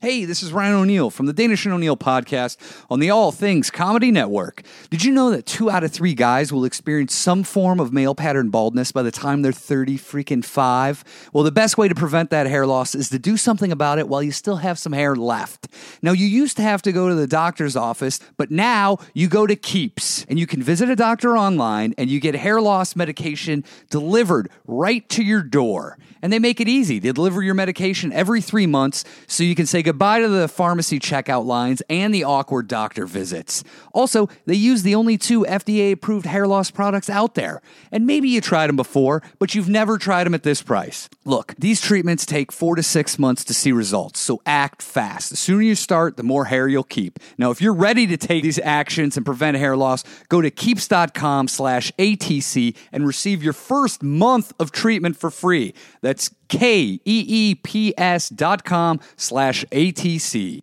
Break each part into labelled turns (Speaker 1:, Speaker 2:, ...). Speaker 1: Hey, this is Ryan O'Neill from the Danish and O'Neill podcast on the All Things Comedy Network. Did you know that two out of three guys will experience some form of male pattern baldness by the time they're 30 freaking five? Well, the best way to prevent that hair loss is to do something about it while you still have some hair left. Now, you used to have to go to the doctor's office, but now you go to Keeps and you can visit a doctor online and you get hair loss medication delivered right to your door. And they make it easy. They deliver your medication every three months so you can say goodbye to the pharmacy checkout lines and the awkward doctor visits. Also, they use the only two FDA approved hair loss products out there. And maybe you tried them before, but you've never tried them at this price. Look, these treatments take four to six months to see results, so act fast. The sooner you start, the more hair you'll keep. Now, if you're ready to take these actions and prevent hair loss, go to keeps.com slash ATC and receive your first month of treatment for free. That's K E E P S dot com slash ATC.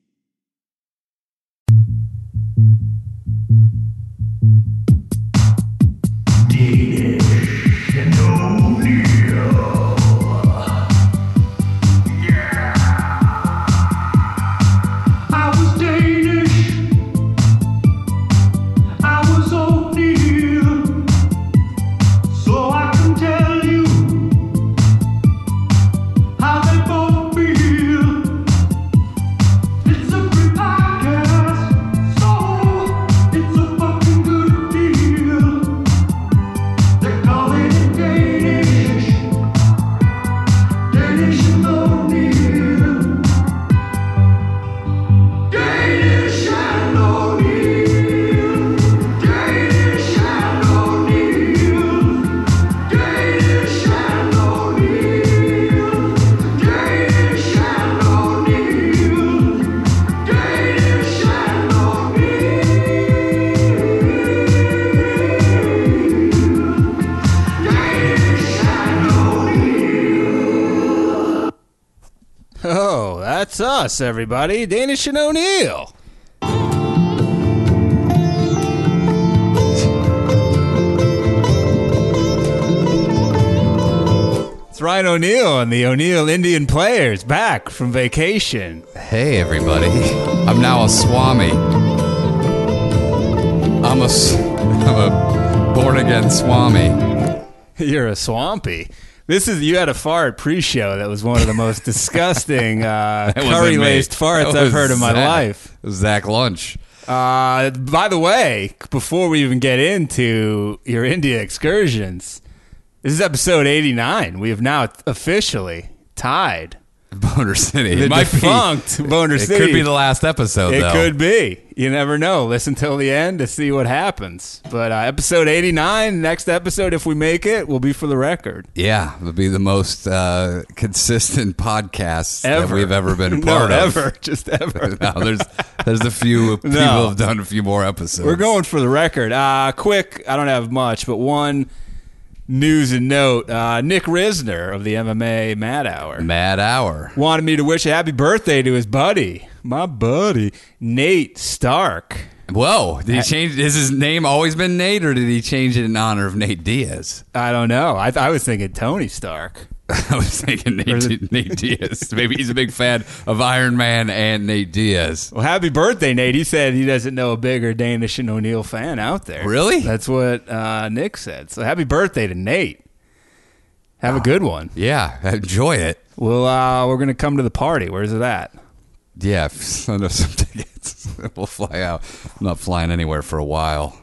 Speaker 2: I was Danish. I was O'Neill. So I can tell you how they both feel. It's a free podcast, so it's a fucking good deal. They call it Danish. Danish and O'Neill. Danish and O'Neill. Danish and O'Neill. Danish and O'Neill. Danish and O'Neill. Danish and O'Neill. Danish and O'Neill.
Speaker 3: Oh, that's us, everybody. Danish and O'Neill. It's Ryan O'Neill and the O'Neill Indian Players back from vacation.
Speaker 4: Hey, everybody. I'm now a Swami. I'm a, s- I'm a born again Swami.
Speaker 3: You're a swampy. This is you had a fart pre-show that was one of the most disgusting uh,
Speaker 4: That wasn't me.
Speaker 3: curry-laced farts
Speaker 4: That
Speaker 3: I've
Speaker 4: was
Speaker 3: heard in my
Speaker 4: Zach.
Speaker 3: life.
Speaker 4: It was Zach Lunch.
Speaker 3: Uh, by the way, before we even get into your India excursions, this is episode 89. We have now officially tied.
Speaker 4: Boner City.
Speaker 3: The
Speaker 4: it might
Speaker 3: defunct
Speaker 4: be,
Speaker 3: Boner
Speaker 4: it
Speaker 3: City.
Speaker 4: could be the last episode,
Speaker 3: It
Speaker 4: though.
Speaker 3: could be. You never know. Listen till the end to see what happens. But uh, episode 89, next episode, if we make it, will be for the record.
Speaker 4: Yeah, it'll be the most uh, consistent podcast that
Speaker 3: Ever.
Speaker 4: we've ever been
Speaker 3: No,
Speaker 4: part of.
Speaker 3: Ever. Just ever.
Speaker 4: No, there's there's a few people
Speaker 3: No.
Speaker 4: have done a few more episodes.
Speaker 3: We're going for the record. Uh, quick, I don't have much, but one news and note. Uh, Nick Risner of the MMA Mad Hour.
Speaker 4: Mad Hour.
Speaker 3: wanted me to wish a happy birthday to his buddy, my buddy, Nate Stark.
Speaker 4: Whoa! Did he change? Has his name always been Nate, or did he change it in honor of Nate Diaz?
Speaker 3: I don't know. I, I was thinking Tony Stark.
Speaker 4: I was thinking Nate, Nate Diaz. Maybe he's a big fan of Iron Man and Nate Diaz.
Speaker 3: Well, happy birthday, Nate. He said he doesn't know a bigger Danish and O'Neill fan out there.
Speaker 4: Really?
Speaker 3: That's what uh, Nick said. So happy birthday to Nate. Have a good one.
Speaker 4: Yeah, enjoy it.
Speaker 3: Well, uh, we're going to come to the party. Where's it at?
Speaker 4: Yeah, send us some tickets. we'll fly out. I'm not flying anywhere for a while.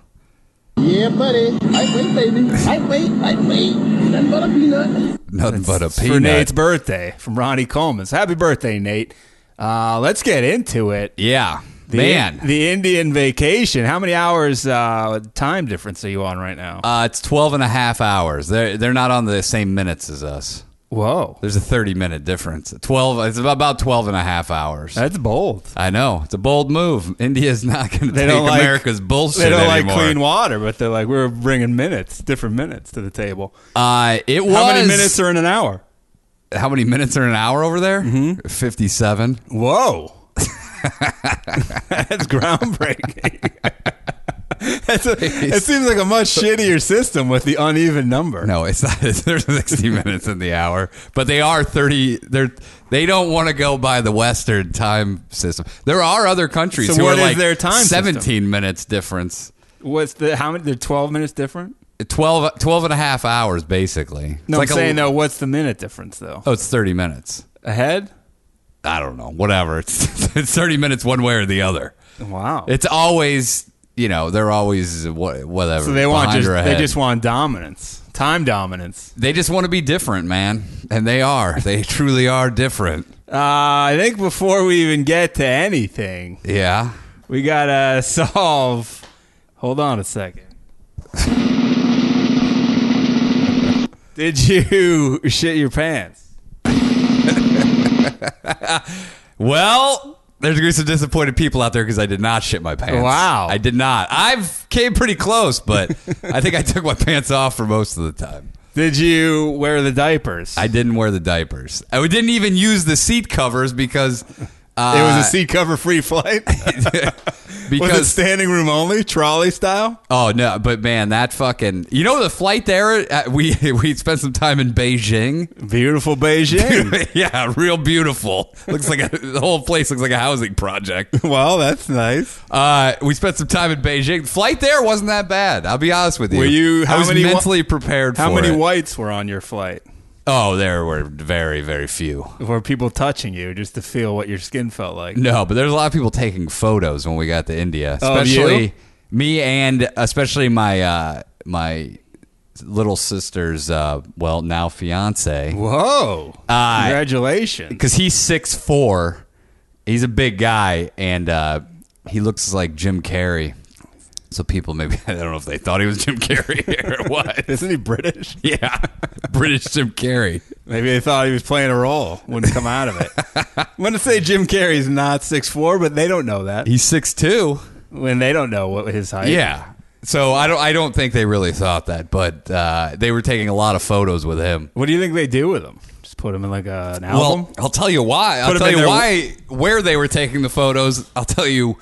Speaker 5: Yeah, buddy. I wait, baby. I wait. I wait. Nothing but a peanut.
Speaker 4: Nothing but a
Speaker 3: It's for
Speaker 4: peanut.
Speaker 3: Nate's birthday from Ronnie Coleman. So happy birthday, Nate. Uh, let's get into it.
Speaker 4: yeah,
Speaker 3: The,
Speaker 4: man.
Speaker 3: the Indian vacation. How many hours uh, time difference are you on right now?
Speaker 4: uh, it's 12 and a half hours. They're they're not on the same minutes as us.
Speaker 3: Whoa,
Speaker 4: There's a 30 minute difference. 12. It's about 12 and a half hours.
Speaker 3: that's bold.
Speaker 4: I know it's a bold move. India's not going to
Speaker 3: They
Speaker 4: take
Speaker 3: don't like
Speaker 4: America's bullshit
Speaker 3: They don't
Speaker 4: anymore.
Speaker 3: like clean water, but they're like we're bringing minutes, different minutes to the table.
Speaker 4: uh, it was
Speaker 3: How many minutes are in an hour?
Speaker 4: how many minutes are in an hour over there? Mm-hmm. 57.
Speaker 3: Whoa, that's groundbreaking. that's a, it seems like a much shittier system with the uneven number.
Speaker 4: No, it's not. There's 60 minutes in the hour, but they are 30. They're They don't want to go by the Western time system. There are other countries
Speaker 3: So
Speaker 4: who
Speaker 3: what is
Speaker 4: are like
Speaker 3: their time system?
Speaker 4: 17 minutes difference.
Speaker 3: What's the how many? They're twelve minutes different.
Speaker 4: 12, 12 and a half hours, basically.
Speaker 3: No,
Speaker 4: It's
Speaker 3: I'm
Speaker 4: a-
Speaker 3: saying though, what's the minute difference though?
Speaker 4: Oh, it's 30 minutes.
Speaker 3: Ahead.
Speaker 4: I don't know. Whatever. It's, it's 30 minutes one way or the other.
Speaker 3: Wow.
Speaker 4: It's always, you know, they're always wha- whatever.
Speaker 3: so they want
Speaker 4: behind
Speaker 3: just
Speaker 4: or
Speaker 3: they
Speaker 4: ahead.
Speaker 3: just want dominance, time dominance.
Speaker 4: They just want to be different, man. And they are. They truly are different.
Speaker 3: Uh, I think before we even get to anything,
Speaker 4: Yeah.
Speaker 3: we gotta solve. Hold on a second. Did you shit your pants?
Speaker 4: Well, there's gonna be some disappointed people out there because I did not shit my pants.
Speaker 3: Wow.
Speaker 4: I did not. I've came pretty close, but I think I took my pants off for most of the time.
Speaker 3: Did you wear the diapers?
Speaker 4: I didn't wear the diapers. I didn't even use the seat covers because uh,
Speaker 6: It was a seat cover free flight. was it
Speaker 4: because
Speaker 6: standing room only, trolley style?
Speaker 4: Oh no, but man, that fucking you know the flight there. Uh, we we spent some time in Beijing.
Speaker 3: Beautiful Beijing.
Speaker 4: yeah, real beautiful. Looks like a, the whole place looks like a housing project.
Speaker 6: Well, that's nice.
Speaker 4: Uh, we spent some time in Beijing. Flight there wasn't that bad. I'll be honest with you.
Speaker 3: Were you-
Speaker 4: I
Speaker 3: how
Speaker 4: was
Speaker 3: many wa-
Speaker 4: mentally prepared.
Speaker 3: How
Speaker 4: for
Speaker 3: many
Speaker 4: it.
Speaker 3: whites were on your flight?
Speaker 4: Oh, there were very very few.
Speaker 3: Were people touching you just to feel what your skin felt like?
Speaker 4: No, but there's a lot of people taking photos when we got to India,
Speaker 3: Oh, of you?
Speaker 4: especially me and especially my uh, my little sister's uh, well now fiance.
Speaker 3: Whoa!
Speaker 4: Uh,
Speaker 3: Congratulations.
Speaker 4: because he's six four. He's a big guy, and uh, he looks like Jim Carrey. So people maybe I don't know if they thought he was Jim Carrey or what.
Speaker 6: Isn't he British?
Speaker 4: yeah, British Jim Carrey.
Speaker 3: Maybe they thought he was playing a role. Wouldn't come out of it. I'm going to say Jim Carrey's not six four, but they don't know that.
Speaker 4: He's six two.
Speaker 3: When they don't know what his height.
Speaker 4: Yeah. So I don't I don't think they really thought that, but uh, they were taking a lot of photos with him.
Speaker 3: What do you think they do with him? Just put him in like a, an album?
Speaker 4: Well, I'll tell you why. I'll
Speaker 3: Put him
Speaker 4: tell
Speaker 3: in
Speaker 4: you
Speaker 3: their-
Speaker 4: why where they were taking the photos. I'll tell you.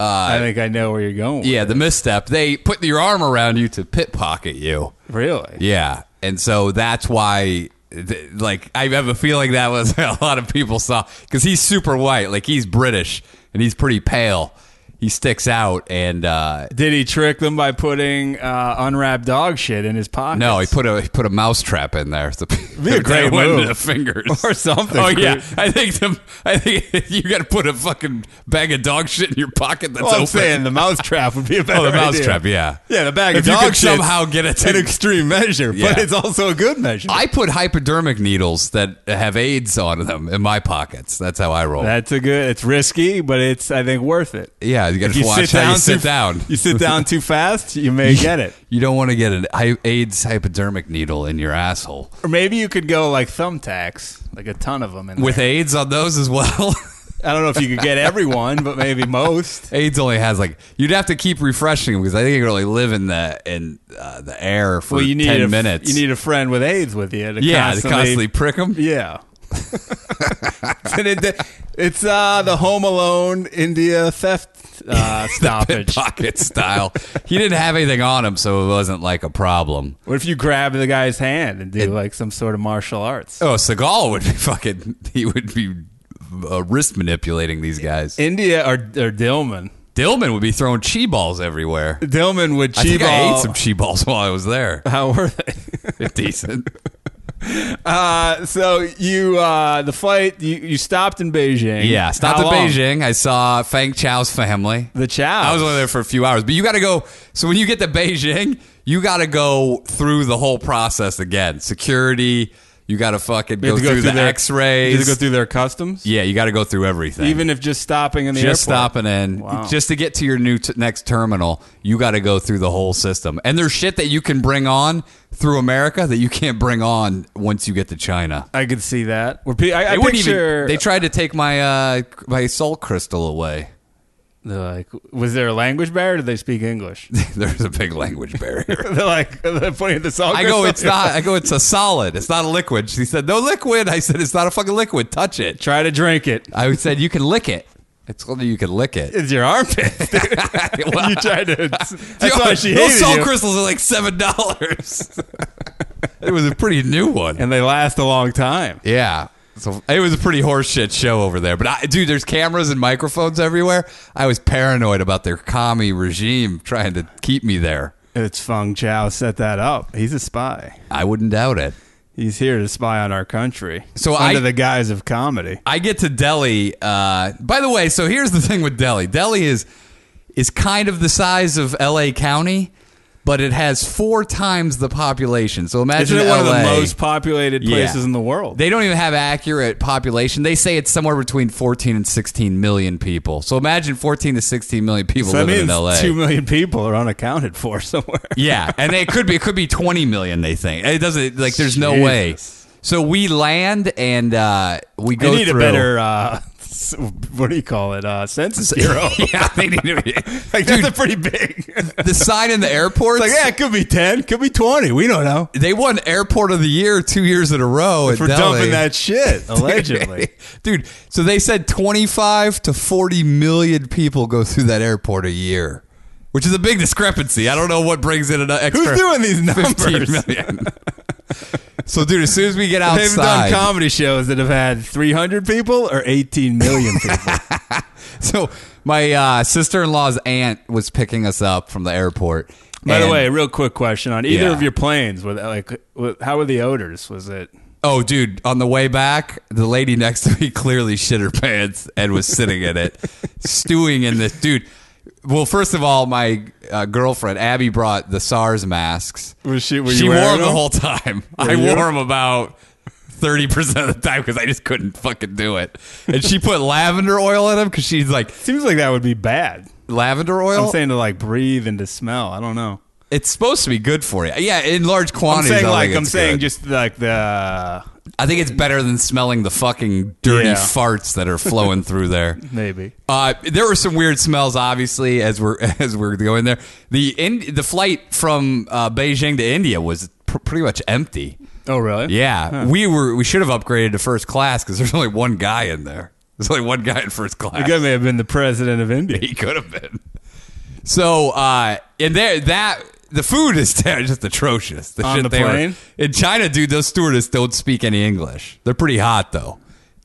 Speaker 3: I think I know where you're going. with
Speaker 4: Yeah, the misstep. They put your arm around you to pit pocket you.
Speaker 3: it. Really?
Speaker 4: Yeah, and so that's why. th- Like I have a feeling that was a lot of people saw because he's super white, like he's British and he's pretty pale. He sticks out, and uh,
Speaker 3: Did he trick them by putting uh, unwrapped dog shit in his pocket?
Speaker 4: no, he put a he put a mouse trap in there. So
Speaker 3: be a great
Speaker 4: went
Speaker 3: move.
Speaker 4: into the fingers
Speaker 3: Or something.
Speaker 4: Oh yeah, I think the, I think you got to put a fucking bag of dog shit in your pocket. That's
Speaker 6: Well, Oh, I'm
Speaker 4: open.
Speaker 6: saying the mousetrap would be a better
Speaker 4: oh, the mouse
Speaker 6: idea.
Speaker 4: trap. Yeah,
Speaker 6: Yeah, the bag
Speaker 4: If
Speaker 6: of
Speaker 4: you
Speaker 6: dog
Speaker 4: could
Speaker 6: shit's
Speaker 4: somehow get it
Speaker 6: an
Speaker 4: to
Speaker 6: extreme measure,
Speaker 4: Yeah.
Speaker 6: but it's also a good measure.
Speaker 4: I put hypodermic needles that have AIDS on them in my pockets. That's how I roll.
Speaker 3: That's a good. It's risky, but it's I think worth it.
Speaker 4: yeah, you got to
Speaker 6: you
Speaker 4: watch
Speaker 6: sit
Speaker 4: how
Speaker 6: down
Speaker 4: you sit
Speaker 6: too-
Speaker 4: down.
Speaker 6: you sit down too fast, you may get it.
Speaker 4: You don't want to get an I- AIDS hypodermic needle in your asshole.
Speaker 3: Or maybe you could go like thumbtacks, like a ton of them. In
Speaker 4: With
Speaker 3: there.
Speaker 4: AIDS on those as well.
Speaker 3: I don't know if you could get everyone, but maybe most.
Speaker 4: AIDS only has like you'd have to keep refreshing them because I think you can only live in the in uh, the air for
Speaker 3: Well, you need
Speaker 4: ten
Speaker 3: a,
Speaker 4: minutes.
Speaker 3: You need a friend with AIDS with you. To
Speaker 4: yeah, to
Speaker 3: constantly,
Speaker 4: constantly prick them.
Speaker 3: Yeah,
Speaker 6: And it- it's uh, the Home Alone India theft
Speaker 3: uh, stoppage.
Speaker 4: Pocket style. he didn't have anything on him, so it wasn't like a problem.
Speaker 3: What if you grab the guy's hand and do like some sort of martial arts?
Speaker 4: Oh, Seagal would be fucking. He would be uh, wrist manipulating these guys.
Speaker 3: India or, or Dillman.
Speaker 4: Dillman would be throwing chi balls everywhere.
Speaker 3: Dillman would
Speaker 4: I think I ate
Speaker 3: cheeball.
Speaker 4: some chi balls while I was there.
Speaker 3: How were they?
Speaker 4: Decent.
Speaker 3: Uh, so you uh, the flight you, you stopped in Beijing.
Speaker 4: Yeah, stopped
Speaker 3: How
Speaker 4: in
Speaker 3: long?
Speaker 4: Beijing. I saw Fang Chao's family.
Speaker 3: The chow.
Speaker 4: I was only there for a few hours, but you got to go. So when you get to Beijing, you got to go through the whole process again. Security. You got to fucking
Speaker 3: You
Speaker 4: go,
Speaker 3: have to
Speaker 4: through, the
Speaker 3: their- You have
Speaker 4: X-rays.
Speaker 3: to go through their customs.
Speaker 4: yeah, you got to go through everything.
Speaker 3: Even if just stopping in the
Speaker 4: just
Speaker 3: airport.
Speaker 4: stopping in
Speaker 3: Wow.
Speaker 4: just to get to your new t- next terminal you got to go through the whole system and there's shit that you can bring on through america that you can't bring on once you get to china
Speaker 3: I could see that. Where pe- I, I
Speaker 4: they wouldn't
Speaker 3: picture
Speaker 4: even they tried to take my uh my soul crystal away
Speaker 3: they're like, was there a language barrier? Or did they speak English?
Speaker 4: there's a big language barrier
Speaker 3: they're like, they're putting the song.
Speaker 4: I go, it's not. I go, it's a solid. It's not a liquid. She said, no liquid. I said, it's not a fucking liquid. Touch it.
Speaker 3: Try to drink it.
Speaker 4: I said, you can lick it. It's called you can lick it.
Speaker 3: It's your armpit. dude. you tried to. That's
Speaker 4: Yo,
Speaker 3: why she
Speaker 4: those
Speaker 3: hated
Speaker 4: salt
Speaker 3: you.
Speaker 4: crystals are like seven dollars. it was a pretty new one.
Speaker 3: and they last a long time.
Speaker 4: yeah. So it was a pretty horseshit show over there. But I, dude, there's cameras and microphones everywhere. I was paranoid about their commie regime trying to keep me there.
Speaker 3: It's Feng Chao set that up. He's a spy.
Speaker 4: I wouldn't doubt it.
Speaker 3: He's here to spy on our country.
Speaker 4: So
Speaker 3: under
Speaker 4: I-
Speaker 3: the guise of comedy.
Speaker 4: I get to Delhi. Uh, by the way, so here's the thing with Delhi. Delhi is is kind of the size of L.A. County, but it has four times the population. So imagine
Speaker 3: Isn't it one of the
Speaker 4: LA.
Speaker 3: most populated
Speaker 4: Yeah.
Speaker 3: places in the world?
Speaker 4: They don't even have accurate population. They say it's somewhere between 14 and 16 million people. So imagine 14 to 16 million people
Speaker 3: so that
Speaker 4: living in
Speaker 3: means
Speaker 4: L.A.
Speaker 3: two million people are unaccounted for somewhere.
Speaker 4: Yeah, and it could be it could be twenty million. They think it doesn't like. There's no way.
Speaker 3: Jesus.
Speaker 4: So we land and uh, we
Speaker 3: They
Speaker 4: go
Speaker 3: need
Speaker 4: through.
Speaker 3: a better. Uh, what do you call it? Uh, census bureau.
Speaker 4: yeah, they need to be.
Speaker 3: like
Speaker 4: Dude,
Speaker 3: that's a pretty big. it's
Speaker 4: the sign in the airport.
Speaker 3: like yeah, it could be ten, could be twenty. We don't know.
Speaker 4: They won Airport of the Year two years in a row.
Speaker 3: For dumping that shit, allegedly.
Speaker 4: dude. So they said 25 to 40 million people go through that airport a year, which is a big discrepancy. I don't know what brings in an extra.
Speaker 3: Who's doing these
Speaker 4: 15
Speaker 3: numbers?
Speaker 4: million. so, dude, as soon as we get
Speaker 3: They've done
Speaker 4: outside,
Speaker 3: comedy shows that have had 300 people or 18 million people.
Speaker 4: so my uh, sister-in-law's aunt was picking us up from the airport.
Speaker 3: By the
Speaker 4: and-
Speaker 3: way, real quick question on either
Speaker 4: Yeah.
Speaker 3: of your planes, with like, with, how were the odors? Was it?
Speaker 4: Oh, dude, on the way back, the lady next to me clearly shit her pants and was sitting in it, stewing in this. Dude, well, first of all, my uh, girlfriend, Abby, brought the SARS masks.
Speaker 3: Was she? Were you
Speaker 4: she wore
Speaker 3: wearing
Speaker 4: them the
Speaker 3: them?
Speaker 4: whole time. I
Speaker 3: you?
Speaker 4: wore them about 30% of the time because I just couldn't fucking do it. And she put lavender oil in them because she's like,
Speaker 3: Seems like that would be bad.
Speaker 4: lavender
Speaker 3: I'm
Speaker 4: oil?
Speaker 3: saying to like breathe and to smell. I don't know.
Speaker 4: It's supposed to be good for you. Yeah, in large
Speaker 3: I'm
Speaker 4: quantities.
Speaker 3: saying
Speaker 4: I
Speaker 3: like
Speaker 4: think
Speaker 3: I'm
Speaker 4: it's
Speaker 3: saying
Speaker 4: good.
Speaker 3: just like the
Speaker 4: I think it's better than smelling the fucking dirty
Speaker 3: Yeah.
Speaker 4: farts that are flowing through there.
Speaker 3: maybe.
Speaker 4: Uh, there were some weird smells, obviously, as we're as we're going there. The in, the flight from uh, Beijing to India was pr- pretty much empty.
Speaker 3: Oh really?
Speaker 4: Yeah, we were we should have upgraded to first class because there's only one guy in there. There's only one guy in first
Speaker 3: The
Speaker 4: class.
Speaker 3: guy may have been the president of India.
Speaker 4: he could have been. So uh, and there that the food is there just atrocious. The
Speaker 3: On
Speaker 4: shit
Speaker 3: the
Speaker 4: they were-
Speaker 3: plane?
Speaker 4: in China, dude. Those stewardess don't speak any English. They're pretty hot though.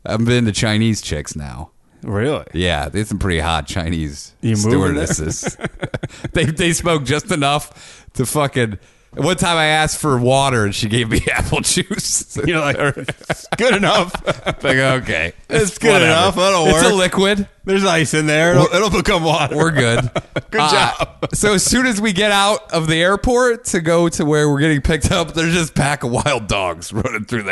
Speaker 4: I'm into Chinese chicks now.
Speaker 3: Really?
Speaker 4: Yeah, there's some pretty hot Chinese
Speaker 3: You moving there?
Speaker 4: stewardesses. they they smoke just enough to fucking. One time I asked for water and she gave me apple juice.
Speaker 3: You're like "It's good enough.
Speaker 4: like okay,
Speaker 3: It's good enough. That'll
Speaker 4: It's
Speaker 3: work.
Speaker 4: a liquid.
Speaker 3: There's ice in there. It'll, it'll become water.
Speaker 4: We're good. Uh,
Speaker 3: Good job.
Speaker 4: So as soon as we get out of the airport to go to where we're getting picked up, there's just a pack of wild dogs running through the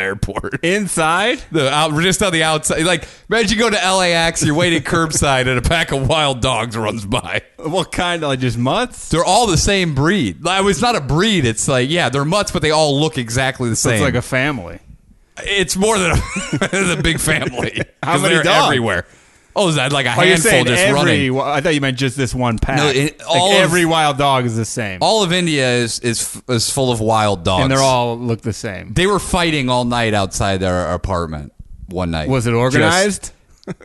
Speaker 4: airport.
Speaker 3: inside.
Speaker 4: The out, we're just on the outside. Like imagine you go to LAX, you're waiting curbside, and a pack of wild dogs runs by.
Speaker 3: What kind of like just mutts?
Speaker 4: They're all the same breed. Like, it's not a breed. It's like yeah, they're mutts, but they all look exactly the same.
Speaker 3: It's like a family.
Speaker 4: it's more than a, it's a big family.
Speaker 3: How
Speaker 4: 'Cause
Speaker 3: many
Speaker 4: they're
Speaker 3: dogs?
Speaker 4: everywhere? Oh, is that like a
Speaker 3: Oh, you're
Speaker 4: handful
Speaker 3: saying
Speaker 4: just
Speaker 3: every?
Speaker 4: running?
Speaker 3: wi- I thought you meant just this one pack.
Speaker 4: No, it-
Speaker 3: Like,
Speaker 4: all of-
Speaker 3: every wild dog is the same,
Speaker 4: All of India is is is full of wild dogs,
Speaker 3: and they're all look the same.
Speaker 4: they were fighting all night outside their apartment one night.
Speaker 3: Was it
Speaker 4: Just-
Speaker 3: organized?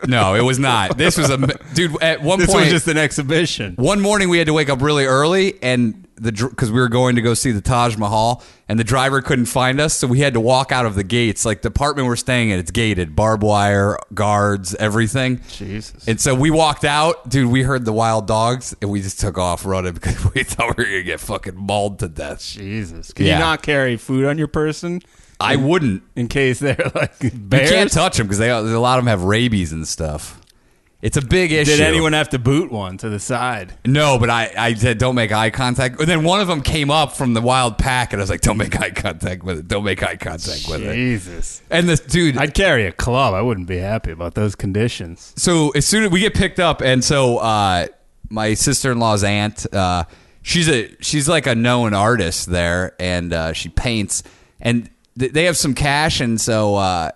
Speaker 4: no, it was not. This was a dude. At one
Speaker 3: this
Speaker 4: point,
Speaker 3: was just an exhibition.
Speaker 4: One morning we had to wake up really early and the because we were going to go see the Taj Mahal and the driver couldn't find us, so we had to walk out of the gates. Like the apartment we're staying at, it's gated, barbed wire, guards, everything.
Speaker 3: Jesus.
Speaker 4: And so we walked out, dude. We heard the wild dogs and we just took off running because we thought we were gonna get fucking mauled to death.
Speaker 3: Jesus. Can
Speaker 4: Yeah.
Speaker 3: you not carry food on your person
Speaker 4: I wouldn't.
Speaker 3: in case they're like
Speaker 4: You
Speaker 3: bears?
Speaker 4: can't touch them because they a lot of them have rabies and stuff. It's a big issue.
Speaker 3: Did anyone have to boot one to the side?
Speaker 4: No, but I, I said don't make eye contact. And then one of them came up from the wild pack, and I was like, don't make eye contact with it. Don't make eye contact with it.
Speaker 3: Jesus.
Speaker 4: And this dude,
Speaker 3: I'd carry a club. I wouldn't be happy about those conditions.
Speaker 4: so as soon as we get picked up, and so uh, my sister in law's aunt, uh, she's a she's like a known artist there, and uh, she paints, and th- they have some cash, and so uh,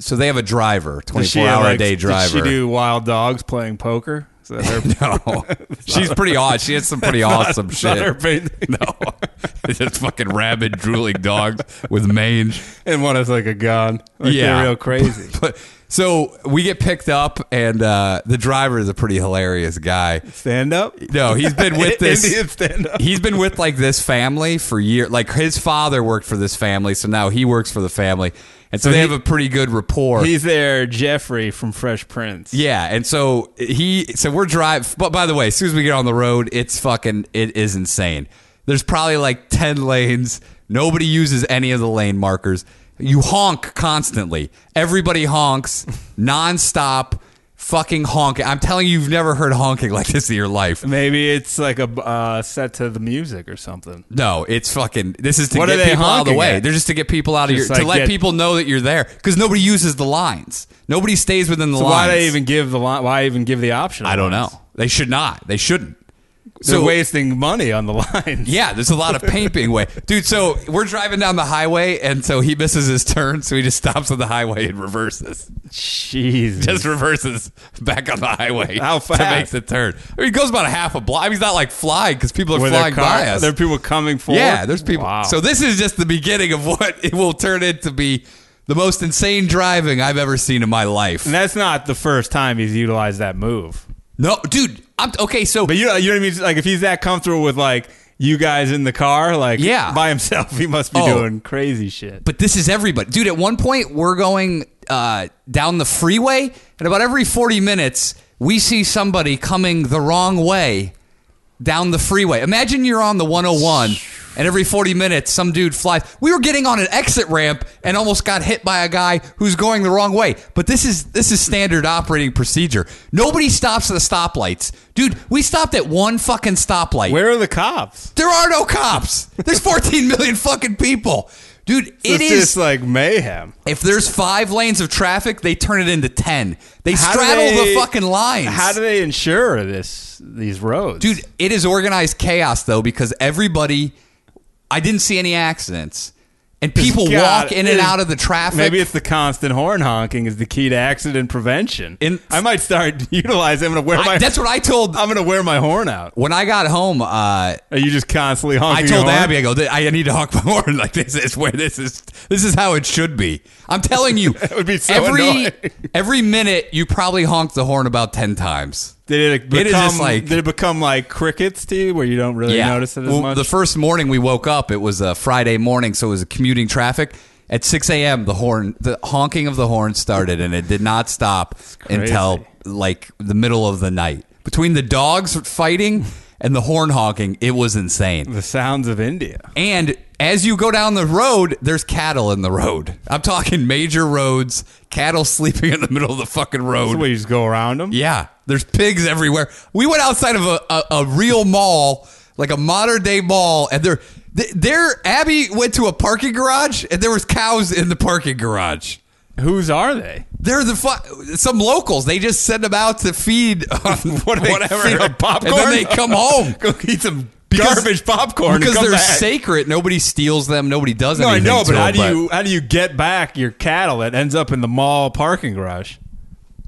Speaker 4: so they have a driver,
Speaker 3: Does
Speaker 4: twenty four
Speaker 3: have,
Speaker 4: hour
Speaker 3: like,
Speaker 4: a day driver.
Speaker 3: Did she do wild dogs playing poker? Is that her,
Speaker 4: no, she's pretty odd. She has some pretty awesome
Speaker 3: is
Speaker 4: shit.
Speaker 3: that her painting?
Speaker 4: No, it's just fucking rabid, drooling dogs with mange.
Speaker 3: and one is like a gun. Like
Speaker 4: Yeah.
Speaker 3: they're real crazy.
Speaker 4: But so we get picked up, and uh, the driver is a pretty hilarious guy.
Speaker 3: Stand up.
Speaker 4: No, he's been with this.
Speaker 3: Indian stand up.
Speaker 4: He's been with like this family for years. Like his father worked for this family, so now he works for the family. and so, they have a pretty good rapport.
Speaker 3: He's there, Jeffrey from Fresh Prince.
Speaker 4: Yeah, and so he, so we're drive. But by the way, as soon as we get on the road, it's fucking, it is insane. There's probably like ten lanes. Nobody uses any of the lane markers. You honk constantly. Everybody honks nonstop. Fucking honking. I'm telling you, you've never heard honking like this in your life.
Speaker 3: Maybe it's like a uh, set to the music or something.
Speaker 4: No, it's fucking. This is to
Speaker 3: What are
Speaker 4: get
Speaker 3: they
Speaker 4: people out of the
Speaker 3: honking
Speaker 4: way.
Speaker 3: at?
Speaker 4: They're just to get people out of
Speaker 3: Just
Speaker 4: your. to
Speaker 3: like
Speaker 4: let
Speaker 3: get-
Speaker 4: people know that you're there because nobody uses the lines. Nobody stays within the
Speaker 3: So
Speaker 4: lines.
Speaker 3: why they even give the line? Why even give the option? of
Speaker 4: I don't
Speaker 3: lines?
Speaker 4: know. They should not. They shouldn't.
Speaker 3: They're wasting money on the lines.
Speaker 4: Yeah, there's a lot of paint being way. Dude, so we're driving down the highway, and so he misses his turn, so he just stops on the highway and reverses.
Speaker 3: Jesus.
Speaker 4: Just reverses back on the highway.
Speaker 3: How
Speaker 4: To
Speaker 3: fast?
Speaker 4: make the turn. I mean, he goes about a half a block. I mean, he's not like flying because people are
Speaker 3: Were there
Speaker 4: flying
Speaker 3: car-
Speaker 4: by us.
Speaker 3: There are people coming forward.
Speaker 4: yeah, there's people.
Speaker 3: Wow.
Speaker 4: So this is just the beginning of what it will turn into be the most insane driving I've ever seen in my life.
Speaker 3: and that's not the first time he's utilized that move.
Speaker 4: No, dude. I'm, okay, so
Speaker 3: But you know, you know what I mean. Like if he's that comfortable with like you guys in the car, like
Speaker 4: Yeah.
Speaker 3: by himself, he must be
Speaker 4: Oh.
Speaker 3: doing crazy shit.
Speaker 4: But this is everybody. Dude, at one point, we're going uh, down the freeway, and about every 40 minutes, we see somebody coming the wrong way down the freeway. Imagine you're on the 101, and every 40 minutes, some dude flies. We were getting on an exit ramp and almost got hit by a guy who's going the wrong way. But this is this is standard operating procedure. Nobody stops at the stoplights. Dude, we stopped at one fucking stoplight.
Speaker 3: Where are the cops?
Speaker 4: There are no cops. There's 14 million fucking people. Dude, it
Speaker 3: It's
Speaker 4: is
Speaker 3: just like mayhem.
Speaker 4: if there's five lanes of traffic, they turn it into ten. They
Speaker 3: How do
Speaker 4: straddle
Speaker 3: they-
Speaker 4: the fucking lines.
Speaker 3: How do they ensure this these roads,
Speaker 4: Dude, it is organized chaos though because everybody. I didn't see any accidents, and people
Speaker 3: God,
Speaker 4: walk in
Speaker 3: it
Speaker 4: and
Speaker 3: is-
Speaker 4: out of the traffic.
Speaker 3: Maybe it's the constant horn honking is the key to accident prevention.
Speaker 4: In-
Speaker 3: I might start utilizing. I'm gonna wear my. Uh,
Speaker 4: I, that's what I told.
Speaker 3: I'm gonna wear my horn out.
Speaker 4: when I got home, uh,
Speaker 3: Are you just constantly honking?
Speaker 4: I told
Speaker 3: your horn?
Speaker 4: Abby, I go, "Th- I need to honk my horn. Like this is where this is. This is how it should be. I'm telling you. it
Speaker 3: would be so
Speaker 4: every
Speaker 3: annoying.
Speaker 4: every minute you probably honk the horn about ten times.
Speaker 3: Did it
Speaker 4: It
Speaker 3: become
Speaker 4: is just like-
Speaker 3: did it become like crickets to you, where you don't really notice it as
Speaker 4: Well,
Speaker 3: much?
Speaker 4: The first morning we woke up, it was a Friday morning, so it was a commuting traffic. At 6 a.m., the horn, the honking of the horn started, and it did not stop until like the middle of the night. Between the dogs fighting and the horn honking, it was insane.
Speaker 3: the sounds of India.
Speaker 4: And as you go down the road, there's cattle in the road. I'm talking major roads, cattle sleeping in the middle of the fucking road.
Speaker 3: So we just go around them.
Speaker 4: Yeah, there's pigs everywhere. We went outside of a, a, a real mall, like a modern day mall, and there, th- there, Abby went to a parking garage, and there was cows in the parking garage.
Speaker 3: Whose are they?
Speaker 4: They're the fu- some locals. They just send them out to feed on whatever,
Speaker 3: feed on popcorn?
Speaker 4: and then they come home.
Speaker 3: Go eat some
Speaker 4: Because-
Speaker 3: garbage popcorn and
Speaker 4: because
Speaker 3: come
Speaker 4: they're
Speaker 3: back.
Speaker 4: sacred. Nobody steals them. Nobody does
Speaker 3: No, I
Speaker 4: anything.
Speaker 3: know,
Speaker 4: to
Speaker 3: but how
Speaker 4: them,
Speaker 3: do you how do you get back your cattle that ends up in the mall parking garage?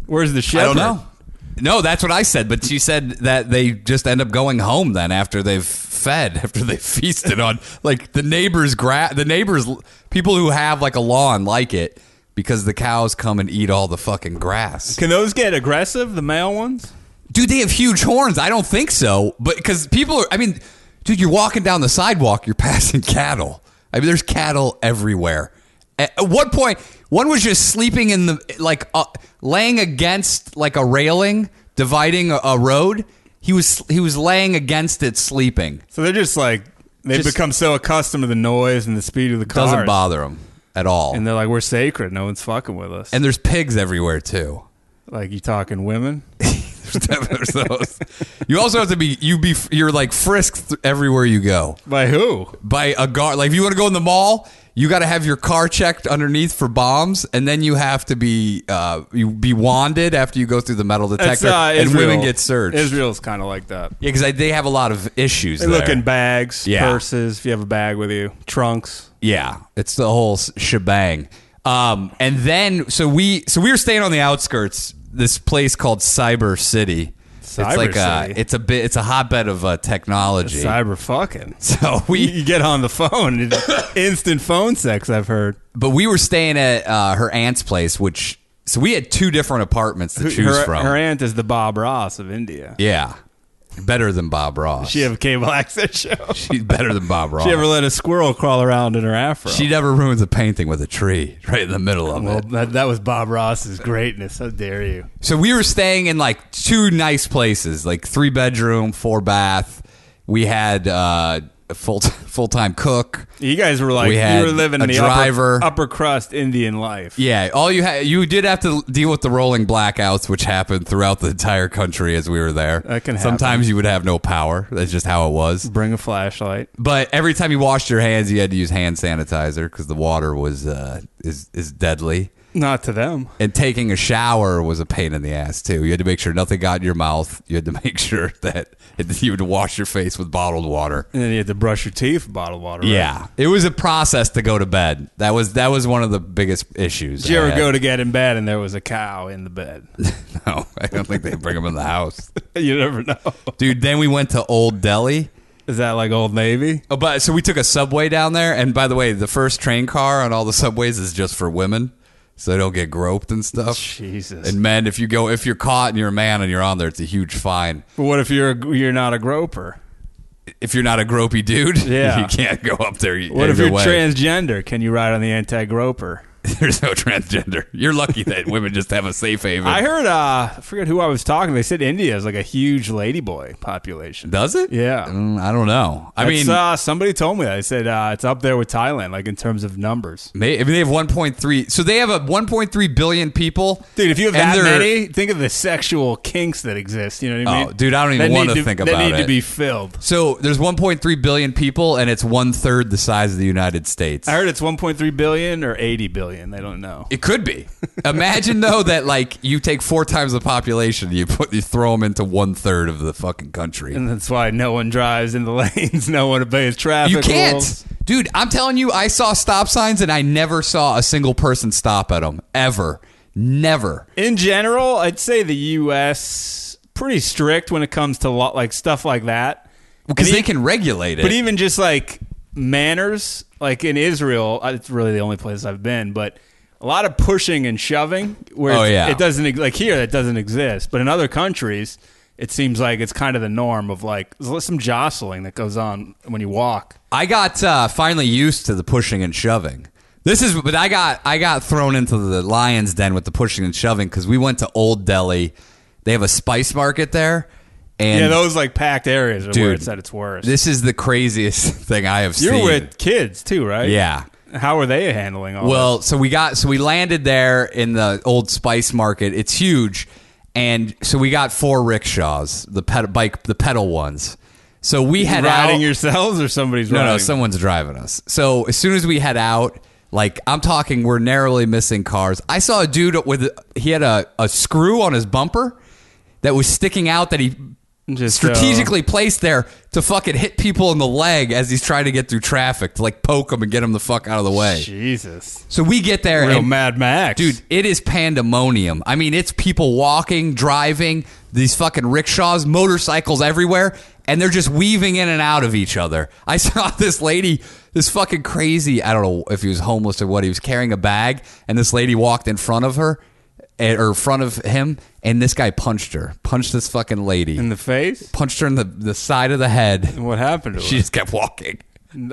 Speaker 3: Where's the shepherd?
Speaker 4: I don't know. No, that's what I said, but she said that they just end up going home then after they've fed, after they feasted on like the neighbors gra- the neighbors people who have like a lawn like it because the cows come and eat all the fucking grass.
Speaker 3: Can those get aggressive? The male ones?
Speaker 4: Dude, they have huge horns. I don't think so, but cuz people are I mean, dude, you're walking down the sidewalk, you're passing cattle. I mean, there's cattle everywhere. At at one point, one was just sleeping in the like uh, laying against like a railing dividing a, a road. He was he was laying against it sleeping.
Speaker 3: So they're just like they've
Speaker 4: Just-
Speaker 3: become so accustomed to the noise and the speed of the cars.
Speaker 4: Doesn't bother him at all.
Speaker 3: And
Speaker 4: And,
Speaker 3: they're like, we're sacred. No one's fucking with us.
Speaker 4: there's pigs everywhere too.
Speaker 3: like you talking women?
Speaker 4: There's those. You also have to be you be you're like frisked th- everywhere you go.
Speaker 3: By who?
Speaker 4: by a guard. Like if you want to go in the mall, you got to have your car checked underneath for bombs, and then you have to be uh, you be wanded after you go through the metal
Speaker 3: That's
Speaker 4: detector,
Speaker 3: uh,
Speaker 4: and
Speaker 3: Israel.
Speaker 4: women get searched.
Speaker 3: Israel's kind of like that.
Speaker 4: Yeah, because they have a lot of issues.
Speaker 3: They
Speaker 4: there.
Speaker 3: look in bags,
Speaker 4: Yeah.
Speaker 3: purses. If you have a bag with you, trunks.
Speaker 4: Yeah, it's the whole s- shebang. Um, and then so we so we were staying on the outskirts. This place called Cyber City. it's
Speaker 3: Cyber
Speaker 4: like a
Speaker 3: City?
Speaker 4: it's a bit it's a hotbed of uh, technology.
Speaker 3: Cyber fucking.
Speaker 4: so we
Speaker 3: You get on the phone. it's Instant phone sex. I've heard.
Speaker 4: but we were staying at uh, her aunt's place, which so we had two different apartments to choose
Speaker 3: her,
Speaker 4: from.
Speaker 3: her aunt is the Bob Ross of India.
Speaker 4: yeah, Better than Bob Ross.
Speaker 3: She have a cable access show.
Speaker 4: She's better than Bob Ross.
Speaker 3: She ever let a squirrel crawl around in her afro?
Speaker 4: She never ruins a painting with a tree right in the middle of
Speaker 7: Well,
Speaker 4: it.
Speaker 7: that, that was Bob Ross's greatness. How dare you?
Speaker 4: So we were staying in like two nice places, like three bedroom, four bath. We had uh, a full full time cook.
Speaker 3: you guys were like
Speaker 4: We
Speaker 3: you
Speaker 4: had
Speaker 3: were living in
Speaker 4: a
Speaker 3: the upper-
Speaker 4: driver.
Speaker 3: Upper, crust Indian life.
Speaker 4: Yeah, all you had you did have to deal with the rolling blackouts, which happened throughout the entire country as we were there.
Speaker 3: That can happen.
Speaker 4: Sometimes you would have no power. That's just how it was.
Speaker 3: Bring a flashlight.
Speaker 4: But every time you washed your hands, you had to use hand sanitizer because the water was uh, is is deadly.
Speaker 3: Not to them.
Speaker 4: and taking a shower was a pain in the ass too. You had to make sure nothing got in your mouth. You had to make sure that you would wash your face with bottled water.
Speaker 3: And then you had to brush your teeth, with bottled water. right?
Speaker 4: Yeah, it was a process to go to bed. That was that was one of the biggest issues.
Speaker 3: Did you
Speaker 4: I
Speaker 3: ever
Speaker 4: had.
Speaker 3: go to get in bed and there was a cow in the bed?
Speaker 4: No, I don't think they bring them in the house,
Speaker 3: you never know.
Speaker 4: dude. Then we went to Old Delhi.
Speaker 3: Is that like Old Navy?
Speaker 4: Oh, but so we took a subway down there, and by the way, the first train car on all the subways is just for women, so they don't get groped and stuff.
Speaker 3: Jesus.
Speaker 4: And men, if you go, if you're caught and you're a man and you're on there, it's a huge fine.
Speaker 3: But what if you're a, you're not a groper?
Speaker 4: if you're not a gropey dude,
Speaker 3: Yeah.
Speaker 4: you can't go up there.
Speaker 3: What if
Speaker 4: either
Speaker 3: you're
Speaker 4: way.
Speaker 3: transgender? Can you ride on the anti-groper?
Speaker 4: There's no transgender. You're lucky that women just have a safe haven.
Speaker 3: I heard. Uh, I forget who I was talking. to. They said India is like a huge ladyboy population.
Speaker 4: Does it?
Speaker 3: Yeah.
Speaker 4: Mm, I don't know. I
Speaker 3: It's,
Speaker 4: mean,
Speaker 3: uh, somebody told me that. I said uh, it's up there with Thailand, like in terms of numbers.
Speaker 4: they, I mean, they have 1.3. So they have a 1.3 billion people,
Speaker 3: Dude, if you have
Speaker 4: and
Speaker 3: that
Speaker 4: they're-
Speaker 3: many, think of the sexual kinks that exist. You know what I mean?
Speaker 4: Oh, dude, I don't even
Speaker 3: That need
Speaker 4: wanna think
Speaker 3: They
Speaker 4: about
Speaker 3: need to
Speaker 4: it.
Speaker 3: be filled.
Speaker 4: So there's 1.3 billion people, and it's one third the size of the United States.
Speaker 3: I heard it's 1.3 billion or 80 billion. I don't know.
Speaker 4: It could be. Imagine though that like you take four times the population, you put you throw them into one third of the fucking country.
Speaker 3: And that's why no one drives in the lanes. No one obeys traffic
Speaker 4: You can't.
Speaker 3: rules.
Speaker 4: Dude, I'm telling you, I saw stop signs and I never saw a single person stop at them. Ever. Never.
Speaker 3: In general, I'd say the U.S. pretty strict when it comes to lo- like stuff like that.
Speaker 4: Because
Speaker 3: And
Speaker 4: they
Speaker 3: e-
Speaker 4: can regulate it.
Speaker 3: But even just like manners, like in Israel, uh, it's really the only place I've been, but a lot of pushing and shoving where
Speaker 4: Oh,
Speaker 3: it's-
Speaker 4: yeah.
Speaker 3: it doesn't ex- like here that doesn't exist, but in other countries it seems like it's kind of the norm of like there's some jostling that goes on when you walk.
Speaker 4: I got uh, finally used to the pushing and shoving. This is, but I got I got thrown into the lion's den with the pushing and shoving because we went to Old Delhi. They have a spice market there, and
Speaker 3: yeah, those like packed areas are where
Speaker 4: Dude,
Speaker 3: it's at its worst.
Speaker 4: this is the craziest thing I have
Speaker 3: You're
Speaker 4: seen.
Speaker 3: with kids too, right?
Speaker 4: yeah.
Speaker 3: How are they handling all
Speaker 4: Well, so we got so we landed there in the old spice market. It's huge, and so we got four rickshaws, the ped- bike, the pedal ones. So we
Speaker 3: that?
Speaker 4: had
Speaker 3: riding
Speaker 4: out,
Speaker 3: yourselves or somebody's
Speaker 4: no,
Speaker 3: riding?
Speaker 4: no, someone's driving us. So as soon as we head out, like I'm talking, we're narrowly missing cars. I saw a dude with he had a, a screw on his bumper that was sticking out that he
Speaker 3: Just,
Speaker 4: uh,
Speaker 3: uh,
Speaker 4: strategically placed there to fucking hit people in the leg as he's trying to get through traffic to like poke them and get them the fuck out of the way.
Speaker 3: Jesus.
Speaker 4: So we get there
Speaker 3: Real
Speaker 4: and
Speaker 3: Mad Max.
Speaker 4: Dude, it is pandemonium. I mean, it's people walking, driving, these fucking rickshaws, motorcycles everywhere, and they're just weaving in and out of each other. I saw this lady, this fucking crazy, I don't know if he was homeless or what, he was carrying a bag, and this lady walked in front of her, eh, or in front of him, and this guy punched her, punched this fucking lady,
Speaker 3: in the face?
Speaker 4: punched her in the, the side of the head.
Speaker 3: What happened to
Speaker 4: She
Speaker 3: her?
Speaker 4: just kept walking.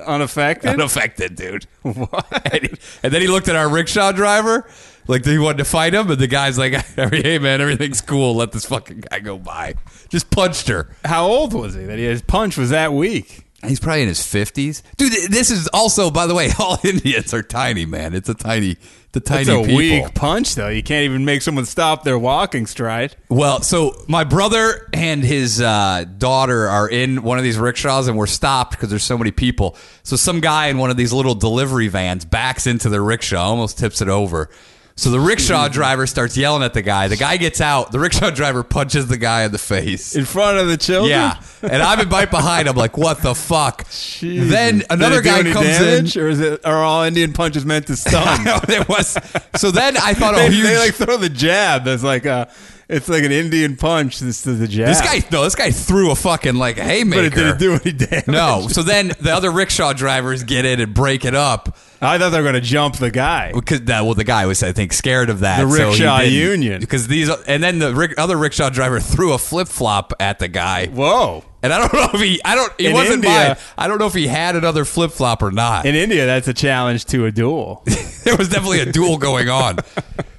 Speaker 3: Unaffected?
Speaker 4: Unaffected, dude. And, he- and then he looked at our rickshaw driver, like he wanted to fight him, and the guy's like, "Hey, man, everything's cool. Let this fucking guy go by." Just punched her.
Speaker 3: How old was he? That he, his punch was that weak.
Speaker 4: He's probably in his fifties, dude. th- This is also, by the way, all Indians are tiny, man. It's a tiny, the tiny
Speaker 3: It's a
Speaker 4: people.
Speaker 3: weak punch, though. You can't even make someone stop their walking stride.
Speaker 4: Well, so my brother and his uh, daughter are in one of these rickshaws, and we're stopped because there's so many people. So some guy in one of these little delivery vans backs into the rickshaw, almost tips it over. So the
Speaker 3: Mm-hmm.
Speaker 4: rickshaw driver starts yelling at the guy. The guy gets out. The rickshaw driver punches the guy in the face.
Speaker 3: In front of the children?
Speaker 4: Yeah, and I'm in right behind. I'm like, what the fuck?
Speaker 3: Jesus.
Speaker 4: Then
Speaker 3: Did
Speaker 4: another
Speaker 3: it do
Speaker 4: guy
Speaker 3: any
Speaker 4: comes
Speaker 3: damage,
Speaker 4: in.
Speaker 3: Or is it, are all Indian punches meant to
Speaker 4: I
Speaker 3: stun?
Speaker 4: know, there was. So then I thought,
Speaker 3: they,
Speaker 4: oh,
Speaker 3: they,
Speaker 4: huge.
Speaker 3: like throw the jab that's like a It's like an Indian punch that's to the jab.
Speaker 4: This guy, no, this guy threw a fucking like haymaker.
Speaker 3: but it didn't do any damage.
Speaker 4: No. So then the other rickshaw drivers get in and break it up
Speaker 3: I thought they were going to jump the guy.
Speaker 4: because that well the guy was I think scared of that.
Speaker 3: The
Speaker 4: so he
Speaker 3: rickshaw
Speaker 4: didn't-
Speaker 3: union.
Speaker 4: because these and then the rick, other rickshaw driver threw a flip flop at the guy.
Speaker 3: Whoa.
Speaker 4: And I don't know if he I don't he
Speaker 3: In
Speaker 4: wasn't
Speaker 3: India-
Speaker 4: mine. I don't know if he had another flip flop or not.
Speaker 3: In India, that's a challenge to a duel.
Speaker 4: there was definitely a duel going on.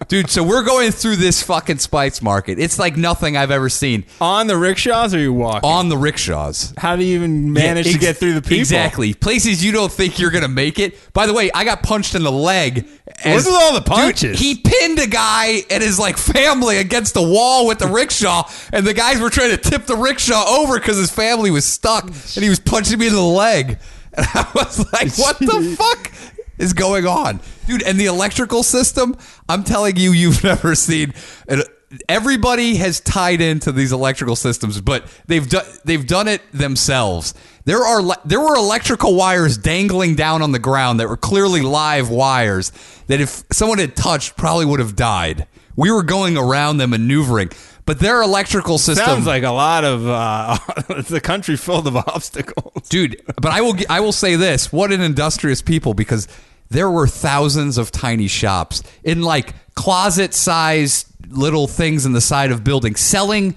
Speaker 4: Dude, so we're going through this fucking spice market. It's like nothing I've ever seen
Speaker 3: On the rickshaws, or you walk?
Speaker 4: on the rickshaws.
Speaker 3: How do you even manage
Speaker 4: Yeah,
Speaker 3: to
Speaker 4: ex-
Speaker 3: get through the people?
Speaker 4: Exactly. Places you don't think you're going to make it. By the way, I got punched in the leg.
Speaker 3: What's with all the
Speaker 4: Dude,
Speaker 3: punches?
Speaker 4: he pinned a guy and his like family against the wall with the rickshaw, and the guys were trying to tip the rickshaw over because his family was stuck, and he was punching me in the leg. And I was like, "What the fuck is going on, dude?" And the electrical system—I'm telling you, you've never seen. It. Everybody has tied into these electrical systems, but they've done they've done it themselves. There are le- there were electrical wires dangling down on the ground that were clearly live wires that if someone had touched probably would have died. We were going around them maneuvering, but their electrical system
Speaker 3: Sounds like a lot of uh, it's a country filled of obstacles.
Speaker 4: dude. But I will gi- I will say this: what an industrious people because there were thousands of tiny shops in like closet sized little things in the side of buildings selling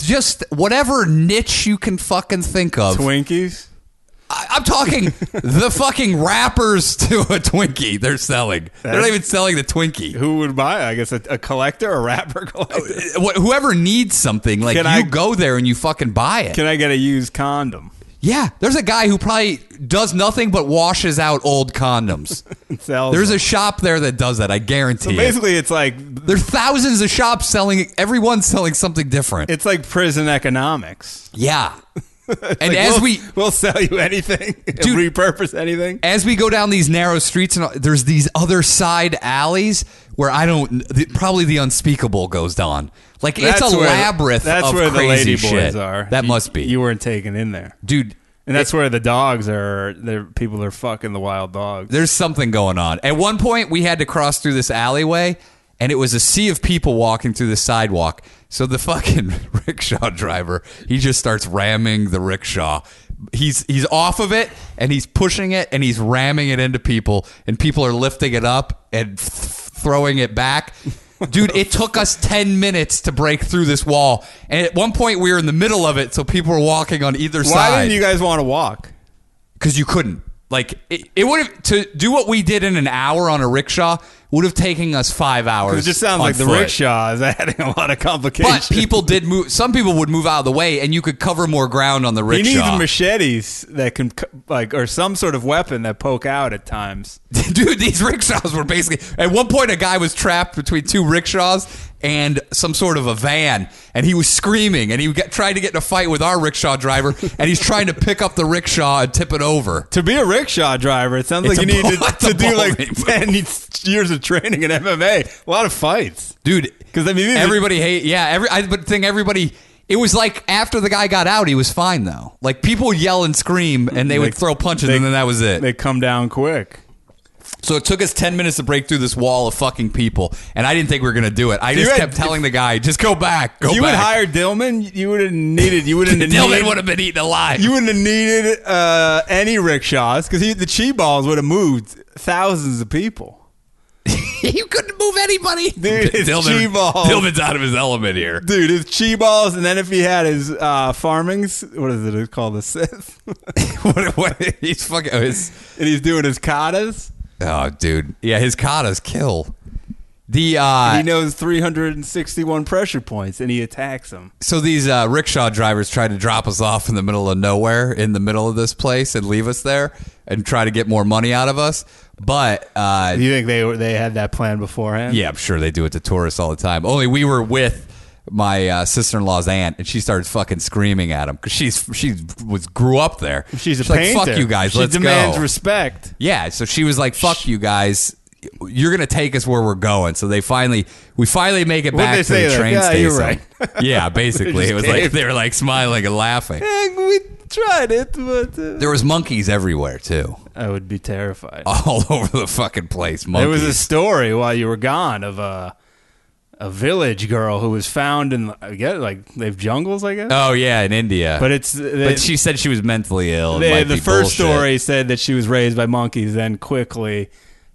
Speaker 4: just whatever niche you can fucking think of.
Speaker 3: Twinkies.
Speaker 4: I- I'm talking the fucking wrappers to a Twinkie. They're selling. They're not even selling the Twinkie.
Speaker 3: Who would buy? it? I guess a, a collector, a rapper collector.
Speaker 4: Wh- Whoever needs something, like
Speaker 3: Can
Speaker 4: you
Speaker 3: I-
Speaker 4: go there and you fucking buy it.
Speaker 3: Can I get a used condom?
Speaker 4: yeah, there's a guy who probably does nothing but washes out old condoms.
Speaker 3: Sells
Speaker 4: There's
Speaker 3: them.
Speaker 4: a shop there that does that. I guarantee it.
Speaker 3: Basically, it's like
Speaker 4: There are thousands of shops selling. Everyone's selling something different.
Speaker 3: it's like prison economics.
Speaker 4: yeah. and
Speaker 3: Like,
Speaker 4: as
Speaker 3: we'll-
Speaker 4: we
Speaker 3: we'll sell you anything, and
Speaker 4: Dude.
Speaker 3: repurpose anything.
Speaker 4: as we go down these narrow streets and all- there's these other side alleys where I don't the, probably the unspeakable goes down. Like it's
Speaker 3: That's
Speaker 4: a
Speaker 3: where-
Speaker 4: labyrinth
Speaker 3: That's
Speaker 4: of
Speaker 3: where
Speaker 4: crazy
Speaker 3: the lady
Speaker 4: shit.
Speaker 3: boys are.
Speaker 4: That
Speaker 3: You-
Speaker 4: must be.
Speaker 3: You weren't taken in there,
Speaker 4: Dude,
Speaker 3: and that's where the dogs are. They're, people are fucking the wild dogs.
Speaker 4: there's something going on. At one point, we had to cross through this alleyway, and it was a sea of people walking through the sidewalk. So the fucking rickshaw driver, he just starts ramming the rickshaw. He's he's off of it and he's pushing it and he's ramming it into people, and people are lifting it up and th- throwing it back. Dude, it took us 10 minutes to break through this wall. And at one point, we were in the middle of it, so people were walking on either side
Speaker 3: Why didn't you guys want to walk?
Speaker 4: because you couldn't. Like it, it would have to do what we did in an hour on a rickshaw would have taken us five hours.
Speaker 3: It just sounds
Speaker 4: on
Speaker 3: like the
Speaker 4: foot.
Speaker 3: rickshaw is adding a lot of complications.
Speaker 4: But people did move. Some people would move out of the way, and you could cover more ground on the
Speaker 3: he needs
Speaker 4: rickshaw.
Speaker 3: machetes that can c- like or some sort of weapon that poke out at times.
Speaker 4: Dude, these rickshaws were basically. At one point, a guy was trapped between two rickshaws and some sort of a van, and he was screaming, and he got, tried to get in a fight with our rickshaw driver, and he's trying to pick up the rickshaw and tip it over.
Speaker 3: To be a rickshaw driver, it sounds
Speaker 4: It's
Speaker 3: like
Speaker 4: a
Speaker 3: you need
Speaker 4: ball-
Speaker 3: to,
Speaker 4: it's a
Speaker 3: to do like
Speaker 4: bowling ball.
Speaker 3: ten years of training in MMA. A lot of fights.
Speaker 4: dude.
Speaker 3: 'Cause, I mean, these are-
Speaker 4: everybody hate. Yeah, every. I but think everybody. It was like after the guy got out, he was fine though. Like people yell and scream, and they, would throw punches,
Speaker 3: they-
Speaker 4: and then that was it.
Speaker 3: They come down quick.
Speaker 4: so it took us ten minutes to break through this wall of fucking people, and I didn't think we were gonna do it. I just
Speaker 3: had-
Speaker 4: kept telling the guy, "Just go back, go
Speaker 3: you would
Speaker 4: back."
Speaker 3: hire Dillman. You would have needed. You wouldn't have
Speaker 4: Dillman
Speaker 3: needed-
Speaker 4: would have been eaten alive.
Speaker 3: You wouldn't have needed uh, any rickshaws because the chi balls would have moved thousands of people.
Speaker 4: you couldn't move anybody.
Speaker 3: Dude, it's G-ball.
Speaker 4: Dillman's out of his element here.
Speaker 3: Dude, his chi balls, and then if he had his uh, farmings, what is it? It's called the Sith.
Speaker 4: what, what, he's fucking. oh, It's,
Speaker 3: and he's doing his katas.
Speaker 4: oh, dude. Yeah, his katas kill. The uh,
Speaker 3: He knows 361 pressure points, and he attacks them.
Speaker 4: So these uh, rickshaw drivers tried to drop us off in the middle of nowhere, in the middle of this place, and leave us there, and try to get more money out of us. But uh,
Speaker 3: You think they were, they had that plan beforehand?
Speaker 4: yeah, I'm sure they do it to tourists all the time. Only we were with my uh, sister-in-law's aunt, and she started fucking screaming at him because she's she was grew up there.
Speaker 3: she's a
Speaker 4: like,
Speaker 3: painter.
Speaker 4: fuck you guys,
Speaker 3: She
Speaker 4: let's
Speaker 3: demands
Speaker 4: go.
Speaker 3: respect.
Speaker 4: Yeah, so she was like, "Fuck you guys, you're gonna take us where we're going." So they finally, we finally make it
Speaker 3: What'd
Speaker 4: back
Speaker 3: they
Speaker 4: to
Speaker 3: say?
Speaker 4: the
Speaker 3: Like,
Speaker 4: train
Speaker 3: "Yeah,
Speaker 4: station.
Speaker 3: you're
Speaker 4: yeah, basically,
Speaker 3: They
Speaker 4: it was
Speaker 3: just
Speaker 4: like
Speaker 3: caved.
Speaker 4: they were like smiling and laughing.
Speaker 3: Eh, we tried it, but uh,
Speaker 4: There was monkeys everywhere too,
Speaker 3: I would be terrified.
Speaker 4: all over the fucking place. Monkeys.
Speaker 3: There was a story while you were gone of a a village girl who was found in I guess like they have jungles, I guess.
Speaker 4: Oh yeah, in India.
Speaker 3: but it's they-
Speaker 4: but she said she was mentally ill. and
Speaker 3: they-
Speaker 4: might
Speaker 3: the
Speaker 4: be
Speaker 3: first
Speaker 4: bullshit.
Speaker 3: story said that she was raised by monkeys. Then quickly,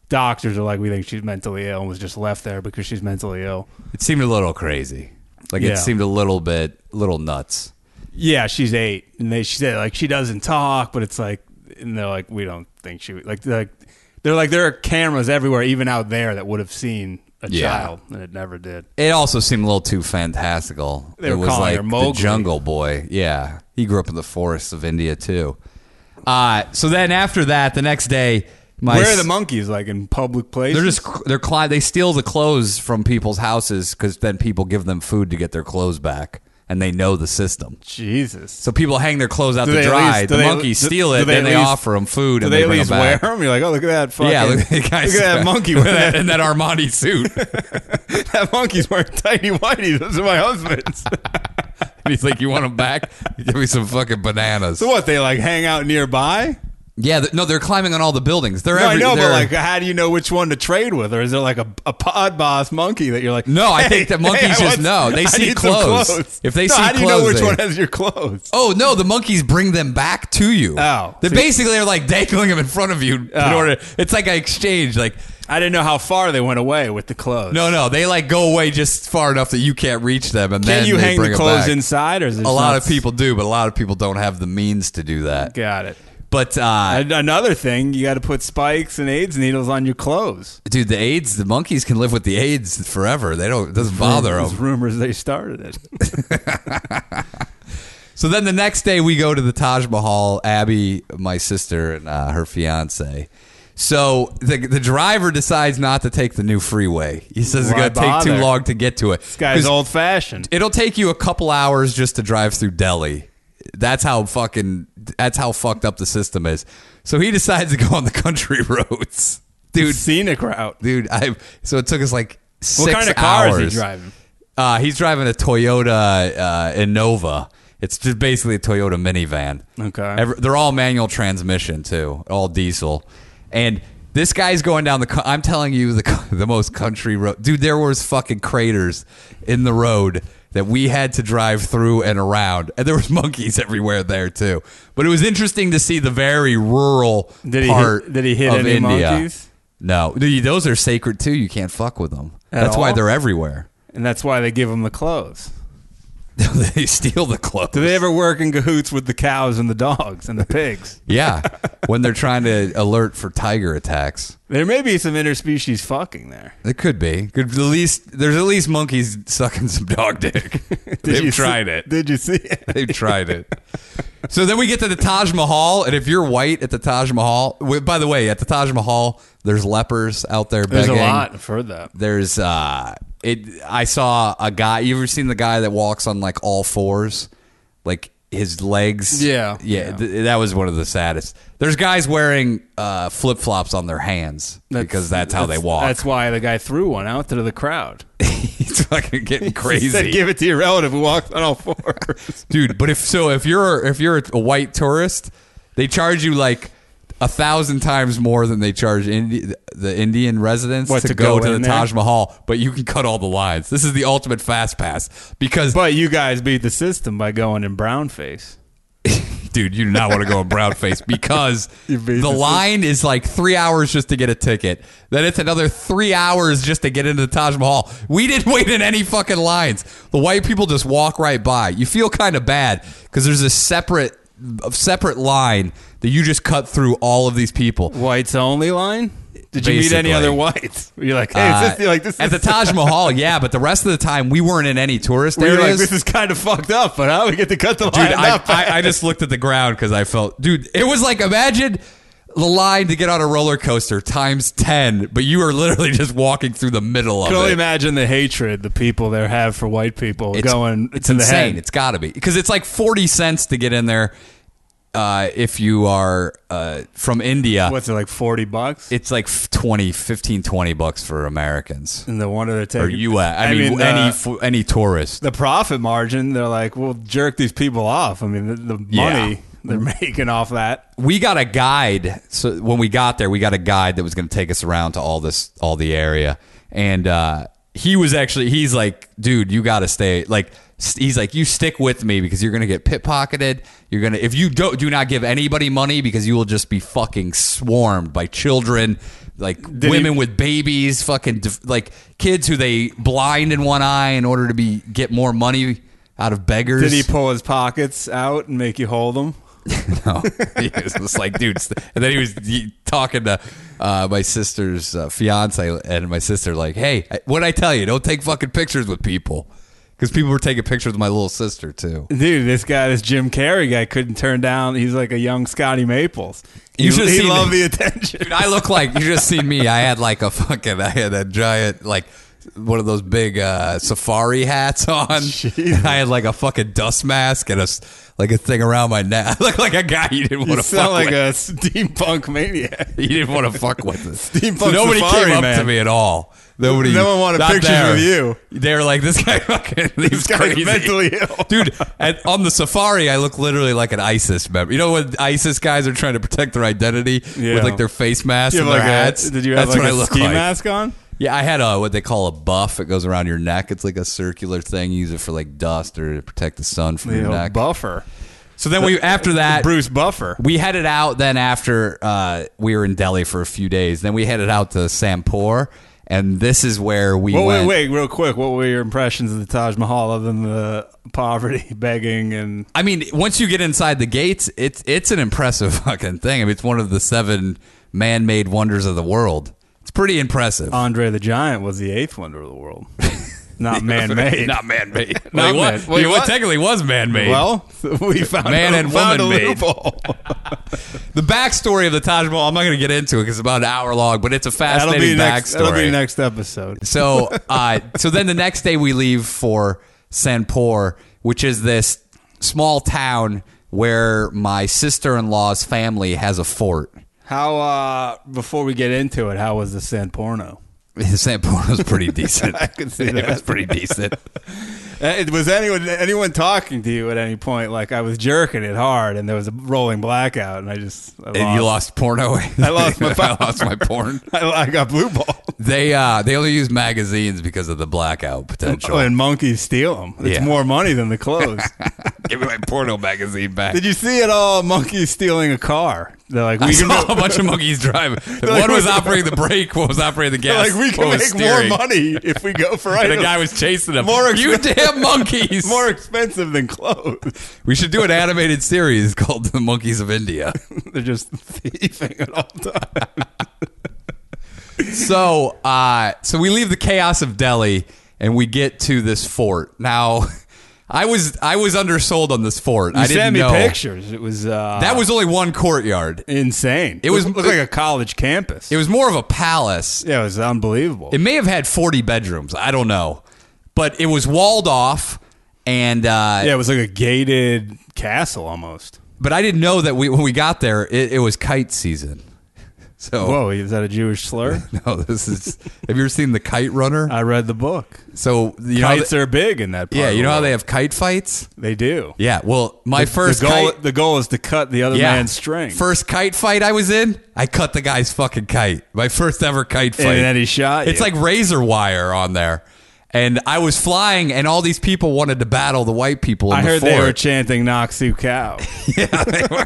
Speaker 3: doctors are like, we think she's mentally ill and was just left there because she's mentally ill.
Speaker 4: It seemed a little crazy. Like
Speaker 3: Yeah.
Speaker 4: it seemed a little bit, little nuts.
Speaker 3: Yeah, she's eight, and they she said like she doesn't talk, but it's like, and they're like, we don't think she would- like they're like they're like there are cameras everywhere, even out there that would have seen a
Speaker 4: Yeah.
Speaker 3: child, and it never did.
Speaker 4: It also seemed a little too fantastical.
Speaker 3: They were
Speaker 4: it was
Speaker 3: calling
Speaker 4: like
Speaker 3: her Mowgli.
Speaker 4: the Jungle Boy. Yeah, he grew up in the forests of India too. Uh, so then after that, the next day, my
Speaker 3: Where are
Speaker 4: s-
Speaker 3: the monkeys? Like in public places?
Speaker 4: They're just they're cli- they steal the clothes from people's houses because then people give them food to get their clothes back, and they know the system.
Speaker 3: Jesus.
Speaker 4: So people hang their clothes out
Speaker 3: Do
Speaker 4: to
Speaker 3: they at
Speaker 4: dry.
Speaker 3: least- do
Speaker 4: the
Speaker 3: they-
Speaker 4: monkeys
Speaker 3: do-
Speaker 4: steal
Speaker 3: do
Speaker 4: it,
Speaker 3: they
Speaker 4: then
Speaker 3: at
Speaker 4: they
Speaker 3: least-
Speaker 4: offer them food,
Speaker 3: Do
Speaker 4: and
Speaker 3: they
Speaker 4: they,
Speaker 3: at
Speaker 4: bring
Speaker 3: least
Speaker 4: them
Speaker 3: wear
Speaker 4: back.
Speaker 3: them? You're like, oh, look at that fucking,
Speaker 4: Yeah, look at that guy
Speaker 3: look at that monkey
Speaker 4: in
Speaker 3: with
Speaker 4: that,
Speaker 3: that.
Speaker 4: in that Armani suit.
Speaker 3: that monkey's wearing tiny whiteies. Those are my husband's.
Speaker 4: and he's like, "You want them back? Give me some fucking bananas."
Speaker 3: so what? They like hang out nearby?
Speaker 4: Yeah, th- no, they're climbing on all the buildings. They're
Speaker 3: No,
Speaker 4: every,
Speaker 3: I know,
Speaker 4: they're-
Speaker 3: but like, how do you know which one to trade with, or is there like a, a pod boss monkey that you're like?
Speaker 4: No, I
Speaker 3: "Hey,
Speaker 4: think that
Speaker 3: hey, I
Speaker 4: monkeys just
Speaker 3: want-
Speaker 4: know. They
Speaker 3: I
Speaker 4: see
Speaker 3: need some
Speaker 4: clothes. If they
Speaker 3: No,
Speaker 4: see
Speaker 3: how do you know
Speaker 4: clothes,
Speaker 3: which
Speaker 4: they-
Speaker 3: one has your clothes?
Speaker 4: oh no, the monkeys bring them back to you.
Speaker 3: Oh,
Speaker 4: they
Speaker 3: see-
Speaker 4: basically are like dangling them in front of you in
Speaker 3: Oh.
Speaker 4: order. It's like an exchange. Like
Speaker 3: I didn't know how far they went away with the clothes.
Speaker 4: no, no, they like go away just far enough that you can't reach them, and
Speaker 3: can
Speaker 4: then
Speaker 3: you
Speaker 4: they
Speaker 3: hang
Speaker 4: bring
Speaker 3: the
Speaker 4: 'em
Speaker 3: clothes
Speaker 4: back.
Speaker 3: inside, or is it
Speaker 4: A lot of
Speaker 3: not-
Speaker 4: people do, but a lot of people don't have the means to do that.
Speaker 3: Got it.
Speaker 4: But uh,
Speaker 3: An- Another thing, you got to put spikes and AIDS needles on your clothes.
Speaker 4: dude, the AIDS, the monkeys can live with the AIDS forever. They don't. It doesn't bother
Speaker 3: There's
Speaker 4: them.
Speaker 3: rumors they started it.
Speaker 4: So then the next day we go to the Taj Mahal. Abby, my sister, and uh, her fiance. So the, the driver decides not to take the new freeway. He says
Speaker 3: Why
Speaker 4: it's going to take
Speaker 3: bother?
Speaker 4: too long to get to it.
Speaker 3: This guy's
Speaker 4: 'Cause
Speaker 3: old fashioned.
Speaker 4: It'll take you a couple hours just to drive through Delhi. That's how fucking. That's how fucked up the system is. So he decides to go on the country roads, dude.
Speaker 3: Scenic route.
Speaker 4: Dude, I. So it took us like six
Speaker 3: What kind of car is he
Speaker 4: hours.
Speaker 3: driving?
Speaker 4: Uh, he's driving a Toyota uh, Innova. It's just basically a Toyota minivan.
Speaker 3: Okay.
Speaker 4: Every- they're all manual transmission too, all diesel. And this guy's going down the. co- I'm telling you, the co- the most country road, dude. There was fucking craters in the road that we had to drive through and around, and there was monkeys everywhere there too. But it was interesting to see the very rural
Speaker 3: Did he hit-
Speaker 4: part.
Speaker 3: did he hit
Speaker 4: of
Speaker 3: any
Speaker 4: India.
Speaker 3: monkeys?
Speaker 4: No, Dude, those are sacred too. You can't fuck with them.
Speaker 3: At
Speaker 4: That's why
Speaker 3: all?
Speaker 4: they're everywhere.
Speaker 3: And that's why they give him the clothes.
Speaker 4: they steal the clothes.
Speaker 3: Do they ever work in cahoots with the cows and the dogs and the pigs?
Speaker 4: Yeah, when they're trying to alert for tiger attacks,
Speaker 3: There may be some interspecies fucking there.
Speaker 4: it could be. Could at least there's at least monkeys sucking some dog dick. They've
Speaker 3: you see-
Speaker 4: tried it.
Speaker 3: Did you see it?
Speaker 4: They've tried it. So then we get to the Taj Mahal, and if you're white at the Taj Mahal, wh- by the way, at the Taj Mahal, there's lepers out there.
Speaker 3: There's a
Speaker 4: begging.
Speaker 3: lot. I've heard that.
Speaker 4: There's uh, it. I saw a guy. You ever seen the guy that walks on like all fours, like his legs?
Speaker 3: Yeah.
Speaker 4: yeah.
Speaker 3: Yeah.
Speaker 4: th- that was one of the saddest. There's guys wearing uh, flip flops on their hands because that's how they walk.
Speaker 3: That's why the guy threw one out to the crowd.
Speaker 4: He's fucking getting
Speaker 3: He said,
Speaker 4: crazy,
Speaker 3: give it to your relative who walks on all fours.
Speaker 4: dude. But if so, if you're if you're a white tourist, they charge you like. A thousand times more than they charge Indi- the Indian residents
Speaker 3: What,
Speaker 4: to,
Speaker 3: to
Speaker 4: go,
Speaker 3: go
Speaker 4: to the
Speaker 3: in there?
Speaker 4: Taj Mahal, but you can cut all the lines. This is the ultimate fast pass because
Speaker 3: but you guys beat the system by going in brown face.
Speaker 4: dude, you do not want to go on brown face because
Speaker 3: You beat
Speaker 4: the
Speaker 3: this.
Speaker 4: line is like three hours just to get a ticket. Then it's another three hours just to get into the Taj Mahal. We didn't wait in any fucking lines. The white people just walk right by. You feel kind of bad because there's a separate, a separate line that you just cut through all of these people.
Speaker 3: Whites only line? Did you meet any
Speaker 4: Basically.
Speaker 3: other whites? Were you like, hey,
Speaker 4: Uh,
Speaker 3: is this, you're like, this
Speaker 4: at the
Speaker 3: is,
Speaker 4: Taj Mahal, yeah, but the rest of the time we weren't in any tourist
Speaker 3: Were you
Speaker 4: areas.
Speaker 3: like, this is kind of fucked up, but how we get to cut the line
Speaker 4: dude. I,
Speaker 3: up?
Speaker 4: I, I just looked at the ground because I felt, dude, it was like imagine the line to get on a roller coaster times ten, but you are literally just walking through the middle of
Speaker 3: can only
Speaker 4: it.
Speaker 3: imagine the hatred the people there have for white people
Speaker 4: It's-
Speaker 3: going
Speaker 4: it's
Speaker 3: to the
Speaker 4: insane.
Speaker 3: head.
Speaker 4: It's got to be because it's like forty cents to get in there uh, if you are uh, from India.
Speaker 3: What's it like, forty bucks?
Speaker 4: It's like f- 20, 15, 20 bucks for Americans
Speaker 3: and the one they're taking.
Speaker 4: or U.S. I, mean,
Speaker 3: the-
Speaker 4: any fo- any tourist.
Speaker 3: uh, the profit margin. They're like, we'll jerk these people off. I mean, the, the money
Speaker 4: Yeah.
Speaker 3: they're making off that.
Speaker 4: we got a guide. So when we got there, we got a guide that was going to take us around to all this, all the area. And uh, he was actually he's like, dude, you got to stay. Like st- he's like, you stick with me because you're gonna get pit pocketed. You're gonna if you don't do not give anybody money because you will just be fucking swarmed by children, like women with babies, fucking def- like kids who they blind in one eye in order to be get more money out of beggars.
Speaker 3: Did he pull his pockets out and make you hold them?
Speaker 4: No, he was just like, dude. st- And then he was he, talking to uh, my sister's uh, fiance and my sister, like, hey, what I tell you, don't take fucking pictures with people. Because people were taking pictures with my little sister, too.
Speaker 3: Dude, this guy, this Jim Carrey guy, couldn't turn down. He's like a young Scotty Maples.
Speaker 4: You should've
Speaker 3: he
Speaker 4: seen
Speaker 3: loved
Speaker 4: me.
Speaker 3: the attention.
Speaker 4: Dude, I look like, you just seen me. I had like a fucking, I had a giant, like, one of those big uh, safari hats on. And I had like a fucking dust mask and a, s- like a thing around my neck. I look like a guy you didn't want
Speaker 3: You
Speaker 4: to fuck
Speaker 3: sound like
Speaker 4: with.
Speaker 3: a steampunk maniac.
Speaker 4: He didn't want to fuck with us.
Speaker 3: Steampunk
Speaker 4: nobody
Speaker 3: Safari,
Speaker 4: came up to
Speaker 3: man.
Speaker 4: me at all. Nobody.
Speaker 3: No one wanted
Speaker 4: not
Speaker 3: pictures
Speaker 4: there.
Speaker 3: with you.
Speaker 4: They were like, "This guy fucking, he's
Speaker 3: guy
Speaker 4: crazy,
Speaker 3: mentally ill.
Speaker 4: dude." At, on the safari, I look literally like an ISIS member. You know when ISIS guys are trying to protect their identity
Speaker 3: Yeah.
Speaker 4: with like their face masks
Speaker 3: You have
Speaker 4: and
Speaker 3: like
Speaker 4: their
Speaker 3: a-
Speaker 4: hats?
Speaker 3: did you have
Speaker 4: That's
Speaker 3: like
Speaker 4: what
Speaker 3: a
Speaker 4: I look
Speaker 3: ski
Speaker 4: like.
Speaker 3: mask on?
Speaker 4: Yeah, I had a what they call a buff. It goes around your neck. It's like a circular thing. You use it for like dust or to protect the sun from
Speaker 3: You
Speaker 4: your
Speaker 3: know,
Speaker 4: neck.
Speaker 3: Buffer.
Speaker 4: so then we after that,
Speaker 3: Bruce Buffer.
Speaker 4: we headed out then after uh, we were in Delhi for a few days. Then we headed out to Sampur, and this is where we
Speaker 3: Well, wait,
Speaker 4: went.
Speaker 3: wait, real quick. What were your impressions of the Taj Mahal other than the poverty, begging, and
Speaker 4: I mean, once you get inside the gates, it's it's an impressive fucking thing. I mean, it's one of the seven man-made wonders of the world. It's pretty impressive.
Speaker 3: Andre the Giant was the eighth wonder of the world, Uh, not man-made.
Speaker 4: not man-made.
Speaker 3: Not
Speaker 4: Not
Speaker 3: man-
Speaker 4: What,
Speaker 3: wait,
Speaker 4: it
Speaker 3: what?
Speaker 4: technically was man-made.
Speaker 3: well, we found
Speaker 4: Man
Speaker 3: a,
Speaker 4: and
Speaker 3: found
Speaker 4: woman
Speaker 3: a
Speaker 4: made.
Speaker 3: loophole.
Speaker 4: the backstory of the Taj Mahal, I'm not going to get into it because it's about an hour long, but it's a
Speaker 3: That'll
Speaker 4: fascinating
Speaker 3: be next.
Speaker 4: backstory.
Speaker 3: That'll be next episode.
Speaker 4: So, uh, so then the next day we leave for Sanpor, which is this small town where my sister-in-law's family has a fort.
Speaker 3: How uh before we get into it, how was the San Porno?
Speaker 4: Sanpor was pretty decent. I
Speaker 3: could see
Speaker 4: it
Speaker 3: that.
Speaker 4: was pretty decent.
Speaker 3: Uh, Was anyone anyone talking to you at any point? Like I was jerking it hard, and there was a rolling blackout, and I just I lost,
Speaker 4: And you lost porno.
Speaker 3: I lost my
Speaker 4: I lost my porn.
Speaker 3: I, I got blue ball.
Speaker 4: They uh, they only use magazines because of the blackout potential.
Speaker 3: Oh, and monkeys steal them. It's
Speaker 4: Yeah.
Speaker 3: more money than the clothes.
Speaker 4: Give me my porno magazine back.
Speaker 3: Did you see it all? Monkeys stealing a car. They're like, we
Speaker 4: I
Speaker 3: can,
Speaker 4: saw
Speaker 3: make,
Speaker 4: a bunch of monkeys driving.
Speaker 3: like,
Speaker 4: one was
Speaker 3: we-
Speaker 4: operating the brake, one was operating the
Speaker 3: they're
Speaker 4: gas.
Speaker 3: like we
Speaker 4: one
Speaker 3: can
Speaker 4: was
Speaker 3: make
Speaker 4: steering.
Speaker 3: more money if we go for
Speaker 4: And the
Speaker 3: items
Speaker 4: guy was chasing them.
Speaker 3: More
Speaker 4: you damn monkeys!
Speaker 3: more expensive than clothes.
Speaker 4: We should do an animated series called The Monkeys of India.
Speaker 3: They're just thieving at all times.
Speaker 4: So, uh, so we leave the chaos of Delhi and we get to this fort. Now, I was I was undersold on this fort. I
Speaker 3: You
Speaker 4: didn't
Speaker 3: sent me
Speaker 4: know
Speaker 3: pictures. It was uh,
Speaker 4: that was only one courtyard.
Speaker 3: insane.
Speaker 4: It was-
Speaker 3: looked like a college campus.
Speaker 4: It was more of a palace.
Speaker 3: yeah, it was unbelievable.
Speaker 4: It may have had forty bedrooms. I don't know, but it was walled off. And uh,
Speaker 3: yeah, it was like a gated castle almost.
Speaker 4: but I didn't know that we, when we got there, it, it was kite season. So
Speaker 3: Whoa, is that a Jewish slur?
Speaker 4: no, this is. have you ever seen the Kite Runner?
Speaker 3: I read the book.
Speaker 4: So you know, how
Speaker 3: Uh, Kites
Speaker 4: they-
Speaker 3: are big in that part.
Speaker 4: yeah,
Speaker 3: of
Speaker 4: you
Speaker 3: the
Speaker 4: know how
Speaker 3: world.
Speaker 4: they have kite fights.
Speaker 3: they do.
Speaker 4: Yeah, well, my first
Speaker 3: the goal,
Speaker 4: kite,
Speaker 3: the goal is to cut the other
Speaker 4: yeah,
Speaker 3: man's string.
Speaker 4: First kite fight I was in, I cut the guy's fucking kite. My first ever kite fight.
Speaker 3: and then he shot.
Speaker 4: It's
Speaker 3: you.
Speaker 4: like razor wire on there. And I was flying, and all these people wanted to battle the white people. In
Speaker 3: I
Speaker 4: the
Speaker 3: heard they were
Speaker 4: fort.
Speaker 3: chanting "Noxu cow."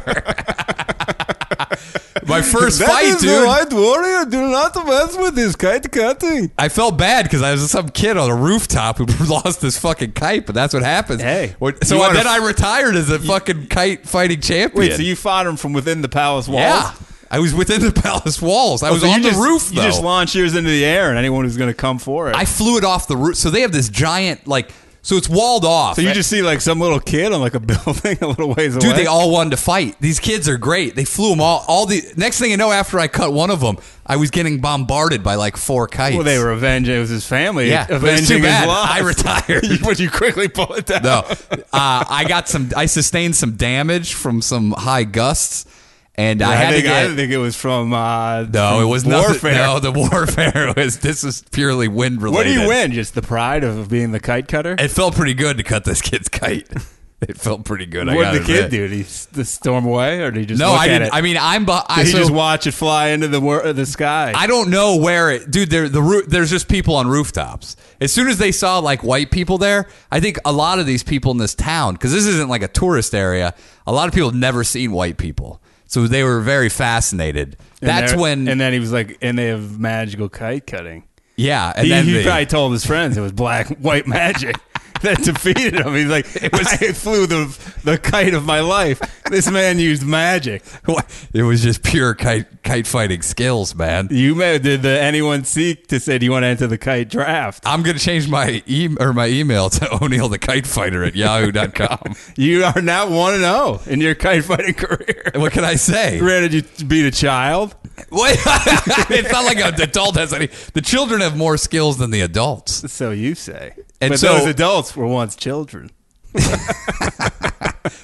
Speaker 4: my first fight, dude.
Speaker 3: warrior. Do not mess with this kite cutting.
Speaker 4: I felt bad because I was some kid on a rooftop who lost his fucking kite, but that's what happens.
Speaker 3: Hey,
Speaker 4: What- so
Speaker 3: you
Speaker 4: I,
Speaker 3: wanna-
Speaker 4: then I retired as a fucking kite fighting champion.
Speaker 3: Wait, so you fought him from within the palace walls?
Speaker 4: Yeah. I was within the palace walls. I was
Speaker 3: Oh, So you
Speaker 4: on the
Speaker 3: just-
Speaker 4: roof, though.
Speaker 3: You just launch yours into the air, and anyone who's going to come for it.
Speaker 4: I flew it off the roof. So they have this giant, like, so it's walled off.
Speaker 3: so you just see like some little kid on like a building a little ways away.
Speaker 4: Dude, they all wanted to fight. These kids are great. They flew them all. All the next thing I know, after I cut one of them, I was getting bombarded by like four kites.
Speaker 3: Well, they were avenging. It was his family.
Speaker 4: Yeah, but it's too
Speaker 3: avenging
Speaker 4: bad.
Speaker 3: his loss.
Speaker 4: I retired.
Speaker 3: You- Would you quickly pull it down?
Speaker 4: No, uh, I got some. I sustained some damage from some high gusts, and I
Speaker 3: I,
Speaker 4: had
Speaker 3: think,
Speaker 4: to get.
Speaker 3: I didn't think it was from. Uh,
Speaker 4: no,
Speaker 3: from
Speaker 4: it was
Speaker 3: warfare.
Speaker 4: nothing. No, the warfare was. This was purely wind related.
Speaker 3: What do you win? Just the pride of being the kite cutter.
Speaker 4: It felt pretty good to cut this kid's kite. It felt pretty good. I
Speaker 3: What
Speaker 4: gotta
Speaker 3: did the kid
Speaker 4: admit.
Speaker 3: do? Did he s- the storm away, or did he just
Speaker 4: No,
Speaker 3: Look
Speaker 4: I
Speaker 3: at
Speaker 4: didn't.
Speaker 3: It?
Speaker 4: I mean, I'm. bu- I,
Speaker 3: did he
Speaker 4: so-
Speaker 3: just watch it fly into the wor- uh, the sky?
Speaker 4: I don't know where it, dude. There, the roo- there's just people on rooftops. As soon as they saw like white people there, I think a lot of these people in this town, because this isn't like a tourist area, a lot of people have never seen white people, so they were very fascinated.
Speaker 3: And
Speaker 4: That's
Speaker 3: there-
Speaker 4: when,
Speaker 3: And then he was like, and they have magical kite cutting.
Speaker 4: yeah, and
Speaker 3: He,
Speaker 4: then
Speaker 3: he
Speaker 4: the-
Speaker 3: probably told his friends it was black white magic that defeated him. He's like, I flew the the kite of my life. This man used magic.
Speaker 4: it was just pure kite kite fighting skills, man.
Speaker 3: You may, did the, anyone seek to say, do you want to enter the kite draft?
Speaker 4: I'm gonna change my e- or my email to O'Neill the Kite Fighter at Yahoo.com.
Speaker 3: You are now one and zero in your kite fighting career.
Speaker 4: what can I say?
Speaker 3: Granted, you beat a child.
Speaker 4: What? it's not like an adult has any. The children have more skills than the adults.
Speaker 3: So you say.
Speaker 4: And
Speaker 3: but
Speaker 4: so-
Speaker 3: those adults were once children.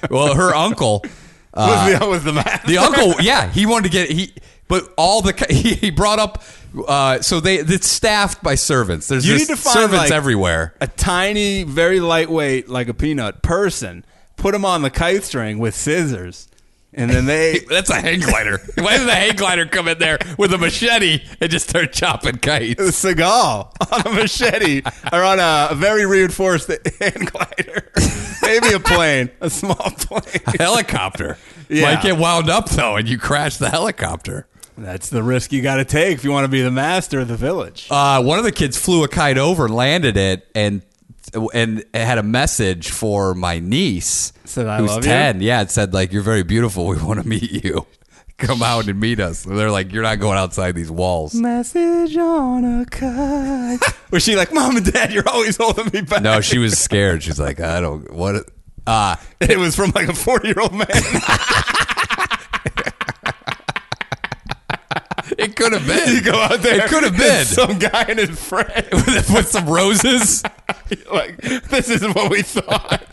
Speaker 4: Well, her uncle,
Speaker 3: was, the, was the math.
Speaker 4: Uh, the uncle, yeah, he wanted to get he, but all the he, he brought up. Uh, so they it's staffed by servants. There's
Speaker 3: You
Speaker 4: just
Speaker 3: need to find,
Speaker 4: servants
Speaker 3: like-
Speaker 4: everywhere.
Speaker 3: a tiny, very lightweight, like a peanut person, put him on the kite string with scissors, and then they.
Speaker 4: That's a hang glider. Why did the hang glider come in there with a machete and just start chopping kites?
Speaker 3: Seagal on a machete or on a very reinforced hand glider, maybe a plane, a small plane.
Speaker 4: Helicopter.
Speaker 3: Yeah.
Speaker 4: Might get wound up though, and you crash the helicopter.
Speaker 3: That's the risk you got to take if you want to be the master of the village.
Speaker 4: Uh, one of the kids flew a kite over, landed it, and and it had a message for my niece,
Speaker 3: Said, "I
Speaker 4: who's
Speaker 3: love you?"
Speaker 4: ten. Yeah, it said like, "You're very beautiful. We want to meet you. Come out and meet us." And they're like, "You're not going outside these walls."
Speaker 3: Message on a kite. Was she like, Mom and Dad, you're always holding me back?
Speaker 4: No, she was scared. She's like, "I don't what." Uh,
Speaker 3: It was from like a 40 year old man.
Speaker 4: it could have been.
Speaker 3: You go out there.
Speaker 4: It could have
Speaker 3: and
Speaker 4: been
Speaker 3: Some guy and his friend.
Speaker 4: with, with some roses.
Speaker 3: like this is what we thought.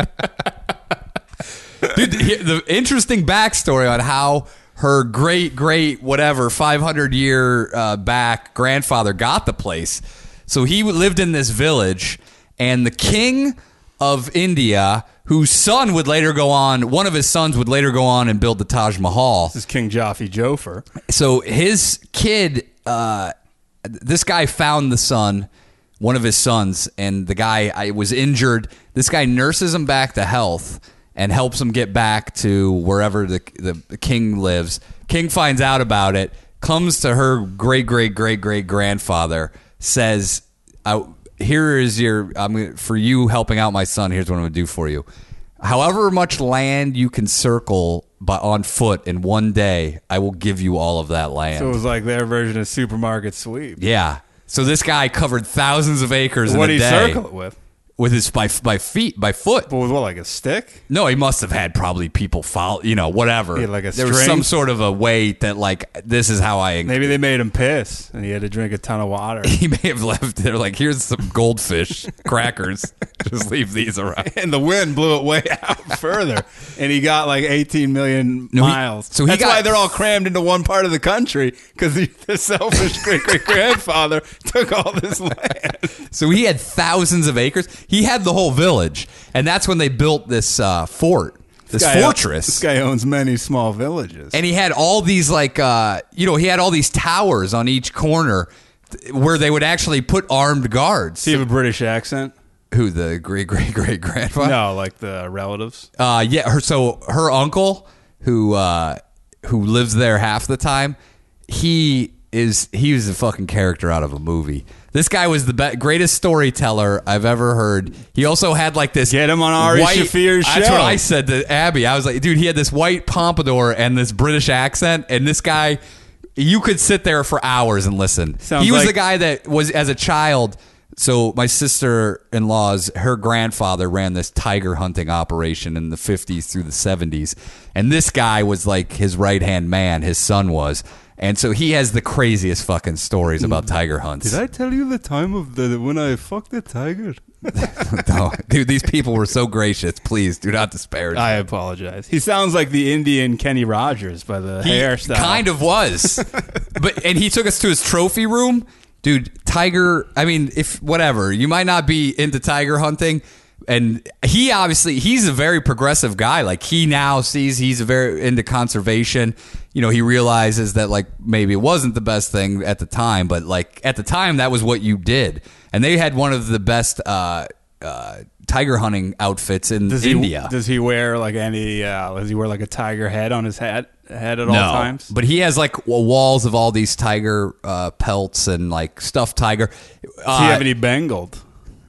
Speaker 4: Dude, the, the interesting backstory on how her great great whatever 500 year uh, back grandfather got the place. So he lived in this village, and the king of India, whose son would later go on, one of his sons would later go on and build the Taj Mahal
Speaker 3: This is King Joffy Jofer.
Speaker 4: so his kid uh this guy found the son one of his sons and the guy I was injured this guy nurses him back to health and helps him get back to wherever the the king lives king finds out about it comes to her great great great great grandfather says I, here is your i'm gonna- for you helping out my son here's what i'm going to do for you However much land you can circle by on foot in one day, I will give you all of that land.
Speaker 3: So it was like their version of supermarket sweep.
Speaker 4: yeah. So this guy covered thousands of acres
Speaker 3: what
Speaker 4: in
Speaker 3: do
Speaker 4: a
Speaker 3: you
Speaker 4: day
Speaker 3: circle it with?
Speaker 4: with his by by feet by foot.
Speaker 3: But with what, like a stick?
Speaker 4: No, he must have had probably people follow, you know, whatever.
Speaker 3: Yeah, like a
Speaker 4: there was
Speaker 3: string?
Speaker 4: some sort of a way that like this is how I.
Speaker 3: Maybe they made him piss, and he had to drink a ton of water.
Speaker 4: He may have left. They're like, here's some goldfish crackers. Just leave these around.
Speaker 3: and the wind blew it way out further, and he got like 18 million
Speaker 4: No, he-
Speaker 3: miles.
Speaker 4: so he
Speaker 3: that's
Speaker 4: got-
Speaker 3: why they're all crammed into one part of the country because the, the selfish great great grandfather took all this land.
Speaker 4: So he had thousands of acres. He had the whole village, and that's when they built this uh, fort, this,
Speaker 3: Guy- uh,
Speaker 4: fortress.
Speaker 3: This guy owns many small villages.
Speaker 4: and he had all these like uh, you know he had all these towers on each corner th- where they would actually put armed guards.
Speaker 3: Do you have a British accent?
Speaker 4: Who the great great great grandfather?
Speaker 3: No, like the relatives.
Speaker 4: Uh, yeah. Her so her uncle who uh, who lives there half the time. He is he was a fucking character out of a movie. This guy was the be- greatest storyteller I've ever heard. He also had like this
Speaker 3: Get him on Ari Shafir's
Speaker 4: That's
Speaker 3: show.
Speaker 4: what I said to Abby. I was like, dude, he had this white pompadour and this British accent, and this guy, you could sit there for hours and listen.
Speaker 3: Sounds
Speaker 4: he was
Speaker 3: like-
Speaker 4: the guy that was as a child. So my sister-in-law's her grandfather ran this tiger hunting operation in the 50s through the 70s, and this guy was like his right-hand man. His son was. And so he has the craziest fucking stories about tiger hunts.
Speaker 3: Hmm. Did I tell you the time of the when I fucked the tiger?
Speaker 4: No. Dude, these people were so gracious. Please do not disparage.
Speaker 3: I apologize. He sounds like the Indian Kenny Rogers by the
Speaker 4: He
Speaker 3: hairstyle.
Speaker 4: Kind of was, but and he took us to his trophy room, dude. Tiger. I mean, if whatever, you might not be into tiger hunting. and he obviously he's a very progressive guy like he now sees he's very into conservation you know he realizes that like maybe it wasn't the best thing at the time but like at the time that was what you did and they had one of the best uh uh tiger hunting outfits in
Speaker 3: Does he,
Speaker 4: india
Speaker 3: Does he wear like any? Uh, does he wear like a tiger head on his hat head at all times?
Speaker 4: But he has like w- walls of all these tiger uh, pelts and like stuffed tiger.
Speaker 3: Do you
Speaker 4: Uh,
Speaker 3: have any bangled?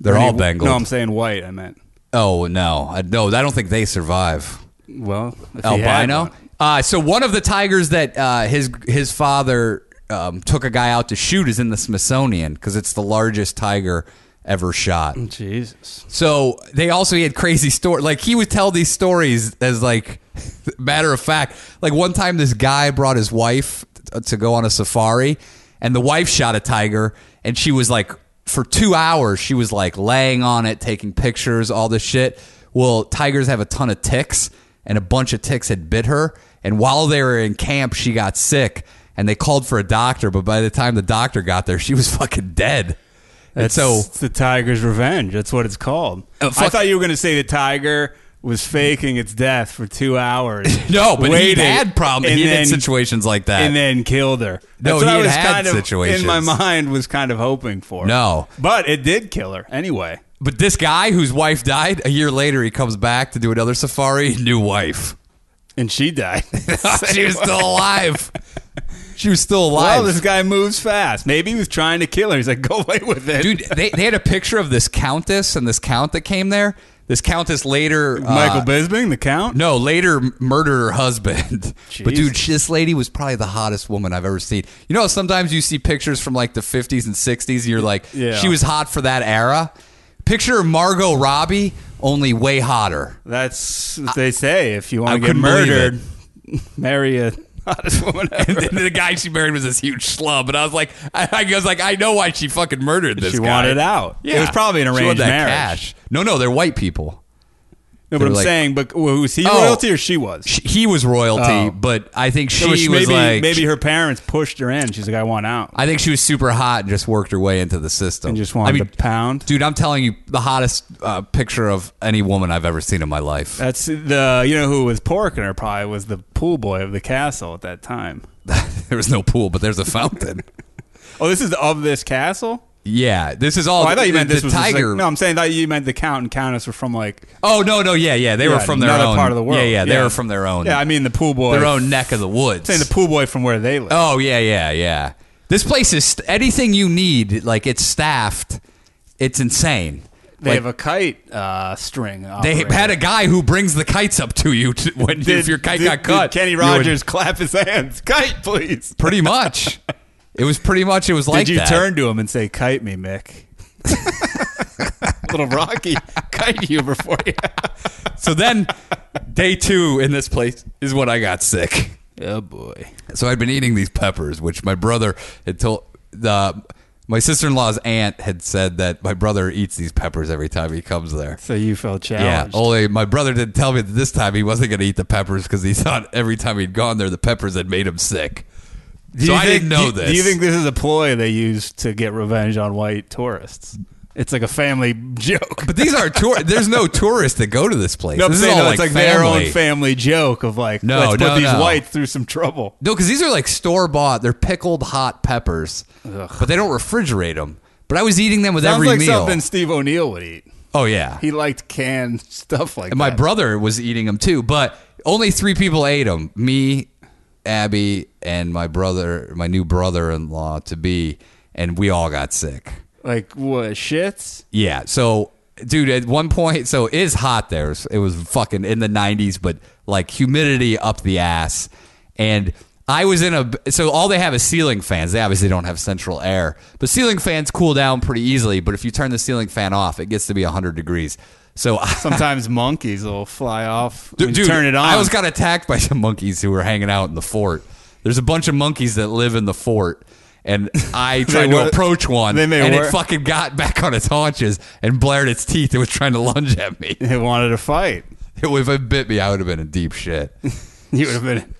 Speaker 4: they're all
Speaker 3: Any-
Speaker 4: Bengal.
Speaker 3: No, I'm saying white. I meant.
Speaker 4: oh no, I, no, I don't think they survive.
Speaker 3: Well, if he had
Speaker 4: Albino.
Speaker 3: one.
Speaker 4: Uh, so one of the tigers that uh, his his father um, took a guy out to shoot is in the Smithsonian because it's the largest tiger ever shot.
Speaker 3: Jesus.
Speaker 4: So they also he had crazy story. Like he would tell these stories as like matter of fact. Like one time, this guy brought his wife t- to go on a safari, and the wife shot a tiger, and she was like for two hours she was like laying on it, taking pictures, all this shit. Well, tigers have a ton of ticks, and a bunch of ticks had bit her. And while they were in camp, she got sick, and they called for a doctor. But by the time the doctor got there, she was fucking dead. And
Speaker 3: That's
Speaker 4: so
Speaker 3: the tiger's revenge. That's what it's called. I
Speaker 4: Oh, fuck.
Speaker 3: thought you were going to say the tiger was faking its death for two hours.
Speaker 4: No, but
Speaker 3: waiting,
Speaker 4: he had problems.
Speaker 3: and
Speaker 4: He
Speaker 3: then-
Speaker 4: had situations like that.
Speaker 3: and then killed her.
Speaker 4: No,
Speaker 3: That's what
Speaker 4: he
Speaker 3: I
Speaker 4: had
Speaker 3: was
Speaker 4: had
Speaker 3: kind of,
Speaker 4: situations.
Speaker 3: in my mind was kind of hoping for.
Speaker 4: No.
Speaker 3: but it did kill her anyway.
Speaker 4: but this guy whose wife died a year later, he comes back to do another safari, new wife.
Speaker 3: And she died.
Speaker 4: she was still alive. She was still alive.
Speaker 3: Wow, this guy moves fast. Maybe he was trying to kill her. He's like, go away with it.
Speaker 4: Dude, they, they had a picture of this countess and this count that came there. This countess later. uh,
Speaker 3: Michael Bisbing, the count?
Speaker 4: No, later m- murdered her husband. But dude,
Speaker 3: Jesus.
Speaker 4: sh- this lady was probably the hottest woman I've ever seen. You know, sometimes you see pictures from like the 50s and 60s, and you're like,
Speaker 3: Yeah.
Speaker 4: she was hot for that era. Picture Margot Robbie, only way hotter.
Speaker 3: That's what they say. If you
Speaker 4: I
Speaker 3: want to get
Speaker 4: couldn't believe
Speaker 3: murdered, marry a hottest woman
Speaker 4: And
Speaker 3: ever.
Speaker 4: then the guy she married was this huge schlub, and I was like, I, I was like, I know why she fucking murdered this
Speaker 3: She
Speaker 4: guy.
Speaker 3: wanted out. It was probably an
Speaker 4: She wanted
Speaker 3: arranged
Speaker 4: that
Speaker 3: marriage.
Speaker 4: cash. No, no, they're white people.
Speaker 3: No,
Speaker 4: They
Speaker 3: but I'm
Speaker 4: were like-
Speaker 3: saying, but was he
Speaker 4: Oh.
Speaker 3: royalty or she was?
Speaker 4: She, he was royalty,
Speaker 3: Oh.
Speaker 4: but I think she
Speaker 3: So
Speaker 4: was,
Speaker 3: she- maybe,
Speaker 4: like,
Speaker 3: maybe her parents pushed her in. She's like, I want out.
Speaker 4: I think she was super hot and just worked her way into the system.
Speaker 3: And just wanted
Speaker 4: I mean,
Speaker 3: to pound.
Speaker 4: Dude, I'm telling you, the hottest uh, picture of any woman I've ever seen in my life.
Speaker 3: That's the you know who was porking her probably was the pool boy of the castle at that time.
Speaker 4: there was no pool, but there's a fountain.
Speaker 3: Oh, this is of this castle.
Speaker 4: yeah, this is all.
Speaker 3: Oh, I thought you meant
Speaker 4: the
Speaker 3: this was just, like-
Speaker 4: tiger.
Speaker 3: no, I'm saying that you meant the count and countess were from like
Speaker 4: oh no, no, yeah, yeah, they were
Speaker 3: yeah,
Speaker 4: from their
Speaker 3: another
Speaker 4: own
Speaker 3: part of the world.
Speaker 4: Yeah, yeah, they were from their own.
Speaker 3: Yeah, I mean the pool boy.
Speaker 4: their own neck of the woods.
Speaker 3: saying the pool boy from where they live.
Speaker 4: oh yeah, yeah, yeah. This place is st- anything you need. Like it's staffed. It's insane.
Speaker 3: they
Speaker 4: Like,
Speaker 3: have a kite uh, string.
Speaker 4: they
Speaker 3: operator.
Speaker 4: had a guy who brings the kites up to you to, when if your kite
Speaker 3: did-
Speaker 4: got
Speaker 3: did
Speaker 4: cut.
Speaker 3: Kenny
Speaker 4: you would-
Speaker 3: Rogers clap his hands. Kite, please.
Speaker 4: pretty much. It was pretty much. It was like
Speaker 3: Did you
Speaker 4: that.
Speaker 3: turn to him and say, "Kite me, Mick"? Little Rocky, kite you before you.
Speaker 4: So then, day two in this place is when I got sick.
Speaker 3: oh boy.
Speaker 4: So I'd been eating these peppers, which my brother had told the my sister in law's aunt had said that my brother eats these peppers every time he comes there.
Speaker 3: So you felt
Speaker 4: Yeah, oh,
Speaker 3: challenged.
Speaker 4: only my brother didn't tell me that this time he wasn't going to eat the peppers because he thought every time he'd gone there, the peppers had made him sick.
Speaker 3: Do
Speaker 4: so
Speaker 3: you
Speaker 4: I
Speaker 3: think-
Speaker 4: didn't know
Speaker 3: do,
Speaker 4: this.
Speaker 3: Do you think this is a ploy they use to get revenge on white tourists? It's like a family joke.
Speaker 4: But these are tour. There's no tourists that go to this place.
Speaker 3: No, I'm
Speaker 4: this is
Speaker 3: saying,
Speaker 4: all
Speaker 3: no,
Speaker 4: like,
Speaker 3: it's like
Speaker 4: family.
Speaker 3: their own family joke of like,
Speaker 4: No,
Speaker 3: let's
Speaker 4: no,
Speaker 3: put these
Speaker 4: no.
Speaker 3: whites through some trouble.
Speaker 4: No, because these are like store bought. They're pickled hot peppers, but they don't refrigerate them. But I was eating them with
Speaker 3: Sounds
Speaker 4: every
Speaker 3: like
Speaker 4: meal.
Speaker 3: something Steve O'Neill would eat.
Speaker 4: oh yeah,
Speaker 3: He liked canned stuff like
Speaker 4: and my
Speaker 3: that.
Speaker 4: brother was eating them too. But only three people ate them: me, Abby, and my brother, my new brother-in-law to be. And we all got sick.
Speaker 3: like what shits?
Speaker 4: Yeah. So, dude, at one point, so it is hot there. It was fucking in the 90s, but like humidity up the ass. And I was in a, so all they have is ceiling fans. They obviously don't have central air, but ceiling fans cool down pretty easily. But if you turn the ceiling fan off, it gets to be 100 degrees. So, I,
Speaker 3: Sometimes monkeys will fly off.
Speaker 4: Du-
Speaker 3: when you turn it on.
Speaker 4: I was got attacked by some monkeys who were hanging out in the fort. There's a bunch of monkeys that live in the fort, and I tried to
Speaker 3: were-
Speaker 4: approach one,
Speaker 3: then they
Speaker 4: and
Speaker 3: were-
Speaker 4: it fucking got back on its haunches and blared its teeth. It was trying to lunge at me.
Speaker 3: they wanted to fight.
Speaker 4: If it bit me, I would have been in deep shit.
Speaker 3: You would have been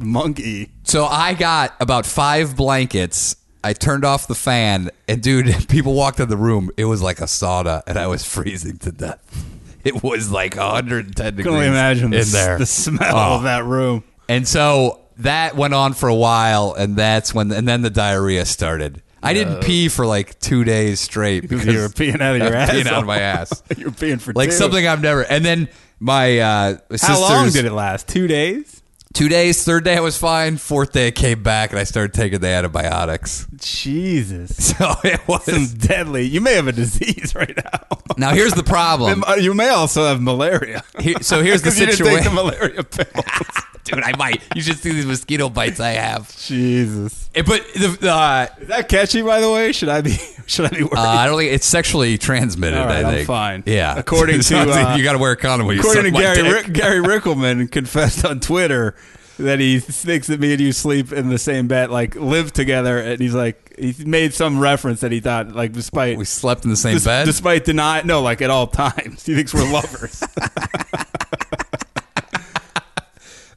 Speaker 3: monkey.
Speaker 4: So I got about five blankets. I turned off the fan, and dude, people walked in the room. It was like a sauna, and I was freezing to death. It was like 110 degrees
Speaker 3: can only imagine
Speaker 4: in
Speaker 3: the, s-
Speaker 4: there. Oh.
Speaker 3: the smell of that room.
Speaker 4: And so that went on for a while, and that's when, and then the diarrhea started. I didn't pee for like two days straight because
Speaker 3: you were peeing out of your
Speaker 4: I
Speaker 3: ass.
Speaker 4: was peeing out of my ass,
Speaker 3: you were peeing for
Speaker 4: like
Speaker 3: two.
Speaker 4: something I've never. And then my uh, sister's
Speaker 3: How long did it last? Two days.
Speaker 4: two days. Third day I was fine. Fourth day I came back, and I started taking the antibiotics.
Speaker 3: Jesus,
Speaker 4: So it was
Speaker 3: some deadly. You may have a disease right now.
Speaker 4: now. Here's the problem.
Speaker 3: you may also have malaria.
Speaker 4: Here- so here's the
Speaker 3: 'Cause you didn't take the
Speaker 4: situation,
Speaker 3: malaria pill.
Speaker 4: dude. I might. You should see these mosquito bites I have.
Speaker 3: Jesus,
Speaker 4: Eh, But the, the, uh,
Speaker 3: is that catchy? By the way, should I be should I be worried?
Speaker 4: Uh, I don't think it's sexually transmitted.
Speaker 3: All right,
Speaker 4: I
Speaker 3: I'm
Speaker 4: think.
Speaker 3: fine.
Speaker 4: Yeah.
Speaker 3: According
Speaker 4: So
Speaker 3: to,
Speaker 4: I think
Speaker 3: uh,
Speaker 4: you got to wear a condom when you suck
Speaker 3: According to
Speaker 4: my
Speaker 3: Gary
Speaker 4: dick.
Speaker 3: Rick, Gary Rickelman, confessed on Twitter that he thinks that me and you sleep in the same bed, like live together, and he's like he made some reference that he thought like despite
Speaker 4: we slept in the same
Speaker 3: des-
Speaker 4: bed.
Speaker 3: despite denying no, like at all times he thinks we're lovers.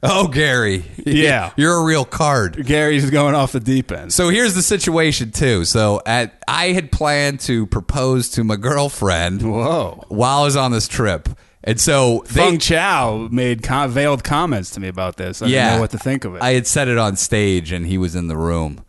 Speaker 4: oh, Gary.
Speaker 3: Yeah.
Speaker 4: You're a real card.
Speaker 3: Gary's going off the deep end.
Speaker 4: So here's the situation too. So at I had planned to propose to my girlfriend
Speaker 3: Whoa.
Speaker 4: while I was on this trip, and so they,
Speaker 3: Feng Chao made com- veiled comments to me about this. I
Speaker 4: yeah,
Speaker 3: didn't know what to think of it.
Speaker 4: I had said it on stage, and he was in the room.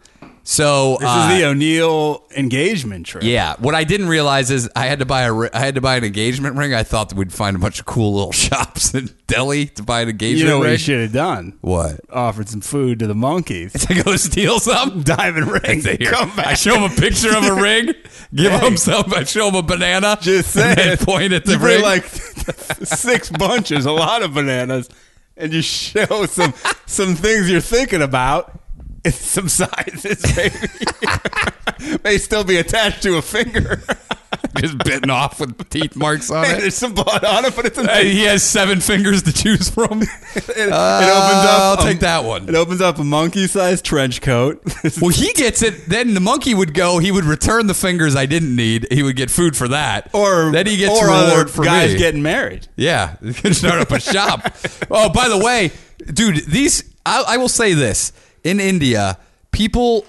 Speaker 4: So uh,
Speaker 3: this is the O'Neill engagement trip.
Speaker 4: Yeah, what I didn't realize is I had to buy a ri- I had to buy an engagement ring. I thought that we'd find a bunch of cool little shops in Delhi to buy an engagement
Speaker 3: You know what
Speaker 4: ring.
Speaker 3: you should have done?
Speaker 4: What?
Speaker 3: Offered some food to the monkeys.
Speaker 4: To go steal some
Speaker 3: Diamond ring.
Speaker 4: Here.
Speaker 3: Come back.
Speaker 4: I show him a picture of a ring. Give him some. I show him a banana.
Speaker 3: Just
Speaker 4: and then
Speaker 3: saying.
Speaker 4: point at the
Speaker 3: you bring
Speaker 4: ring.
Speaker 3: like six bunches, a lot of bananas, and you show some some things you're thinking about. and some sizes, maybe may still be attached to a finger.
Speaker 4: just bitten off with teeth marks on
Speaker 3: Hey,
Speaker 4: it.
Speaker 3: there's some blood on it, but it's a
Speaker 4: Hey, he has seven fingers to choose from.
Speaker 3: it, it opens up.
Speaker 4: Uh, I'll
Speaker 3: a-
Speaker 4: take that one.
Speaker 3: It opens up a monkey-sized trench coat.
Speaker 4: Well, he gets it. Then the monkey would go. He would return the fingers I didn't need. He would get food for that.
Speaker 3: or
Speaker 4: then he gets
Speaker 3: or other
Speaker 4: reward for
Speaker 3: guys
Speaker 4: me.
Speaker 3: getting married.
Speaker 4: Yeah, you can start up a shop. Oh, by the way, dude, these I, I will say this in India, people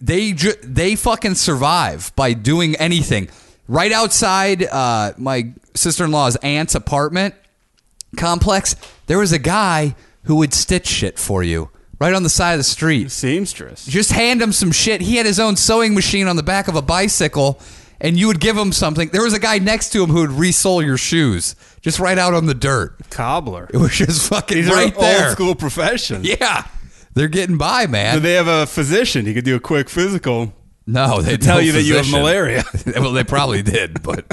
Speaker 4: they ju- they fucking survive by doing anything. Right outside uh, my sister in law's aunt's apartment complex, there was a guy who would stitch shit for you right on the side of the street.
Speaker 3: Seamstress.
Speaker 4: Just hand him some shit. He had his own sewing machine on the back of a bicycle, and you would give him something. There was a guy next to him who would resole your shoes just right out on the dirt.
Speaker 3: Cobbler.
Speaker 4: It was just fucking
Speaker 3: These
Speaker 4: right
Speaker 3: are
Speaker 4: there.
Speaker 3: old school professions.
Speaker 4: Yeah, they're getting by, man.
Speaker 3: Do they have a physician? He could do a quick physical.
Speaker 4: no, they
Speaker 3: tell
Speaker 4: no
Speaker 3: you that you have
Speaker 4: physician.
Speaker 3: malaria.
Speaker 4: well, they probably did, but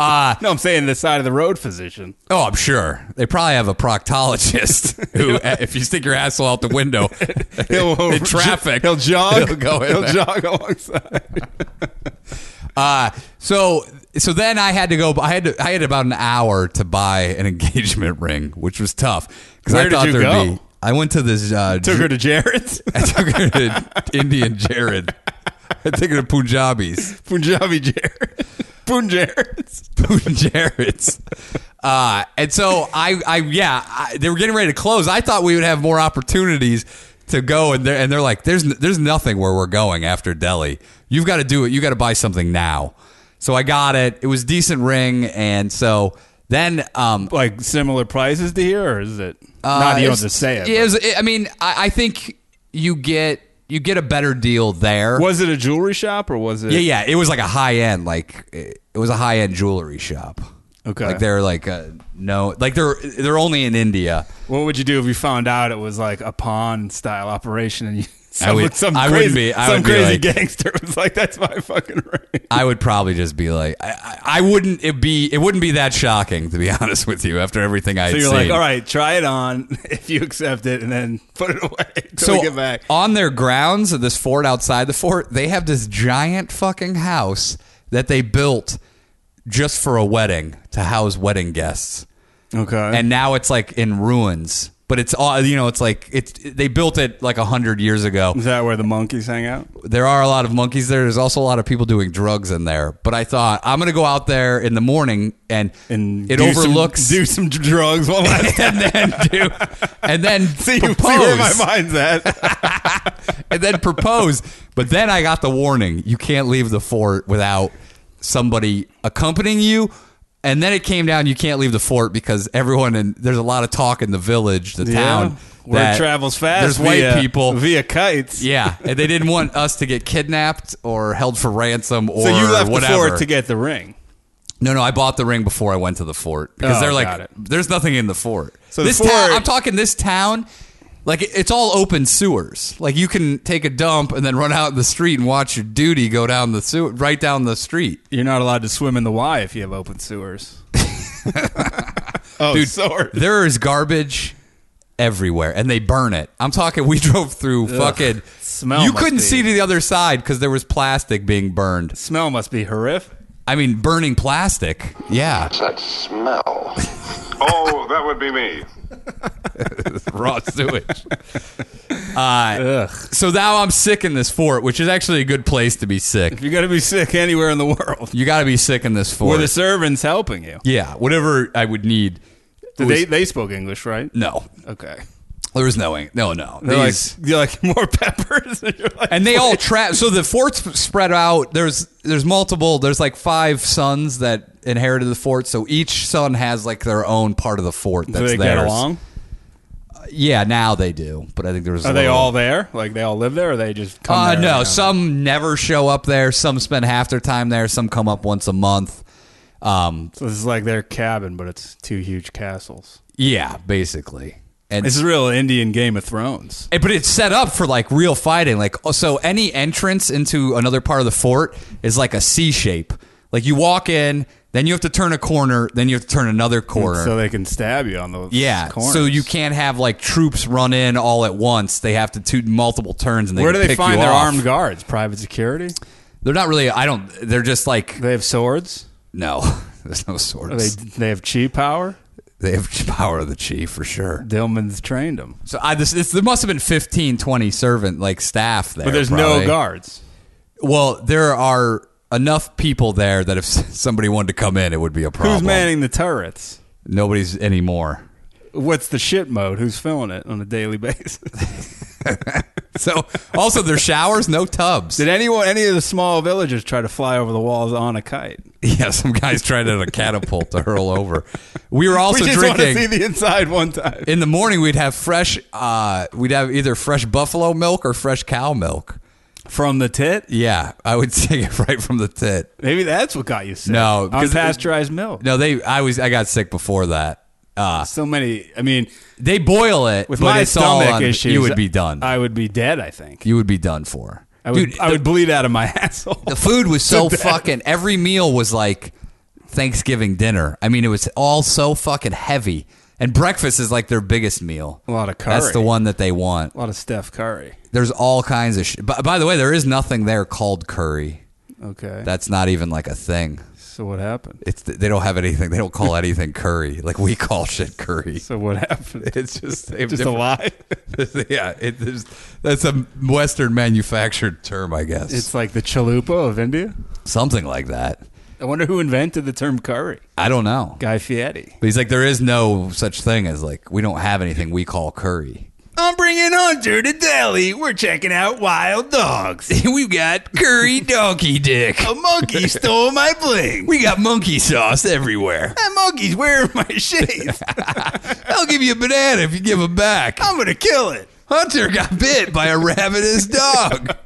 Speaker 4: uh
Speaker 3: No, I'm saying the side of the road physician.
Speaker 4: oh, I'm sure they probably have a proctologist who, if you stick your asshole out the window in traffic,
Speaker 3: He'll jog.
Speaker 4: he'll go in
Speaker 3: He'll
Speaker 4: there.
Speaker 3: jog alongside.
Speaker 4: Uh, so so then I had to go. I had to, I had about an hour to buy an engagement ring, which was tough because
Speaker 3: Where
Speaker 4: I
Speaker 3: did
Speaker 4: thought
Speaker 3: you
Speaker 4: there'd
Speaker 3: go?
Speaker 4: be. I went to this. Uh,
Speaker 3: Took
Speaker 4: Ju-
Speaker 3: her to Jared's
Speaker 4: I took her to Indian Jared. I took her to Punjabis.
Speaker 3: Punjabi Jared. Pun Jared's.
Speaker 4: Jared's. Uh, and so I, I yeah, I, they were getting ready to close. I thought we would have more opportunities to go, and they're, and they're like, there's, n- there's nothing where we're going after Delhi. You've got to do it. You got to buy something now. So I got it. It was decent ring, and so then um,
Speaker 3: Like similar prices to here, or is it? not you don't have to say it.
Speaker 4: Yeah,
Speaker 3: but-
Speaker 4: it was, I mean, I, I think you get you get a better deal there.
Speaker 3: was it a jewelry shop or was it?
Speaker 4: Yeah, yeah. It was like a high end, like it it was a high end jewelry shop.
Speaker 3: Okay.
Speaker 4: Like they're like a, no, like they're they're only in India.
Speaker 3: What would you do if you found out it was like a pawn style operation and you? Some,
Speaker 4: would-
Speaker 3: some
Speaker 4: I
Speaker 3: crazy,
Speaker 4: wouldn't be- I
Speaker 3: some
Speaker 4: would be
Speaker 3: crazy
Speaker 4: like-
Speaker 3: gangster was like, "That's my fucking ring."
Speaker 4: I would probably just be like, I, I, I wouldn't it be it wouldn't be that shocking to be honest with you after everything I.
Speaker 3: So
Speaker 4: had
Speaker 3: you're
Speaker 4: seen.
Speaker 3: like, all right, try it on. If you accept it, and then put it away until
Speaker 4: So
Speaker 3: we get back.
Speaker 4: on their grounds of this fort outside the fort, they have this giant fucking house that they built just for a wedding to house wedding guests.
Speaker 3: Okay.
Speaker 4: and now it's like in ruins. But it's all you know. It's like it's they built it like a hundred years ago.
Speaker 3: is that where the monkeys hang out?
Speaker 4: There are a lot of monkeys there. There's also a lot of people doing drugs in there. But I thought I'm gonna go out there in the morning and,
Speaker 3: And
Speaker 4: it
Speaker 3: do
Speaker 4: overlooks
Speaker 3: some, do some drugs while I
Speaker 4: and then do and then
Speaker 3: see, you, see where my
Speaker 4: propose
Speaker 3: mind's at.
Speaker 4: and then propose. But then I got the warning: you can't leave the fort without somebody accompanying you. And then it came down. You can't leave the fort because everyone and there's a lot of talk in the village, the town.
Speaker 3: Word
Speaker 4: that
Speaker 3: travels fast.
Speaker 4: There's white
Speaker 3: via-
Speaker 4: people.
Speaker 3: via kites.
Speaker 4: yeah, and they didn't want us to get kidnapped or held for ransom or
Speaker 3: So you left
Speaker 4: whatever.
Speaker 3: the fort to get the ring.
Speaker 4: No, no, I bought the ring before I went to the fort because
Speaker 3: Oh,
Speaker 4: they're
Speaker 3: got it.
Speaker 4: like, there's nothing in the fort.
Speaker 3: So the
Speaker 4: this
Speaker 3: fort-
Speaker 4: town, I'm talking this town, like it- it's all open sewers. Like you can take a dump and then run out in the street and watch your duty go down the sewer, right down the street.
Speaker 7: You're not allowed to swim in the Y if you have open sewers.
Speaker 3: Oh,
Speaker 4: Dude,
Speaker 3: sword.
Speaker 4: There is garbage everywhere, and they burn it. I'm talking. We drove through fucking.
Speaker 7: Smell
Speaker 4: You
Speaker 7: must
Speaker 4: couldn't
Speaker 7: be-
Speaker 4: see to the other side because there was plastic being burned.
Speaker 7: Smell must be horrific.
Speaker 4: I mean, burning plastic. Yeah,
Speaker 8: That smell.
Speaker 9: Oh, that would be me.
Speaker 4: raw sewage. Uh, So now I'm sick in this fort, which is actually a good place to be sick.
Speaker 3: You're gonna be sick anywhere in the world.
Speaker 4: You got to be sick in this
Speaker 3: Where
Speaker 4: fort.
Speaker 3: the servants helping you.
Speaker 4: yeah, whatever I would need.
Speaker 3: Did
Speaker 4: was-
Speaker 3: they they spoke English, right?
Speaker 4: No,
Speaker 3: Okay.
Speaker 4: there was no no no.
Speaker 3: They're like,
Speaker 4: These-
Speaker 3: you're like more peppers. And you're like,
Speaker 4: and they all trap. So the forts spread out. There's there's multiple. There's like five sons that inherited the fort. So each son has like their own part of the fort. That's
Speaker 3: do they
Speaker 4: theirs.
Speaker 3: get along?
Speaker 4: Yeah, now they do. But I think there was. a
Speaker 3: Are they
Speaker 4: little-
Speaker 3: all there? Like they all live there, or they just come?
Speaker 4: Uh,
Speaker 3: there
Speaker 4: no,
Speaker 3: and-
Speaker 4: some never show up there. Some spend half their time there. Some come up once a month. Um,
Speaker 3: So this is like their cabin, but it's two huge castles.
Speaker 4: yeah, basically. And
Speaker 3: This is real Indian Game of Thrones.
Speaker 4: Eh, But it's set up for like real fighting. Like oh, so, any entrance into another part of the fort is like a C shape. Like you walk in, then you have to turn a corner, then you have to turn another corner.
Speaker 3: So they can stab you on the
Speaker 4: yeah,
Speaker 3: Corners.
Speaker 4: so you can't have like troops run in all at once. They have to do multiple turns. And they
Speaker 3: Where
Speaker 4: can
Speaker 3: do they
Speaker 4: pick
Speaker 3: find
Speaker 4: you
Speaker 3: their
Speaker 4: off.
Speaker 3: armed guards? Private security.
Speaker 4: They're not really. I don't. They're just like
Speaker 3: They have swords.
Speaker 4: no. There's no
Speaker 3: Are they
Speaker 4: swords. They,
Speaker 3: they have chi power.
Speaker 4: have power of the chief for sure.
Speaker 3: Dillman's trained them,
Speaker 4: So I this, this there must have been 15, 20 servant like staff there.
Speaker 3: but there's
Speaker 4: probably.
Speaker 3: no guards.
Speaker 4: Well, there are enough people there that if somebody wanted to come in, it would be a problem.
Speaker 3: Who's manning the turrets?
Speaker 4: Nobody's anymore.
Speaker 3: What's the shit mode? Who's filling it on a daily basis?
Speaker 4: So, also, there's showers, no tubs.
Speaker 3: Did anyone, any of the small villagers, try to fly over the walls on a kite?
Speaker 4: yeah, some guys tried out a catapult to hurl over. We were also
Speaker 3: we just want to see
Speaker 4: drinking.
Speaker 3: the inside one time.
Speaker 4: in the morning, we'd have fresh. Uh, we'd have either fresh buffalo milk or fresh cow milk.
Speaker 3: From the tit?
Speaker 4: Yeah, I would take it right from the tit.
Speaker 3: Maybe that's what got you sick.
Speaker 4: No,
Speaker 3: on
Speaker 4: because-
Speaker 3: pasteurized milk.
Speaker 4: No, they. I was. I got sick before that. Uh,
Speaker 3: So many. I mean,
Speaker 4: they boil it
Speaker 3: with
Speaker 4: but
Speaker 3: my
Speaker 4: it's all
Speaker 3: stomach
Speaker 4: on-
Speaker 3: issues,
Speaker 4: You would be done.
Speaker 3: I would be dead. I think.
Speaker 4: you would be done for.
Speaker 3: I would,
Speaker 4: Dude,
Speaker 3: I would bleed out of my asshole.
Speaker 4: The food was so
Speaker 3: bad.
Speaker 4: fucking. Every meal was like Thanksgiving dinner. I mean, it was all so fucking heavy. And breakfast is like their biggest meal.
Speaker 3: A lot of curry.
Speaker 4: That's the one that they want.
Speaker 3: A lot of Steph Curry.
Speaker 4: There's all kinds of shit. By, by the way, there is nothing there called curry.
Speaker 3: Okay.
Speaker 4: That's not even like a thing.
Speaker 3: so what happened?
Speaker 4: It's they don't have anything. They don't call anything curry. Like we call shit curry.
Speaker 3: So what happened?
Speaker 4: It's just they have
Speaker 3: Just a
Speaker 4: different-
Speaker 3: lie.
Speaker 4: yeah, it is. That's a Western manufactured term, I guess.
Speaker 3: It's like the chalupa of India.
Speaker 4: something like that.
Speaker 3: I wonder who invented the term curry.
Speaker 4: I don't know.
Speaker 3: Guy Fieri.
Speaker 4: But he's like, there is no such thing as like we don't have anything we call curry.
Speaker 3: I'm bringing Hunter to Delhi. We're checking out wild dogs.
Speaker 4: We've got curry donkey dick.
Speaker 3: A monkey stole my bling.
Speaker 4: We got monkey sauce everywhere.
Speaker 3: That monkey's wearing my shades.
Speaker 4: I'll give you a banana if you give it back.
Speaker 3: I'm gonna kill it.
Speaker 4: Hunter got bit by a ravenous dog.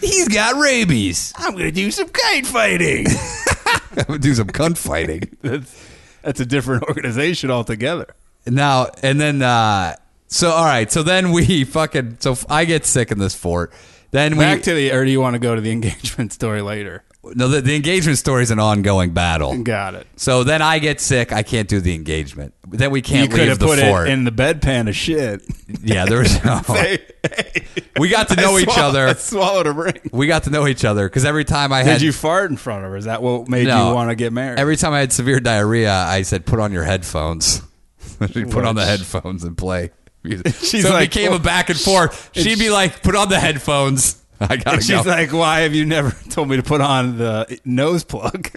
Speaker 4: He's got rabies.
Speaker 3: I'm gonna do some kite fighting.
Speaker 4: I'm gonna do some cunt fighting
Speaker 3: that's, that's a different organization altogether.
Speaker 4: now. And then, uh, so all right. So then we fucking. So I get sick in this fort. Then we
Speaker 3: Back to the, or do you want to go to the engagement story later?
Speaker 4: no. The, the engagement story is an ongoing battle.
Speaker 3: Got it.
Speaker 4: So then I get sick. I can't do the engagement. Then we
Speaker 3: You
Speaker 4: can't
Speaker 3: could
Speaker 4: leave
Speaker 3: have
Speaker 4: the
Speaker 3: put
Speaker 4: fort.
Speaker 3: it in the bedpan of shit.
Speaker 4: yeah, there was no.
Speaker 3: Hey,
Speaker 4: we got to know
Speaker 3: I
Speaker 4: each
Speaker 3: swallow- I
Speaker 4: other.
Speaker 3: swallowed a ring.
Speaker 4: We got to know each other because every time I had
Speaker 3: Did you fart in front of her? Is that what made
Speaker 4: No.
Speaker 3: you want to get married?
Speaker 4: every time I had severe diarrhea, I said, "Put on your headphones." She'd put on the
Speaker 3: Which-
Speaker 4: headphones and play. music.
Speaker 3: She's
Speaker 4: so it
Speaker 3: like,
Speaker 4: became a
Speaker 3: "Well,"
Speaker 4: back and forth. She'd be like, "Put on the headphones." I gotta
Speaker 3: And
Speaker 4: go.
Speaker 3: she's like, "Why have you never told me to put on the nose plug?"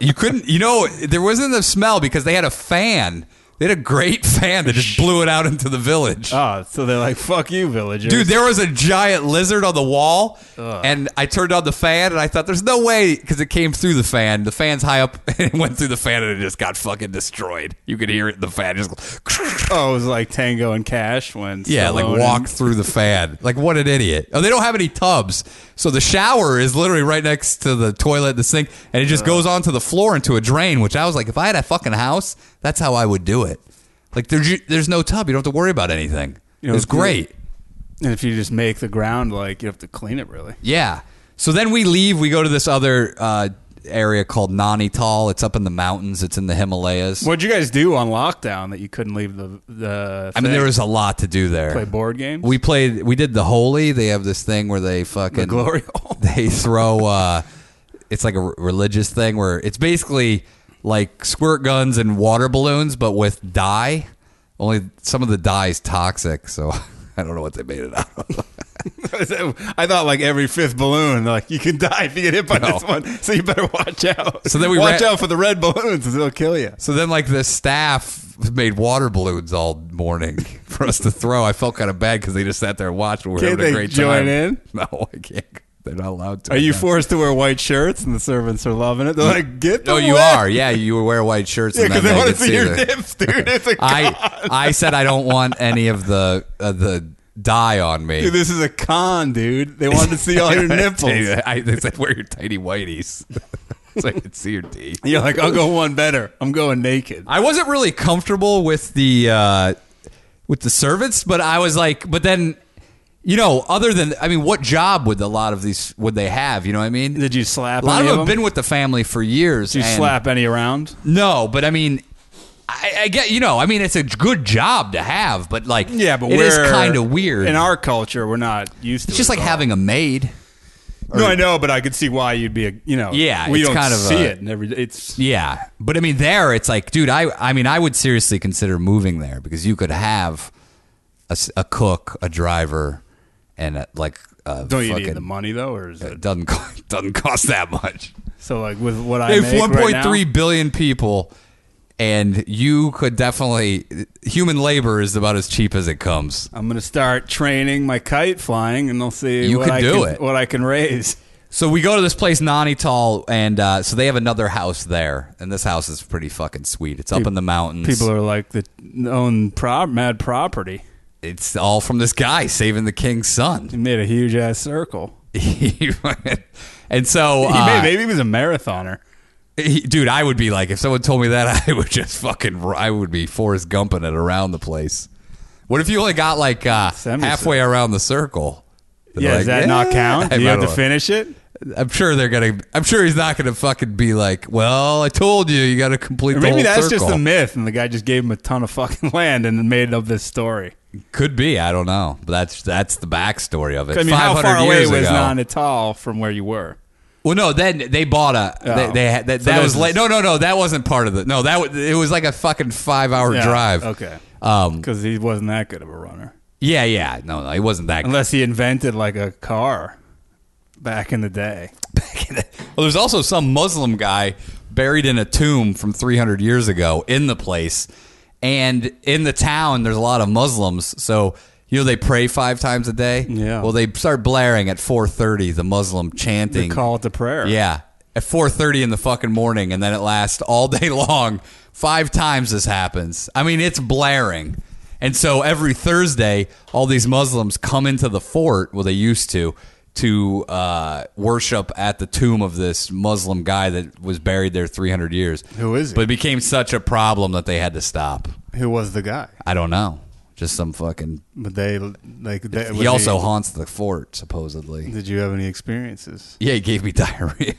Speaker 4: you couldn't. You know, there wasn't the smell because they had a fan. They had a great fan that just blew it out into the village.
Speaker 7: Oh, so they're like, fuck you, villagers.
Speaker 4: Dude, there was a giant lizard on the wall, and I turned on the fan, and I thought, "There's no way," because it came through the fan. The fan's high up, and it went through the fan, and it just got fucking destroyed. You could hear it. in The fan just, go-
Speaker 7: oh, it was like Tango and Cash when
Speaker 4: yeah, like
Speaker 7: Stallone
Speaker 4: walked
Speaker 7: and-
Speaker 4: through the fan. Like what an idiot! Oh, they don't have any tubs, so the shower is literally right next to the toilet, and the sink, and it just goes onto the floor into a drain. Which I was like, if I had a fucking house, that's how I would do it. Like there's ju- there's no tub, you don't have to worry about anything.
Speaker 7: You know,
Speaker 4: it was
Speaker 7: if you-
Speaker 4: great.
Speaker 7: And if you just make the ground like you have to clean it really.
Speaker 4: Yeah. So then we leave. We go to this other uh, area called Nanital. It's up in the mountains. It's in the Himalayas.
Speaker 7: What'd you guys do on lockdown that you couldn't leave the the?
Speaker 4: I mean,
Speaker 7: thing?
Speaker 4: there was a lot to do there.
Speaker 7: play board games.
Speaker 4: We played. We did the holy. They have this thing where they fucking
Speaker 7: The glory hole.
Speaker 4: They throw. Uh, it's like a r- religious thing where it's basically like squirt guns and water balloons, but with dye. Only some of the dye is toxic, so I don't know what they made it out of.
Speaker 3: I thought like every fifth balloon, like you can die if you get hit by
Speaker 4: No.
Speaker 3: this one, so you better watch out.
Speaker 4: So then we
Speaker 3: watch
Speaker 4: ran-
Speaker 3: out for the red balloons; 'cause they'll kill you.
Speaker 4: So then, like the staff made water balloons all morning for us to throw. I felt kind of bad because they just sat there and watched. and We were
Speaker 3: Can't
Speaker 4: having a
Speaker 3: they
Speaker 4: great
Speaker 3: join
Speaker 4: time.
Speaker 3: in?
Speaker 4: No, I can't. They're not allowed to.
Speaker 3: Are you
Speaker 4: No.
Speaker 3: forced to wear white shirts? And the servants are loving it. They're like, "Get the
Speaker 4: No, you
Speaker 3: wet-
Speaker 4: are. Yeah, you wear white shirts.
Speaker 3: Yeah,
Speaker 4: and then
Speaker 3: because they want to
Speaker 4: could
Speaker 3: see your
Speaker 4: the-
Speaker 3: nips, dude. It's a
Speaker 4: I I said I don't want any of the uh, the dye on me.
Speaker 3: Dude, this is a con, dude. They wanted to see all your nipples.
Speaker 4: I, they said wear your tiny whiteies so I could see your D.
Speaker 3: You're like, I'll go one better. I'm going naked.
Speaker 4: I wasn't really comfortable with the uh, with the servants, but I was like, but then, you know, other than I mean, what job would a lot of these would they have? You know what I mean?
Speaker 7: Did you slap
Speaker 4: a lot
Speaker 7: any
Speaker 4: of them
Speaker 7: of
Speaker 4: have
Speaker 7: them?
Speaker 4: been with the family for years.
Speaker 7: Did you
Speaker 4: and-
Speaker 7: slap any around?
Speaker 4: No, but I mean. I, I get you know. I mean, it's a good job to have, but like, it is kind of weird.
Speaker 7: In our culture, we're not used to.
Speaker 4: it's just
Speaker 7: it
Speaker 4: like
Speaker 7: at all.
Speaker 4: having a maid.
Speaker 3: no, I know, but I could see why you'd be a, you know,
Speaker 4: Yeah,
Speaker 3: we
Speaker 4: it's
Speaker 3: don't
Speaker 4: kind of
Speaker 3: see
Speaker 4: a-
Speaker 3: it. in every it's
Speaker 4: Yeah, but I mean, there it's like, dude, I I mean, I would seriously consider moving there because you could have a, s- a cook, a driver, and a, like a
Speaker 7: Don't you
Speaker 4: fucking,
Speaker 7: need the money though, or is
Speaker 4: It
Speaker 7: it
Speaker 4: doesn't co- doesn't cost that much.
Speaker 7: so like with what I
Speaker 4: If
Speaker 7: make
Speaker 4: one
Speaker 7: right
Speaker 4: point
Speaker 7: now-
Speaker 4: three billion people, and you could definitely human labor is about as cheap as it comes.
Speaker 7: I'm gonna start training my kite flying, and they'll see
Speaker 4: You
Speaker 7: what
Speaker 4: could
Speaker 7: I
Speaker 4: do
Speaker 7: can,
Speaker 4: it.
Speaker 7: What I can raise.
Speaker 4: So we go to this place, Nanital, and uh, so they have another house there, and this house is pretty fucking sweet. It's up in the mountains.
Speaker 7: People are like the own prop, mad property.
Speaker 4: it's all from this guy saving the king's son.
Speaker 7: He made a huge ass circle.
Speaker 4: He went- and so,
Speaker 7: He
Speaker 4: uh,
Speaker 7: may, maybe he was a marathoner.
Speaker 4: he- dude, I would be like, if someone told me that, I would just fucking, r- I would be Forrest Gumping it around the place. What if you only got like uh,
Speaker 7: Semi-circle.
Speaker 4: halfway around the circle? They're
Speaker 7: Yeah,
Speaker 4: like,
Speaker 7: does that not
Speaker 4: "Yeah."
Speaker 7: count?
Speaker 4: I
Speaker 7: Do you have to
Speaker 4: don't know.
Speaker 7: finish it?
Speaker 4: I'm sure they're gonna. I'm sure he's not gonna fucking be like, well, I told you, you got to complete.
Speaker 7: Or
Speaker 4: the
Speaker 7: maybe
Speaker 4: whole
Speaker 7: that's
Speaker 4: circle."
Speaker 7: just a myth, and the guy just gave him a ton of fucking land and made up this story.
Speaker 4: Could be. I don't know. But that's that's the backstory of it.
Speaker 7: I mean, how
Speaker 4: 500
Speaker 7: far away
Speaker 4: years
Speaker 7: was
Speaker 4: ago-
Speaker 7: Nanital from where you were?
Speaker 4: Well, no. Then they bought a. They,
Speaker 7: Oh.
Speaker 4: they had, that,
Speaker 7: So
Speaker 4: that
Speaker 7: this
Speaker 4: was
Speaker 7: is-
Speaker 4: late. No, no, no. That wasn't part of the. No, that was, it was like a fucking five-hour
Speaker 7: Yeah,
Speaker 4: drive.
Speaker 7: Okay.
Speaker 4: Um.
Speaker 7: Because he wasn't that good of a runner.
Speaker 4: Yeah. Yeah. No. No. It wasn't that.
Speaker 7: Unless he invented like a car back in the day.
Speaker 4: well, there's also some Muslim guy buried in a tomb from 300 years ago in the place, and in the town there's a lot of Muslims. So you know they pray five times a day.
Speaker 7: Yeah.
Speaker 4: Well, they start blaring at 4:30 the Muslim
Speaker 7: They
Speaker 4: chanting.
Speaker 7: call it the prayer.
Speaker 4: Yeah, at 4:30 in the fucking morning, and then it lasts all day long. Five times this happens. I mean, it's blaring. And so every Thursday, all these Muslims come into the fort. Well, they used to to uh, worship at the tomb of this Muslim guy that was buried there 300 years.
Speaker 7: Who is he?
Speaker 4: But it became such a problem that they had to stop.
Speaker 7: Who was the guy?
Speaker 4: I don't know. Just some fucking.
Speaker 7: But they like they, was
Speaker 4: He also haunts the fort, supposedly.
Speaker 7: Did you have any experiences?
Speaker 4: Yeah, he gave me diarrhea.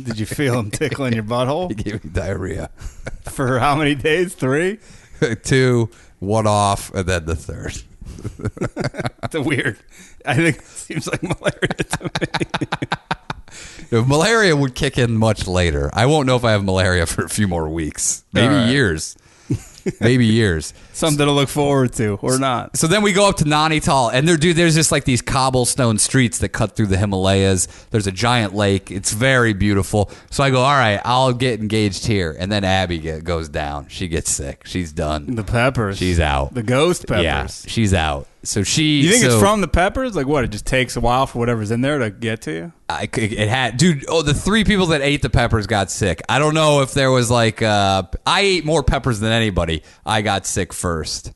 Speaker 7: Did you feel him tickling your
Speaker 4: he
Speaker 7: butthole
Speaker 4: gave me diarrhea.
Speaker 7: for how many days? Three.
Speaker 4: two, one off, and then the third.
Speaker 7: That's a weird. I think it seems like malaria. To me.
Speaker 4: If malaria would kick in much later. I won't know if I have malaria for a few more weeks,
Speaker 7: All
Speaker 4: maybe
Speaker 7: right.
Speaker 4: years, maybe years.
Speaker 3: Something to look forward to or not.
Speaker 4: So then we go up to Nainital, and there, dude, there's just like these cobblestone streets that cut through the Himalayas. There's a giant lake. It's very beautiful. So I go, all right, I'll get engaged here. And then Abby get, goes down. She gets sick. She's done.
Speaker 3: The peppers.
Speaker 4: She's out.
Speaker 3: The ghost peppers.
Speaker 4: Yeah, she's out. So she.
Speaker 3: You think it's
Speaker 4: so-
Speaker 3: from the peppers? Like what? It just takes a while for whatever's in there to get to you.
Speaker 4: I, c- it had, dude. Oh, the three people that ate the peppers got sick. I don't know if there was like, uh, I ate more peppers than anybody. I got sick first,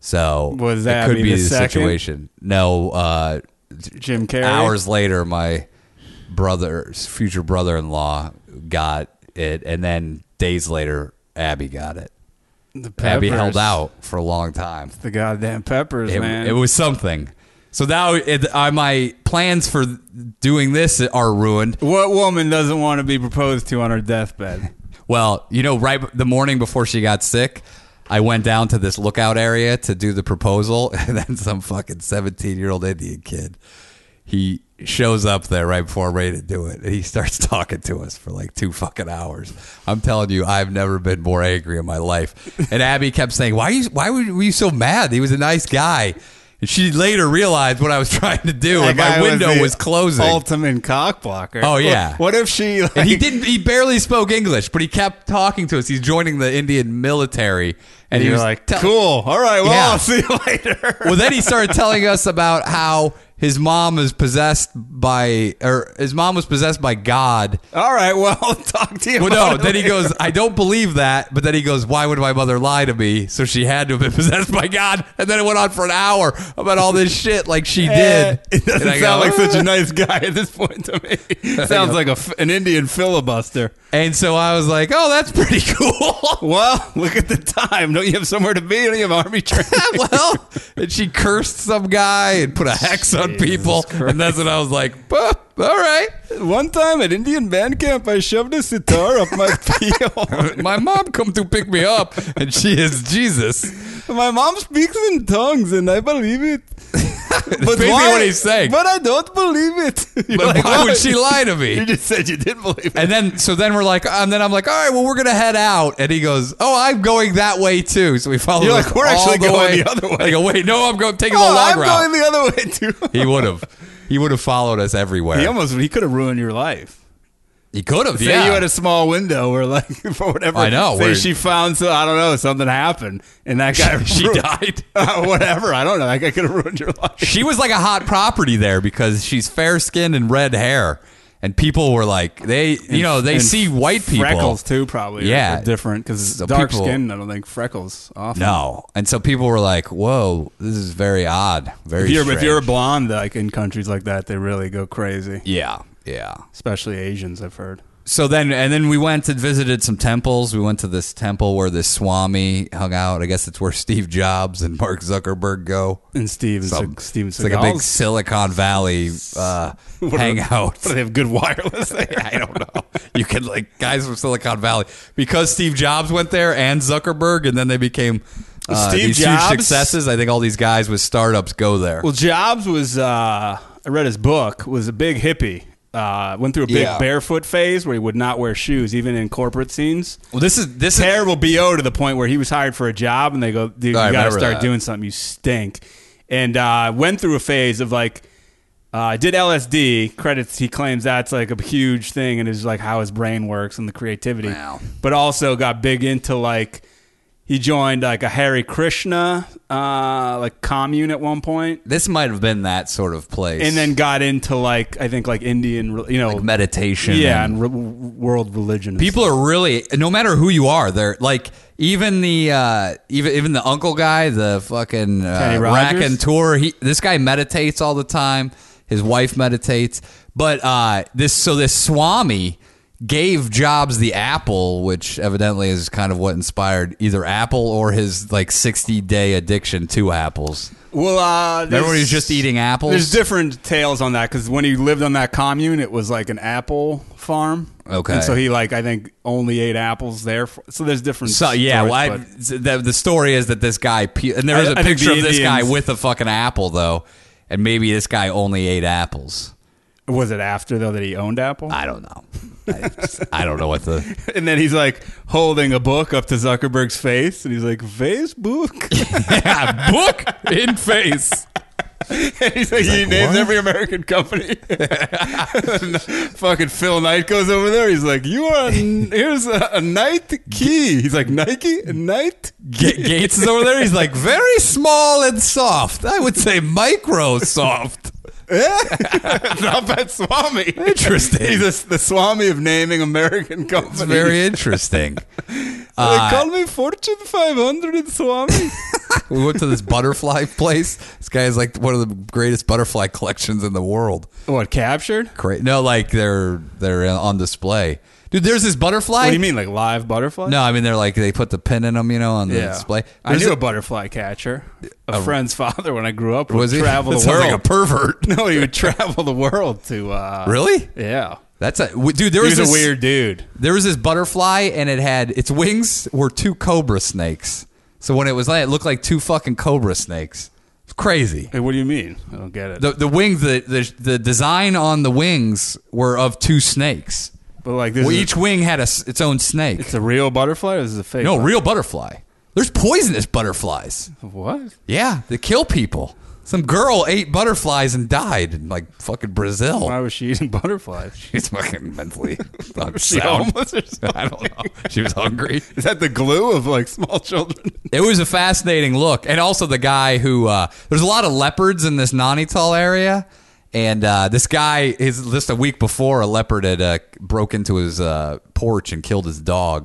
Speaker 4: so
Speaker 3: Was
Speaker 4: it
Speaker 3: that
Speaker 4: could
Speaker 3: me
Speaker 4: be
Speaker 3: the
Speaker 4: the
Speaker 3: second?
Speaker 4: situation. No, uh,
Speaker 3: Jim Carrey.
Speaker 4: hours later, my brother's future brother-in-law got it, and then days later, Abby got it.
Speaker 3: The
Speaker 4: Abby held
Speaker 3: peppers.
Speaker 4: out for a long time
Speaker 3: The goddamn peppers,
Speaker 4: it,
Speaker 3: man.
Speaker 4: it was something. So now it, uh, my plans for doing this are ruined.
Speaker 3: What woman doesn't want to be proposed to on her deathbed?
Speaker 4: Well, you know, right the morning before she got sick, I went down to this lookout area to do the proposal, and then some fucking seventeen-year-old Indian kid, he shows up there right before I'm ready to do it, and he starts talking to us for like two fucking hours. I'm telling you, I've never been more angry in my life. And Abby kept saying, "Why you? Why were you so mad? He was a nice guy." And she later realized what I was trying to do, and my window was, closing.
Speaker 3: Ultimate cock blocker.
Speaker 4: Oh, yeah.
Speaker 3: What if she? Like,
Speaker 4: And he didn't. He barely spoke English, but he kept talking to us. He's joining the Indian military, and he
Speaker 3: You're
Speaker 4: was
Speaker 3: like,
Speaker 4: tell-
Speaker 3: cool. All right. Well,
Speaker 4: Yeah.
Speaker 3: I'll see you later.
Speaker 4: Well, then he started telling us about how his mom is possessed by, or his mom was possessed by God.
Speaker 3: All right. Well, I'll talk to you.
Speaker 4: Well,
Speaker 3: about
Speaker 4: no.
Speaker 3: it
Speaker 4: Then he
Speaker 3: later.
Speaker 4: goes, I don't believe that. But then he goes, Why would my mother lie to me? So she had to have been possessed by God. And then it went on for an hour about all this shit, like she
Speaker 3: Eh,
Speaker 4: did.
Speaker 3: It doesn't
Speaker 4: And I go,
Speaker 3: sound like such a nice guy at this point to me. Sounds
Speaker 4: go-
Speaker 3: like a f an Indian filibuster.
Speaker 4: And so I was like, Oh, that's pretty cool.
Speaker 3: Well, look at the time. Don't you have somewhere to be? Don't you have army training?
Speaker 4: well, and she cursed some guy and put a hex on people, and that's when I was like, "Bah, "All right,
Speaker 3: One time at Indian band camp, I shoved a sitar up my peel.
Speaker 4: my mom come to pick me up, and she is Jesus."
Speaker 3: My mom speaks in tongues, and I believe it. But
Speaker 4: Maybe what he's saying.
Speaker 3: But I don't believe it. You're
Speaker 4: But
Speaker 3: like,
Speaker 4: why
Speaker 3: "What?"
Speaker 4: would she lie to
Speaker 3: You
Speaker 4: me?
Speaker 3: just said you didn't believe it.
Speaker 4: And then, so then we're like, and then I'm like, all right, well, we're gonna head out, and he goes, oh, I'm going that way too. So we follow.
Speaker 3: You're
Speaker 4: him
Speaker 3: like, "We're
Speaker 4: all
Speaker 3: actually
Speaker 4: the
Speaker 3: going
Speaker 4: way.
Speaker 3: the other way.
Speaker 4: I go, wait, no, I'm going taking the
Speaker 3: oh,
Speaker 4: long
Speaker 3: I'm
Speaker 4: route.
Speaker 3: going the other way too.
Speaker 4: he would have, he would have followed us everywhere.
Speaker 3: He
Speaker 4: He,
Speaker 3: almost he could have ruined your life.
Speaker 4: could have.
Speaker 3: Say
Speaker 4: Yeah,
Speaker 3: you had a small window where like for whatever
Speaker 4: I know,
Speaker 3: Say
Speaker 4: where-
Speaker 3: she found so I don't know, something happened and that guy
Speaker 4: she
Speaker 3: ruined- Uh,
Speaker 4: died.
Speaker 3: whatever, I don't know. That guy could have ruined your life.
Speaker 4: she was like a hot property there because she's fair skinned and red hair, and people were like, they, you know, they
Speaker 3: And
Speaker 4: see white people.
Speaker 3: Freckles too, probably. are-
Speaker 4: Yeah.
Speaker 3: are different because
Speaker 4: So
Speaker 3: dark
Speaker 4: people-
Speaker 3: skin. I don't think freckles. Often.
Speaker 4: No, and so people were like, "Whoa, this is very odd." Very.
Speaker 3: If you're, if you're a
Speaker 4: strange.
Speaker 3: blonde, like in countries like that, they really go crazy.
Speaker 4: yeah, yeah.
Speaker 3: Especially Asians, I've heard.
Speaker 4: So then, and then we went and visited some temples. We went to this temple where this Swami hung out. I guess it's where Steve Jobs and Mark Zuckerberg go.
Speaker 3: And Steven,
Speaker 4: Some-
Speaker 3: Se- Steven
Speaker 4: it's like a big
Speaker 3: Seagal's-
Speaker 4: Silicon Valley uh, hangout.
Speaker 3: What, do they have good wireless. there?
Speaker 4: I don't know. You could like guys from Silicon Valley because Steve Jobs went there and Zuckerberg, and then they became uh,
Speaker 3: Steve
Speaker 4: these
Speaker 3: Jobs?
Speaker 4: huge successes. I think all these guys with startups go there.
Speaker 3: Well, Jobs was, uh, I read his book, was a big hippie. Uh, went through a big
Speaker 4: Yeah.
Speaker 3: barefoot phase where he would not wear shoes, even in corporate scenes.
Speaker 4: Well, this is this is
Speaker 3: Terrible BO to the point where he was hired for a job and they go, dude,
Speaker 4: I
Speaker 3: you got to
Speaker 4: remember
Speaker 3: start
Speaker 4: that.
Speaker 3: doing something. You stink. And uh, went through a phase of like, uh, did LSD credits? He claims that's like a huge thing and is like how his brain works and the creativity.
Speaker 4: Wow.
Speaker 3: But also got big into like, he joined like a Hare Krishna uh, like commune at one point
Speaker 4: this might have been that sort of place,
Speaker 3: and then got into like I think like Indian, re- you know,
Speaker 4: like meditation.
Speaker 3: yeah,
Speaker 4: and
Speaker 3: and re- world religion. and
Speaker 4: people are really no matter who you are, they're like even the uh, even even the uncle guy, the fucking
Speaker 3: Kenny
Speaker 4: uh, rack
Speaker 3: Rogers?
Speaker 4: and tour. He this guy meditates all the time. His wife meditates, but uh, this so this Swami gave Jobs the apple, which evidently is kind of what inspired either Apple or his like sixty day addiction to apples.
Speaker 3: stuff. well, uh, there's-
Speaker 4: Remember when he was just eating apples?
Speaker 3: There's different tales on that because when he lived on that commune, it was like an apple farm.
Speaker 4: Okay.
Speaker 3: and so he like I think only ate apples there. For, so there's different.
Speaker 4: So yeah,
Speaker 3: stories,
Speaker 4: well, I,
Speaker 3: but-
Speaker 4: the, the story is that this guy pe- and there is a
Speaker 3: I- I think
Speaker 4: picture
Speaker 3: the
Speaker 4: of this guy
Speaker 3: Indians-
Speaker 4: with a fucking apple though, and maybe this guy only ate apples.
Speaker 3: Was it after though that he owned Apple?
Speaker 1: I don't know.
Speaker 4: I, I don't know what the.
Speaker 3: And then he's like holding a book up to Zuckerberg's face, and he's like, Facebook.
Speaker 4: Yeah, book in face.
Speaker 3: and he's like, he names every American company. And fucking Phil Knight goes over there. He's like, you are a, here's a, a Knight key. He's like, Nike Knight.
Speaker 4: Ga- Gates is over there. He's like very small and soft. I would say micro soft.
Speaker 3: Not Swami.
Speaker 4: Interesting.
Speaker 3: He's a, the Swami of naming American companies.
Speaker 4: It's very interesting.
Speaker 3: They
Speaker 4: Uh,
Speaker 3: call me Fortune 500 Swami.
Speaker 4: we went to this butterfly place. This guy is like one of the greatest butterfly collections in the world.
Speaker 3: what captured?
Speaker 4: Great. No, like they're they're on display. Dude, there's this butterfly.
Speaker 3: What do you mean, like live butterfly?
Speaker 4: No, I mean they're like they put the pin in them, you know, on the display.
Speaker 3: I
Speaker 4: There's
Speaker 3: knew a,
Speaker 4: a-
Speaker 3: butterfly catcher. A friend's father when I grew up would
Speaker 4: was he?
Speaker 3: travel
Speaker 4: That
Speaker 3: the
Speaker 4: sounds
Speaker 3: world.
Speaker 4: like a pervert.
Speaker 3: no, he would travel the world to. Uh,
Speaker 4: Really?
Speaker 3: Yeah.
Speaker 4: That's a w- dude. There
Speaker 3: He
Speaker 4: was,
Speaker 3: was
Speaker 4: this,
Speaker 3: a weird dude.
Speaker 4: There was this butterfly, and it had its wings were two cobra snakes. So when it was like, it looked like two fucking cobra snakes. It's crazy.
Speaker 3: Hey, what do you mean? I don't get it.
Speaker 4: The the wings, the, the the design on the wings were of two snakes.
Speaker 3: but like this,
Speaker 4: Well,
Speaker 3: is
Speaker 4: each wing had a s its own snake.
Speaker 3: it's a real butterfly. Or this is a fake.
Speaker 4: no
Speaker 3: one?
Speaker 4: real butterfly. There's poisonous butterflies.
Speaker 3: What?
Speaker 4: Yeah, they kill people. Some girl ate butterflies and died in like fucking Brazil.
Speaker 3: Why was she eating butterflies?
Speaker 4: She's fucking mentally
Speaker 3: she
Speaker 4: unsound.
Speaker 3: homeless or something?
Speaker 4: I don't know. She was hungry.
Speaker 3: Is that the glue of like small children?
Speaker 4: It was a fascinating look, and also the guy who uh, there's a lot of leopards in this Nanital area, and uh, this guy is just a week before a leopard had uh, broke into his uh, porch and killed his dog,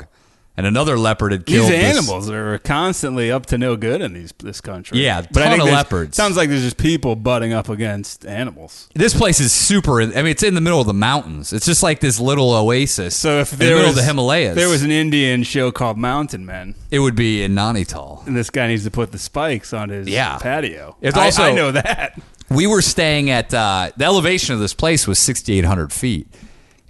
Speaker 4: and another leopard had
Speaker 3: These
Speaker 4: killed this-
Speaker 3: animals are constantly up to no good in these this country.
Speaker 4: Yeah,
Speaker 3: but I
Speaker 4: ton
Speaker 3: think
Speaker 4: of
Speaker 3: there's-
Speaker 4: leopards.
Speaker 3: Sounds like there's just people butting up against animals.
Speaker 4: This place is super. I mean, it's in the middle of the mountains. It's just like this little oasis.
Speaker 3: So if there
Speaker 4: in the middle
Speaker 3: was,
Speaker 4: of the Himalayas,
Speaker 3: there was an Indian show called Mountain Men,
Speaker 4: it would be in Nanital.
Speaker 3: and this guy needs to put the spikes on his
Speaker 4: Yeah.
Speaker 3: patio.
Speaker 4: It's
Speaker 3: I-
Speaker 4: also-
Speaker 3: I, know that.
Speaker 4: we were staying at uh, the elevation of this place was 6800 feet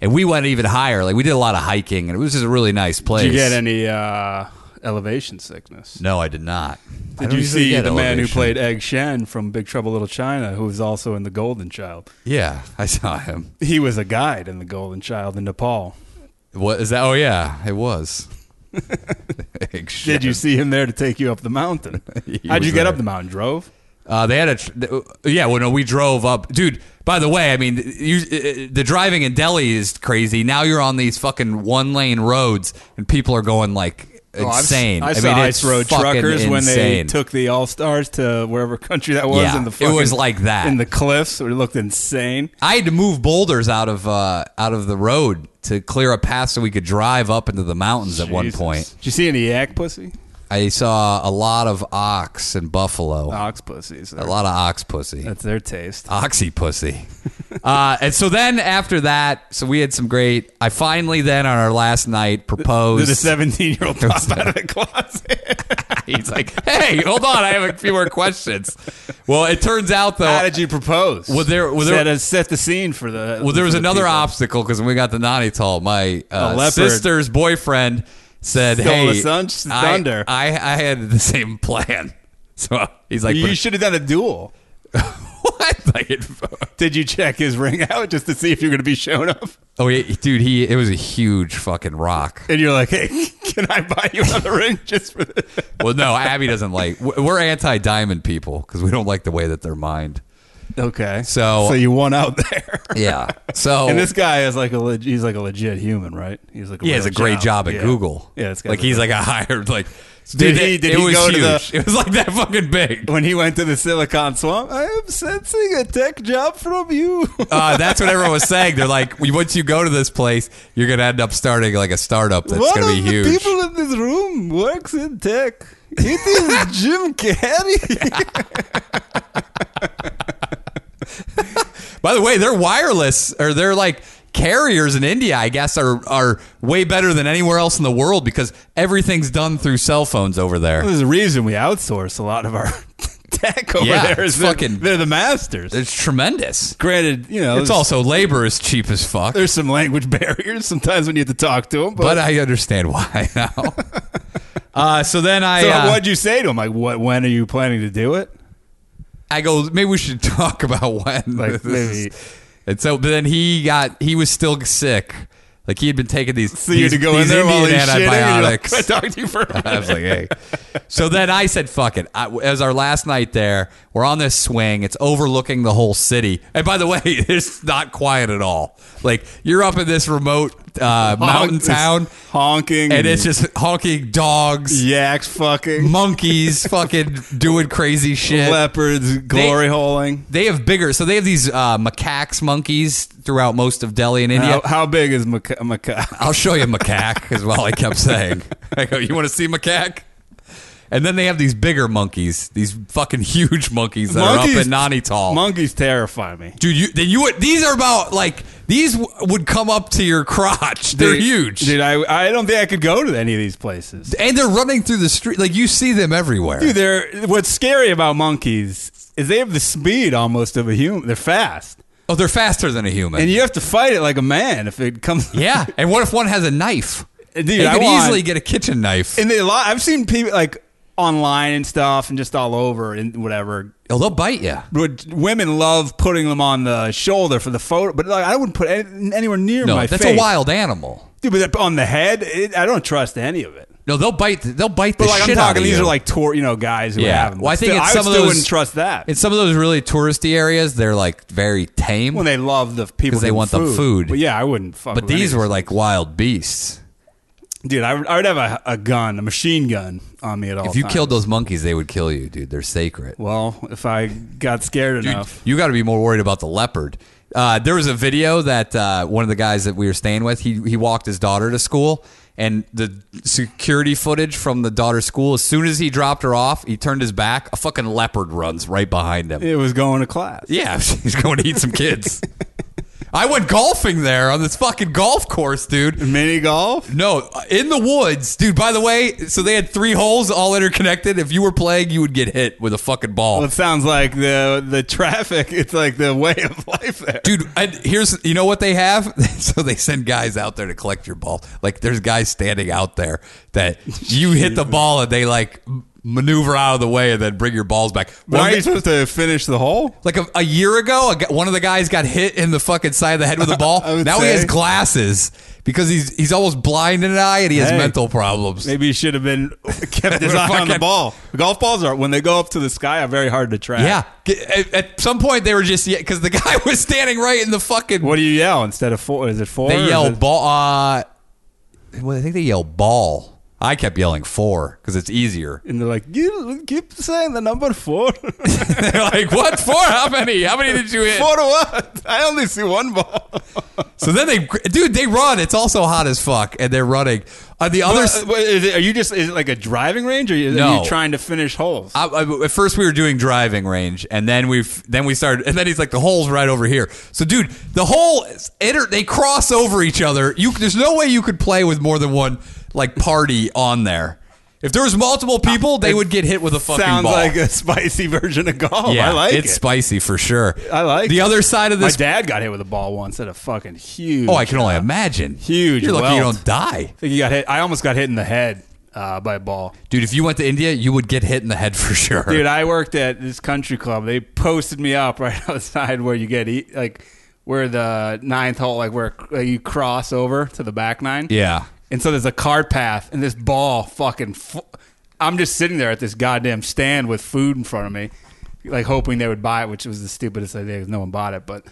Speaker 4: and we went even higher like we did a lot of hiking and it was just a really nice place
Speaker 3: Did you get any uh, elevation sickness?
Speaker 4: no i did not I
Speaker 3: Did
Speaker 4: don't
Speaker 3: you
Speaker 4: usually
Speaker 3: see the
Speaker 4: get
Speaker 3: man who
Speaker 4: elevation.
Speaker 3: played Egg Shen from Big Trouble Little China, who was also in The Golden Child?
Speaker 4: yeah i saw him
Speaker 3: He was a guide in The Golden Child in Nepal.
Speaker 4: what is that oh yeah it was Egg
Speaker 3: Did you
Speaker 4: shit.
Speaker 3: see him there to take you up the mountain? How'd
Speaker 4: was
Speaker 3: you get
Speaker 4: there.
Speaker 3: up the mountain? Drove?
Speaker 4: Uh, they had a tr- yeah. Well, no, we drove up, dude. By the way, I mean, you, uh, the driving in Delhi is crazy. Now you're on these fucking one lane roads, and people are going like
Speaker 3: I've-
Speaker 4: insane.
Speaker 3: Oh, I
Speaker 4: Oh, I
Speaker 3: saw
Speaker 4: mean,
Speaker 3: Ice
Speaker 4: it's
Speaker 3: Road
Speaker 4: fucking
Speaker 3: truckers when they
Speaker 4: insane.
Speaker 3: took the All Stars to wherever country that was.
Speaker 4: Yeah,
Speaker 3: in the
Speaker 4: it was
Speaker 3: fucking-
Speaker 4: like that.
Speaker 3: in the cliffs. It looked insane.
Speaker 4: I had to move boulders out of uh, out of the road to clear a path so we could drive up into the mountains at one
Speaker 3: Jesus.
Speaker 4: point.
Speaker 3: did you see any yak pussy?
Speaker 4: I saw a lot of ox and buffalo,
Speaker 3: Ox pussies.
Speaker 4: a lot of ox pussy,
Speaker 3: Oh. That's their taste.
Speaker 4: oxy pussy. uh, and so then after that, so we had some great. I finally then on our last
Speaker 3: Did
Speaker 4: night proposed.
Speaker 3: a seventeen-year-old pop out of the closet?
Speaker 4: He's like, "Hey, hold on, I have a few more questions." Well, it turns out though,
Speaker 3: How did you propose?
Speaker 4: Well, there- well, there-
Speaker 3: set, a- set the scene for the.
Speaker 4: Well, there was
Speaker 3: for the
Speaker 4: another
Speaker 3: people.
Speaker 4: obstacle because when we got to Nanital, my
Speaker 3: A
Speaker 4: uh,
Speaker 3: leopard.
Speaker 4: sister's boyfriend said,
Speaker 3: Stole
Speaker 4: "Hey,
Speaker 3: the sun-
Speaker 4: I,
Speaker 3: thunder."
Speaker 4: I, I had the same plan." So he's like,
Speaker 3: You
Speaker 4: "But-
Speaker 3: should have done a duel.
Speaker 4: "What?" Like it,
Speaker 3: Did you check his ring out just to see if you're going to be shown up?
Speaker 4: oh, yeah, dude, he it was a huge fucking rock.
Speaker 3: And you're like, hey, can I buy you another ring just for this?
Speaker 4: Well, no, Abby doesn't like. we- We're anti diamond people because we don't like the way that they're mined.
Speaker 3: Okay. so
Speaker 4: So-
Speaker 3: Oh. you won out there.
Speaker 4: Yeah. So
Speaker 3: And this guy is like a leg- he's like a legit human, right? He's like
Speaker 4: he has
Speaker 3: real
Speaker 4: a great job, at
Speaker 3: Yeah.
Speaker 4: Google.
Speaker 3: Yeah, this guy's
Speaker 4: like
Speaker 3: a-
Speaker 4: he's like a hired like.
Speaker 3: Did
Speaker 4: dude,
Speaker 3: he-
Speaker 4: it-
Speaker 3: did
Speaker 4: it
Speaker 3: he
Speaker 4: was
Speaker 3: go to
Speaker 4: huge.
Speaker 3: the-
Speaker 4: It was like that fucking big.
Speaker 3: When he went to the Silicon Swamp, I am sensing a tech job from you.
Speaker 4: Uh, that's what everyone was saying. They're like, we- once you go to this place, you're gonna end up starting like a startup that's
Speaker 3: One
Speaker 4: gonna be
Speaker 3: of
Speaker 4: huge.
Speaker 3: the people in this room works in tech. It is Jim Carrey.
Speaker 4: By the way, their wireless or their like carriers in India, I guess, are are way better than anywhere else in the world because everything's done through cell phones over there.
Speaker 3: There's a reason we outsource a lot of our tech over
Speaker 4: Yeah,
Speaker 3: there. Is
Speaker 4: it's
Speaker 3: they're,
Speaker 4: fucking-
Speaker 3: they're the masters.
Speaker 4: It's tremendous.
Speaker 3: Granted, you know,
Speaker 4: It's
Speaker 3: there's-
Speaker 4: also labor is cheap as fuck.
Speaker 3: there's some language barriers sometimes when you have to talk to them. But,
Speaker 4: But I understand why now. Uh, so then I
Speaker 3: so
Speaker 4: uh,
Speaker 3: what'd you say to him? Like, what? When are you planning to do it?
Speaker 4: I go maybe we should talk about when
Speaker 3: Like,
Speaker 4: this is-
Speaker 3: maybe
Speaker 4: And so but then he got he was still sick. Like he had been taking these
Speaker 3: So you had
Speaker 4: these-
Speaker 3: to go in
Speaker 4: these
Speaker 3: there while he's
Speaker 4: Indian
Speaker 3: shitting. and you're
Speaker 4: antibiotics.
Speaker 3: Like, I talked to you for a
Speaker 4: I was like, hey. So then I said, fuck it. I, as our last night there, we're on this swing. It's overlooking the whole city. And by the way, it's not quiet at all. Like, you're up in this remote
Speaker 3: Oh,
Speaker 4: uh, mountain
Speaker 3: Honk-
Speaker 4: town,
Speaker 3: honking,
Speaker 4: and it's just honking dogs,
Speaker 3: yaks, fucking
Speaker 4: monkeys, fucking doing crazy shit.
Speaker 3: leopards, glory holing.
Speaker 4: They have bigger, so they have these uh, macaques, monkeys throughout most of Delhi and India.
Speaker 3: How, how big is maca- macaque?
Speaker 4: I'll show you a macaque, is what I kept saying. I go, you want to see macaque? And then they have these bigger monkeys, these fucking huge monkeys that are up in Nani Tall.
Speaker 3: Monkeys terrify me.
Speaker 4: Dude, you, then you would, these are about like, these w- would come up to your crotch. They're
Speaker 3: Dude,
Speaker 4: huge.
Speaker 3: Dude, I, I don't think I could go to any of these places.
Speaker 4: and they're running through the street. Like, you see them everywhere.
Speaker 3: Dude, they're what's scary about monkeys is they have the speed almost of a human. They're fast,
Speaker 4: oh, they're faster than a human.
Speaker 3: and you have to fight it like a man if it comes.
Speaker 4: yeah. And what if one has a knife?
Speaker 3: Dude,
Speaker 4: they
Speaker 3: I
Speaker 4: could
Speaker 3: want-
Speaker 4: easily get a kitchen knife.
Speaker 3: and they li I've seen people like online and stuff, and just all over and whatever.
Speaker 4: oh, they'll bite you.
Speaker 3: Would women love putting them on the shoulder for the photo? But like, I wouldn't put any, anywhere near
Speaker 4: No,
Speaker 3: my
Speaker 4: that's
Speaker 3: face.
Speaker 4: a wild animal.
Speaker 3: dude. But on the head, it, I don't trust any of it.
Speaker 4: No, they'll bite. They'll bite the
Speaker 3: But like I'm
Speaker 4: shit out
Speaker 3: talking,
Speaker 4: of
Speaker 3: these
Speaker 4: you.
Speaker 3: are like tour, you know, guys who
Speaker 4: Yeah.
Speaker 3: have them.
Speaker 4: Well, I
Speaker 3: But
Speaker 4: think
Speaker 3: still,
Speaker 4: in
Speaker 3: I
Speaker 4: some of
Speaker 3: still
Speaker 4: those-
Speaker 3: wouldn't trust that
Speaker 4: in some of those really touristy areas, they're like very tame.
Speaker 3: when they love the people
Speaker 4: 'Cause they
Speaker 3: getting
Speaker 4: want the food.
Speaker 3: But yeah, I wouldn't. Fuck
Speaker 4: but
Speaker 3: with any
Speaker 4: these
Speaker 3: of
Speaker 4: were
Speaker 3: this.
Speaker 4: like wild beasts.
Speaker 3: dude, I, would- I would have a, a gun, a machine gun on me at all.
Speaker 4: If you
Speaker 3: times.
Speaker 4: killed those monkeys, they would kill you, dude. They're sacred.
Speaker 3: well, if I got scared
Speaker 4: Dude,
Speaker 3: enough,
Speaker 4: you got to be more worried about the leopard. Uh, there was a video that uh, one of the guys that we were staying with, he, he walked his daughter to school, and the security footage from the daughter's school, as soon as he dropped her off, he turned his back. A fucking leopard runs right behind him.
Speaker 3: it was going to class.
Speaker 4: Yeah, he's going to eat some kids. I went golfing there on this fucking golf course, dude.
Speaker 3: Mini golf.
Speaker 4: No, in the woods, dude. By the way, so they had three holes all interconnected. If you were playing, you would get hit with a fucking ball,
Speaker 3: Well, it sounds like the the traffic. It's like the way of life there.
Speaker 4: dude. And here's you know what they have. so they send guys out there to collect your ball. Like there's guys standing out there that you hit the ball and they like maneuver out of the way and then bring your balls back.
Speaker 3: But
Speaker 4: One
Speaker 3: aren't
Speaker 4: guy-
Speaker 3: you supposed to finish the hole?
Speaker 4: like a, a year ago, a, gu- one of the guys got hit in the fucking side of the head with a ball.
Speaker 3: I would
Speaker 4: now he
Speaker 3: say.
Speaker 4: has glasses because he's he's almost blind in an eye and he has
Speaker 3: Hey.
Speaker 4: mental problems.
Speaker 3: Maybe he should have been kept his
Speaker 4: We're
Speaker 3: eye on the
Speaker 4: fucking-
Speaker 3: ball. Golf balls are when they go up to the sky are very hard to track.
Speaker 4: Yeah. G- At, at some point, they were just yeah, because the guy was standing right in the fucking.
Speaker 3: What do you yell instead of four? Is it four? or
Speaker 4: they
Speaker 3: is
Speaker 4: yell
Speaker 3: it-
Speaker 4: ball. Uh, well, I think they yell ball. I kept yelling four because it's easier.
Speaker 3: And they're like, you keep saying the number four. four
Speaker 4: They're like, what four? How many? How many did you hit?
Speaker 3: to what? I only see one ball.
Speaker 4: So then they, dude, they run. It's also hot as fuck, and they're running. On the other, s-
Speaker 3: Well, uh, is it- are you just is it like a driving range, or is- are
Speaker 4: No.
Speaker 3: you trying to finish holes?
Speaker 4: I, I, at first we were doing driving range, and then we have then we started, and then he's like, the hole's right over here. So, dude, the hole is inter, they cross over each other. You there's no way you could play with more than one like party on there. If there was multiple people, they would get hit with a fucking
Speaker 3: Sounds
Speaker 4: ball.
Speaker 3: like a spicy version of golf.
Speaker 4: yeah,
Speaker 3: Oh, I like
Speaker 4: it's
Speaker 3: it.
Speaker 4: spicy for sure.
Speaker 3: I like
Speaker 4: the
Speaker 3: it.
Speaker 4: other side of
Speaker 3: My
Speaker 4: this.
Speaker 3: dad got hit with a ball once at a fucking huge.
Speaker 4: oh, I can only imagine.
Speaker 3: Huge
Speaker 4: You're lucky you
Speaker 3: welt.
Speaker 4: don't die,
Speaker 3: I think he got hit. I almost got hit in the head uh, by a ball.
Speaker 4: dude. If you went to India, you would get hit in the head for sure.
Speaker 3: Dude, I worked at this country club. They posted me up right outside where you get eat, like where the ninth hole, like where uh, you cross over to the back nine.
Speaker 4: yeah.
Speaker 3: And so there's a cart path, and this ball fucking. F- I'm just sitting there at this goddamn stand with food in front of me, like hoping they would buy it, which was the stupidest idea because no one bought it. But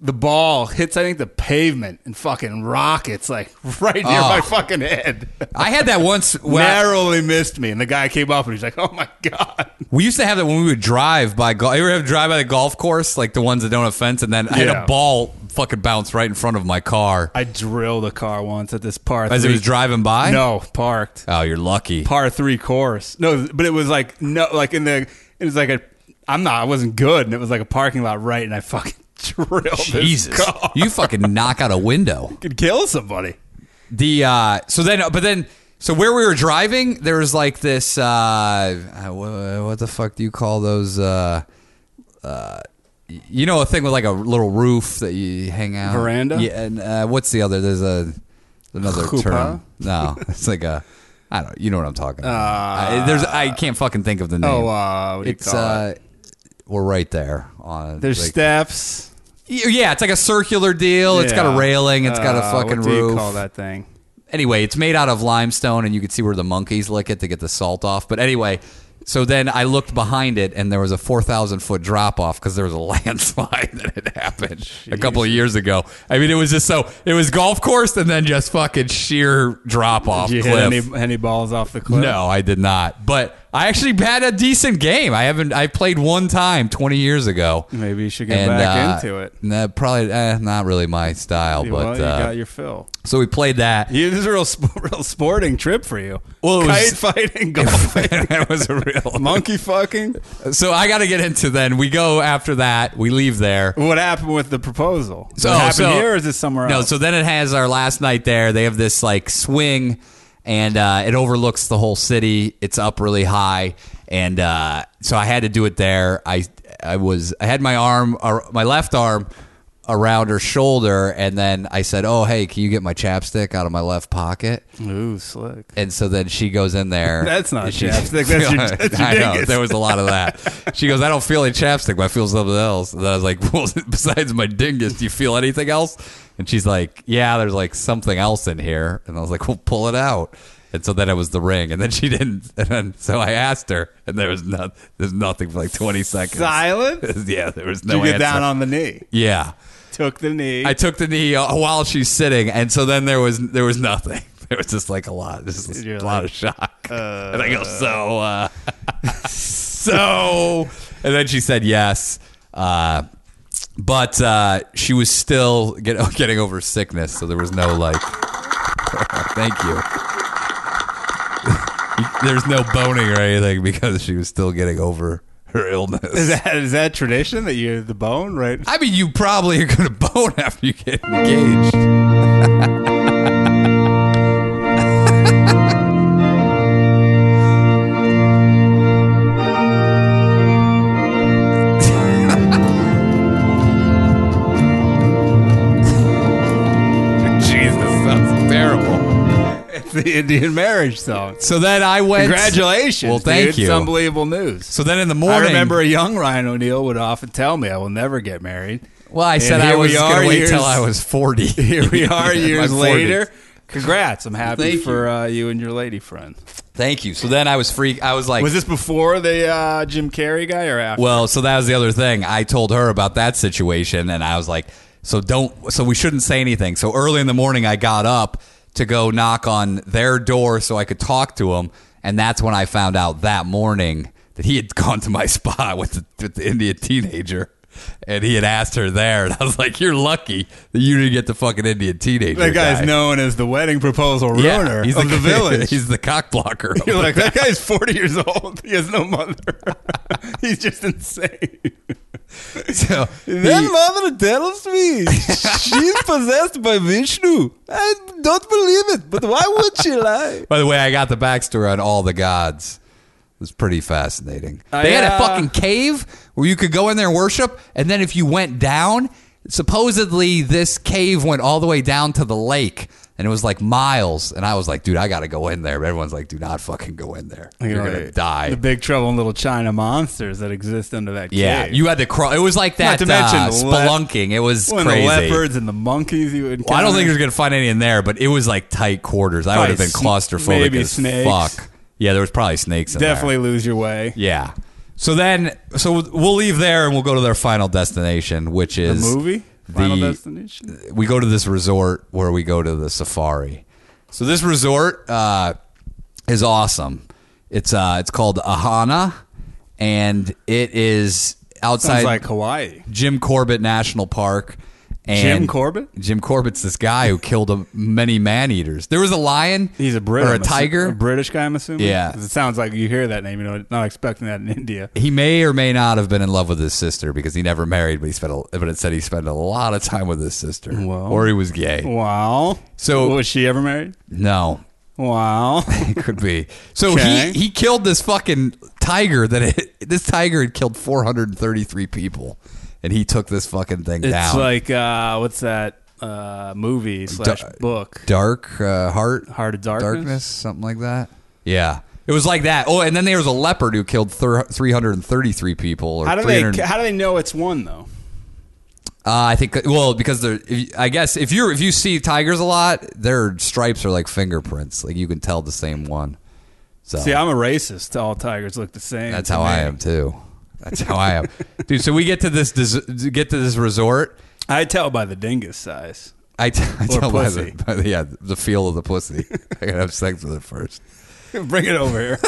Speaker 3: the ball hits, I think, the pavement and fucking rockets like right near my fucking head.
Speaker 4: I had that once. When I-
Speaker 3: Narrowly missed me, and the guy came up and he's like, "Oh my god!"
Speaker 4: We used to have that when we would drive by golf. You ever have drive by the golf course, like the ones that don't have fence, and then I had a
Speaker 3: Yeah.
Speaker 4: ball fucking bounce right in front of my car
Speaker 3: I drilled a car once at this par.
Speaker 4: as it
Speaker 3: three-
Speaker 4: was driving by.
Speaker 3: no parked.
Speaker 4: oh, you're lucky.
Speaker 3: par three course. No, but it was like no, like in the it was like a. I'm not. I wasn't good, and it was like a parking lot, right? And I fucking drilled
Speaker 4: Jesus,
Speaker 3: this car.
Speaker 4: you fucking knock out a window.
Speaker 3: could kill somebody.
Speaker 4: The uh, so then, but then, so where we were driving, there was like this. Uh, uh, wha- what the fuck do you call those? Uh, uh, you know, a thing with like a little roof that you hang out
Speaker 3: Veranda?
Speaker 4: Yeah, and uh, what's the other? There's a another
Speaker 3: Chupa?
Speaker 4: term. No, it's like a. I don't. You know what I'm talking about.
Speaker 3: Uh,
Speaker 4: I, there's. I can't fucking think of the name.
Speaker 3: Oh, uh, what do you
Speaker 4: it's.
Speaker 3: call it?
Speaker 4: uh, We're right there on.
Speaker 3: There's
Speaker 4: like,
Speaker 3: steps.
Speaker 4: Yeah, it's like a circular deal. It's got a
Speaker 3: Yeah.
Speaker 4: railing. It's got a
Speaker 3: Uh,
Speaker 4: fucking
Speaker 3: what do
Speaker 4: roof.
Speaker 3: You call that thing?
Speaker 4: anyway, it's made out of limestone, and you could see where the monkeys lick it to get the salt off. But anyway, so then I looked behind it, and there was a four thousand foot drop off because there was a landslide that had happened a couple of years ago. I mean, it was just so it was golf course, and then just fucking sheer drop off
Speaker 3: Did you
Speaker 4: cliff.
Speaker 3: hit any, any balls off the cliff?
Speaker 4: no, I did not. But I actually had a decent game. I haven't. I played one time twenty years ago.
Speaker 3: Maybe you should get
Speaker 4: And,
Speaker 3: back
Speaker 4: uh,
Speaker 3: into it.
Speaker 4: Nah, probably eh, not really my style.
Speaker 3: You- well,
Speaker 4: but
Speaker 3: you
Speaker 4: uh,
Speaker 3: got your fill.
Speaker 4: so we played that.
Speaker 3: You, this is a real, sp- real sporting trip for you.
Speaker 4: Well, it was-
Speaker 3: Kite fighting, golfing,
Speaker 4: that was a real
Speaker 3: monkey fucking.
Speaker 4: So I got to get into then. We go after that. We leave there.
Speaker 3: What happened with the proposal?
Speaker 4: So
Speaker 3: What happened
Speaker 4: so-
Speaker 3: here or is this somewhere
Speaker 4: No.
Speaker 3: else?
Speaker 4: So then it has our last night there. They have this like swing, and uh, it overlooks the whole city. It's up really high, and uh, so I had to do it there. I I was I had my arm or my left arm around her shoulder, and then I said, "Oh hey, can you get my chapstick out of my left pocket?"
Speaker 3: Ooh, slick.
Speaker 4: And so then she goes in there.
Speaker 3: That's not
Speaker 4: She-
Speaker 3: chapstick. That's your- that's your
Speaker 4: I know.
Speaker 3: dingus.
Speaker 4: There was a lot of that. She goes, I don't feel any chapstick, but I feel something else. And then I was like, Well, besides my dingus, do you feel anything else? And she's like, Yeah, there's like something else in here. And I was like, Well, pull it out. And so then it was the ring. And then she didn't. And then so I asked her, and there was not, there's nothing for like 20 seconds.
Speaker 3: Silence?
Speaker 4: yeah, there was no
Speaker 3: You get
Speaker 4: answer.
Speaker 3: down on the knee.
Speaker 4: yeah.
Speaker 3: Took the knee.
Speaker 4: I took the knee uh, while she's sitting, and so then there was there was nothing. There was just like a lot, just a
Speaker 3: You're
Speaker 4: lot of shock. and I go, so, uh, so, and then she said yes, uh, but uh, she was still get, getting over sickness, so there was no like, thank you. There's no boning or anything because she was still getting over her illness.
Speaker 3: is that is that tradition that you're the bone, right?
Speaker 4: I mean, you probably are going to bone after you get engaged. Jesus, that's terrible.
Speaker 3: It's the Indian marriage song.
Speaker 4: So then I went.
Speaker 3: Congratulations.
Speaker 4: Well, thank
Speaker 3: dude.
Speaker 4: you.
Speaker 3: It's unbelievable news.
Speaker 4: So then in the
Speaker 3: I
Speaker 4: morning,
Speaker 3: remember a young Ryan O'Neill would often tell me, I will never get married.
Speaker 4: Well, I
Speaker 3: And
Speaker 4: said I
Speaker 3: here we
Speaker 4: was going
Speaker 3: are
Speaker 4: to wait
Speaker 3: years-
Speaker 4: till I was forty.
Speaker 3: Here we are
Speaker 4: In my
Speaker 3: years
Speaker 4: 40s.
Speaker 3: later. Congrats. I'm happy
Speaker 4: Thank
Speaker 3: for you. Uh, you and your lady friend.
Speaker 4: Thank you. So then I was freak. I was like,
Speaker 3: Was this before the uh, Jim Carrey guy or after?
Speaker 4: Well, so that was the other thing. I told her about that situation, and I was like, "So don't. So we shouldn't say anything." So early in the morning, I got up to go knock on their door so I could talk to him, and that's when I found out that morning that he had gone to my spot with the, with the Indian teenager. And he had asked her there, and I was like, "You're lucky that you didn't get the fucking Indian teenager."
Speaker 3: that guy's
Speaker 4: guy.
Speaker 3: known as the wedding proposal
Speaker 4: Yeah,
Speaker 3: ruiner of the village.
Speaker 4: He's the cock blocker. of
Speaker 3: You're
Speaker 4: the
Speaker 3: like, that guy's 40 years old. He has no mother. He's just insane.
Speaker 4: So
Speaker 10: That
Speaker 4: he-
Speaker 10: mother tells me she's possessed by Vishnu. I don't believe it, but why would she lie?
Speaker 4: By the way, I got the backstory on all the gods. It was pretty fascinating.
Speaker 3: I,
Speaker 4: they had a
Speaker 3: uh,
Speaker 4: fucking cave where you could go in there and worship, and then if you went down, supposedly this cave went all the way down to the lake, and it was like miles. And I was like, dude, I gotta go in there. But everyone's like, do not fucking go in there. You're,
Speaker 3: know,
Speaker 4: gonna
Speaker 3: the-
Speaker 4: die.
Speaker 3: The big trouble in Little China monsters that exist under that
Speaker 4: yeah,
Speaker 3: cave.
Speaker 4: you had to crawl. It was like
Speaker 3: Not to
Speaker 4: that uh,
Speaker 3: mention the le-
Speaker 4: spelunking. It was
Speaker 3: when
Speaker 4: crazy.
Speaker 3: the leopards and the monkeys you would.
Speaker 4: Well, I don't think you're going to find any in there, but it was like tight quarters. I would have been
Speaker 3: Probably
Speaker 4: claustrophobic
Speaker 3: sn- maybe
Speaker 4: as
Speaker 3: snakes.
Speaker 4: fuck. Yeah, there was probably snakes in there.
Speaker 3: definitely lose your way.
Speaker 4: Yeah. So then, so we'll leave there and we'll go to their final destination, which
Speaker 3: The
Speaker 4: is
Speaker 3: movie, Final
Speaker 4: the-
Speaker 3: Destination.
Speaker 4: We go to this resort where we go to the safari. So this resort uh, is awesome. It's uh, it's called Ahana, and it is outside
Speaker 3: Sounds like Hawaii.
Speaker 4: Jim Corbett National Park. And
Speaker 3: Jim Corbett?
Speaker 4: Jim Corbett's this guy who killed a, many man eaters. There was a lion.
Speaker 3: He's a Brit
Speaker 4: or a
Speaker 3: I'm assu-
Speaker 4: tiger.
Speaker 3: a British guy. I'm assuming.
Speaker 4: Yeah.
Speaker 3: 'Cause it sounds like you hear that name. You know, not expecting that in India.
Speaker 4: he may or may not have been in love with his sister because he never married, but he spent. A, but it said he spent a lot of time with his sister,
Speaker 3: Well.
Speaker 4: or he was gay.
Speaker 3: Wow.
Speaker 4: So-
Speaker 3: was she ever married?
Speaker 4: No,
Speaker 3: Wow.
Speaker 4: it could be. So
Speaker 3: Okay.
Speaker 4: he he killed this fucking tiger that it, this tiger had killed 433 people, and he took this fucking thing
Speaker 3: it's
Speaker 4: down.
Speaker 3: like uh, what's that uh, movie slash book?
Speaker 4: Dark uh, heart,
Speaker 3: Heart of Darkness?
Speaker 4: something like that. Yeah. It was like that. Oh, and then there was a leopard who killed thir- 333 people. Or
Speaker 3: How do
Speaker 4: 300
Speaker 3: they? How do they know it's one though?
Speaker 4: Uh, I think well because they're if you- I guess if you if you see tigers a lot, their stripes are like fingerprints. Like you can tell the same one. So
Speaker 3: See, I'm a racist. All tigers look the same.
Speaker 4: that's
Speaker 3: to
Speaker 4: how I
Speaker 3: me.
Speaker 4: am too. That's how I am, dude. So we get to this des- get to this resort.
Speaker 3: I tell by the dingus size.
Speaker 4: I, t- I
Speaker 3: Or
Speaker 4: tell by the,
Speaker 3: pussy.
Speaker 4: by the yeah the feel of the pussy. I gotta have sex with it first.
Speaker 3: Bring it over here.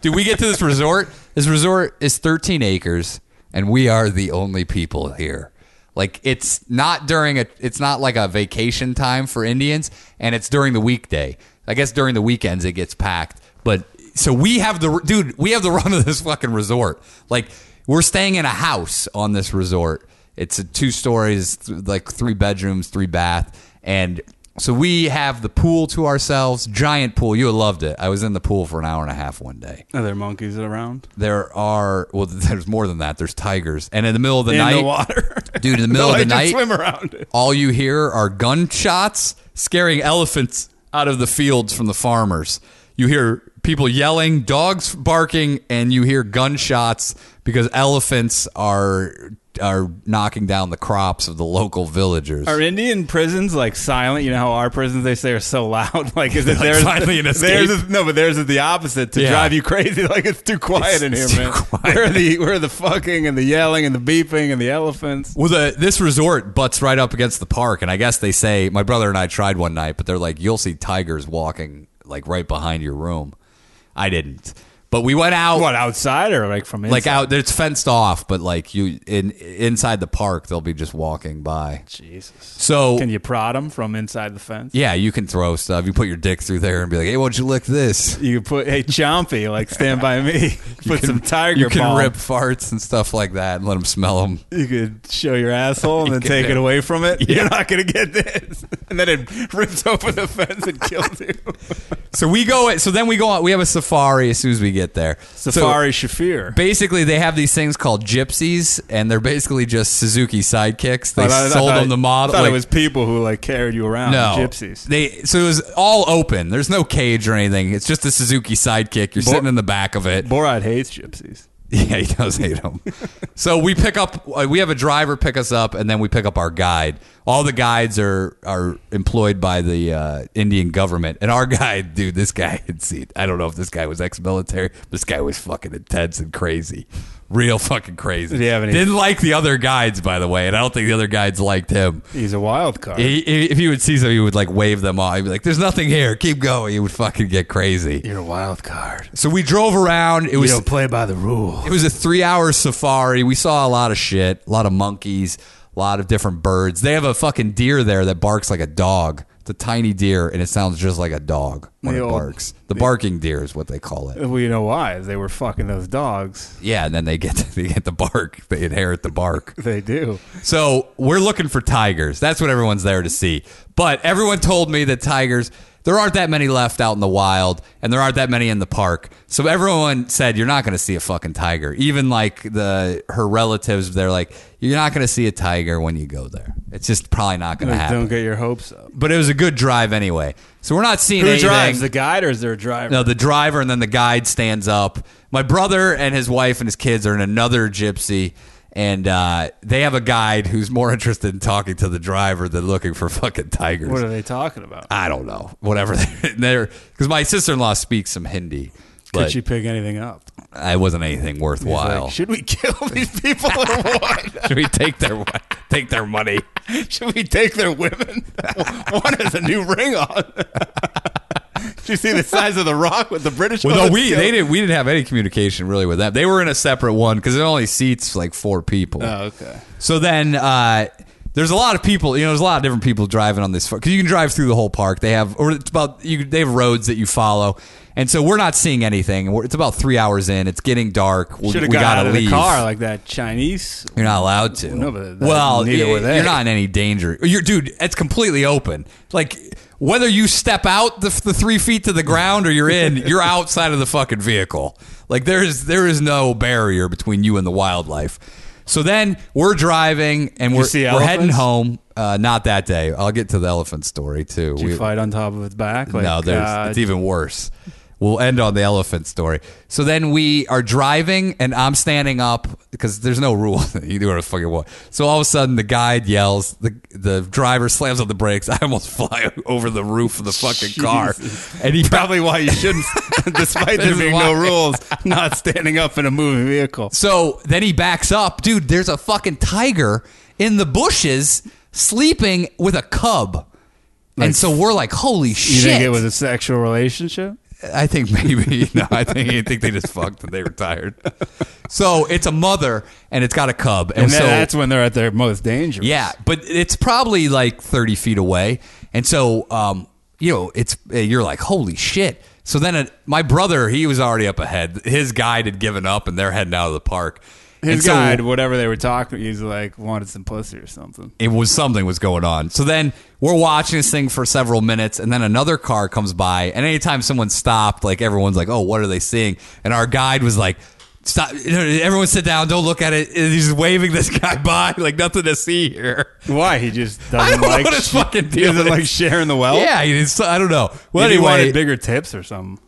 Speaker 4: Dude, we get to this resort. This resort is 13 acres, and we are the only people here. Like it's not during a, it's not like a vacation time for Indians, and it's during the weekday. I guess during the weekends it gets packed, but so we have the dude, we have the run of this fucking resort. Like we're staying in a house on this resort. It's a two stories, th- like three bedrooms, three bath, and so we have the pool to ourselves, giant pool. You would have loved it. I was in the pool for an hour and a half one day
Speaker 3: Are there monkeys around?
Speaker 4: there are well there's more than that there's tigers and in the middle of the
Speaker 3: In
Speaker 4: night
Speaker 3: the water.
Speaker 4: dude in the middle
Speaker 3: No, I
Speaker 4: of the
Speaker 3: just
Speaker 4: night
Speaker 3: swim around it.
Speaker 4: all you hear are gunshots scaring elephants out of the fields from the farmers you hear people yelling dogs barking and you hear gunshots because elephants are are knocking down the crops of the local villagers
Speaker 3: Are Indian prisons like silent? You know how our prisons they say are so loud. Like is it there's
Speaker 4: finally an escape.
Speaker 3: Theirs is, no, but theirs is the opposite to
Speaker 4: Yeah.
Speaker 3: drive you crazy. Like it's too quiet
Speaker 4: It's-
Speaker 3: in here,
Speaker 4: it's too
Speaker 3: man.
Speaker 4: quiet.
Speaker 3: Where are the where are the fucking and the yelling and the beeping and the elephants?
Speaker 4: Well, the, this resort butts right up against the park, and I guess they say my brother and I tried one night, but they're like, you'll see tigers walking like right behind your room. I didn't, but we went out
Speaker 3: What outside or like from inside?
Speaker 4: like out. It's fenced off, but like you in inside the park, they'll be just walking by.
Speaker 3: Jesus.
Speaker 4: So
Speaker 3: Can you prod them from inside the fence?
Speaker 4: yeah, you can throw stuff. You put your dick through there and be like, hey, why don't you lick this?
Speaker 3: You could put hey Chompy like stand by me. put
Speaker 4: You
Speaker 3: some
Speaker 4: can-
Speaker 3: tiger.
Speaker 4: You can
Speaker 3: balm.
Speaker 4: rip farts and stuff like that, and let them smell them.
Speaker 3: You could show your asshole and then
Speaker 4: could
Speaker 3: take
Speaker 4: do-
Speaker 3: it away from it. You're not gonna get this. And then it rips over the fence and kills you.
Speaker 4: So we go. So then we go out. We have a safari as soon as we get there. So-
Speaker 3: Safari Shafir.
Speaker 4: basically they have these things called gypsies and they're basically just suzuki sidekicks they
Speaker 3: But Oh, I- I
Speaker 4: sold
Speaker 3: thought-
Speaker 4: them the model
Speaker 3: I thought
Speaker 4: like-
Speaker 3: it was people who like carried you around.
Speaker 4: no
Speaker 3: gypsies.
Speaker 4: they so it was all open there's no cage or anything it's just a suzuki sidekick you're
Speaker 3: Bor-
Speaker 4: sitting in the back of it
Speaker 3: Borat hates gypsies.
Speaker 4: yeah, he does hate them. so we pick up, uh, we have a driver pick us up, and then we pick up our guide. All the guides are are employed by the uh, Indian government, and our guide, dude, this guy had seen. I don't know if this guy was ex-military. but This guy was fucking intense and crazy, real fucking crazy.
Speaker 3: Did he have any-
Speaker 4: Didn't like the other guides, by the way, and I don't think the other guides liked him.
Speaker 3: He's a wild card.
Speaker 4: He, he- if he would see something, he would like wave them off. He'd be like, "There's nothing here. Keep going." He would fucking get crazy.
Speaker 3: You're a wild card.
Speaker 4: So we drove around. It
Speaker 3: You
Speaker 4: was
Speaker 3: don't play by the rule.
Speaker 4: it was a three hour safari. We saw a lot of shit, a lot of monkeys, a lot of different birds. They have a fucking deer there that barks like a dog. It's a tiny deer, and it sounds just like a dog when
Speaker 3: The
Speaker 4: it
Speaker 3: old-
Speaker 4: barks. The barking deer is what they call it.
Speaker 3: Well, you know why? They were fucking those dogs.
Speaker 4: Yeah, and then they get they get the bark. They inherit the bark.
Speaker 3: They do.
Speaker 4: So we're looking for tigers. That's what everyone's there to see. But everyone told me that tigers, there aren't that many left out in the wild, and there aren't that many in the park. So everyone said you're not going to see a fucking tiger. Even like the her relatives, they're like, you're not going to see a tiger when you go there. It's just probably not going to
Speaker 3: Like, don't
Speaker 4: happen.
Speaker 3: get your hopes up.
Speaker 4: But it was a good drive anyway. So we're not seeing
Speaker 3: Who
Speaker 4: anything.
Speaker 3: drives? The guide or is there a driver?
Speaker 4: No, the driver and then the guide stands up. My brother and his wife and his kids are in another gypsy, and uh, they have a guide who's more interested in talking to the driver than looking for fucking tigers.
Speaker 3: What are they talking about?
Speaker 4: I don't know. Whatever they're because my sister in law speaks some Hindi,
Speaker 3: Could
Speaker 4: but
Speaker 3: she pick anything up?
Speaker 4: it wasn't anything worthwhile.
Speaker 3: Like, should we kill these people or what?
Speaker 4: Should we take their take their money?
Speaker 3: Should we take their women? One has a new ring on. Did you see the size of the rock with the British?
Speaker 4: Well,
Speaker 3: on
Speaker 4: no,
Speaker 3: the
Speaker 4: we
Speaker 3: scale?
Speaker 4: they didn't we didn't have any communication really with them. They were in a separate one because it only seats like four people.
Speaker 3: Oh, okay.
Speaker 4: So then uh, there's a lot of people. You know, there's a lot of different people driving on this because you can drive through the whole park. They have or it's about you. They have roads that you follow, and so we're not seeing anything. We're, it's about three hours in. It's getting dark. We,
Speaker 3: Should
Speaker 4: we
Speaker 3: have got
Speaker 4: gotta
Speaker 3: out of
Speaker 4: leave.
Speaker 3: the car like that Chinese.
Speaker 4: You're not allowed to.
Speaker 3: No, but that-
Speaker 4: well,
Speaker 3: neither
Speaker 4: y-
Speaker 3: were they.
Speaker 4: You're not in any danger. You're, dude, it's completely open. Like whether you step out the, the three feet to the ground or you're in, you're outside of the fucking vehicle. Like there is there is no barrier between you and the wildlife. So then we're driving and we're,
Speaker 3: see
Speaker 4: we're heading
Speaker 3: elephants?
Speaker 4: home. Uh, not that day. I'll get to the elephant story too.
Speaker 3: Did you
Speaker 4: We-
Speaker 3: fight on top of its back? Like,
Speaker 4: no, there's,
Speaker 3: uh,
Speaker 4: it's even worse. We'll end on the elephant story. So then we are driving, and I'm standing up because there's no rule. you do what the fuck you want. So all of a sudden, the guide yells. The the driver slams on the brakes. I almost fly over the roof of the fucking car, and he
Speaker 3: Probably why you shouldn't, despite
Speaker 4: This
Speaker 3: there
Speaker 4: is
Speaker 3: being
Speaker 4: why.
Speaker 3: no rules, not standing up in a moving vehicle.
Speaker 4: So then he backs up. Dude, there's a fucking tiger in the bushes sleeping with a cub. and so we're like, holy
Speaker 3: You
Speaker 4: shit.
Speaker 3: think it was a sexual relationship?
Speaker 4: I think maybe. No, I think I think they just fucked and they were tired. So it's a mother and it's got a cub. And,
Speaker 3: And
Speaker 4: so
Speaker 3: then that's when they're at their most dangerous.
Speaker 4: yeah, but it's probably like 30 feet away. And so, um, you know, it's uh, you're like, holy shit. So then it, my brother, he was already up ahead. His guide had given up and they're heading out of the park. And
Speaker 3: His
Speaker 4: so-
Speaker 3: guide, whatever they were talking, he's like wanted some pussy or something.
Speaker 4: it was something was going on. So then we're watching this thing for several minutes, and then another car comes by. And anytime someone stopped, like everyone's like, "Oh, what are they seeing?" And our guide was like, "Stop! Everyone, sit down. Don't look at it." And he's waving this guy by, like nothing to see here.
Speaker 3: Why he just doesn't
Speaker 4: I don't know
Speaker 3: like
Speaker 4: what his
Speaker 3: sh-
Speaker 4: fucking
Speaker 3: he
Speaker 4: deal
Speaker 3: doesn't
Speaker 4: is.
Speaker 3: like sharing the wealth.
Speaker 4: yeah, it's, I don't know. Well,
Speaker 3: Maybe he
Speaker 4: anyway,
Speaker 3: wanted bigger tips or something.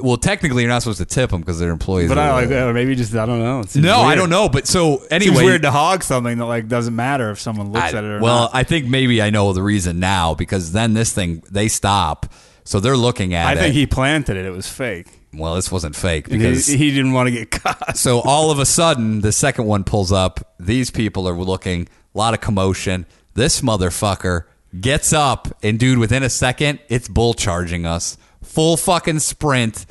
Speaker 4: well, technically, you're not supposed to tip them because they're employees.
Speaker 3: But
Speaker 4: or
Speaker 3: I like
Speaker 4: whatever.
Speaker 3: that. Maybe just I don't know. It seems
Speaker 4: No, I
Speaker 3: weird.
Speaker 4: don't know. But so
Speaker 3: It seems
Speaker 4: anyway,
Speaker 3: weird to hog something that like doesn't matter if someone looks
Speaker 4: I-
Speaker 3: at it or
Speaker 4: well,
Speaker 3: not.
Speaker 4: I think maybe I know the reason now because then this thing they stop, so they're looking at
Speaker 3: I
Speaker 4: it.
Speaker 3: think he planted it. It was fake.
Speaker 4: well, this wasn't fake
Speaker 3: And He,
Speaker 4: because
Speaker 3: he didn't want to get caught.
Speaker 4: so all of a sudden the second one pulls up. These people are looking. A lot of commotion. This motherfucker gets up and dude, within a second, it's bull charging us full fucking sprint,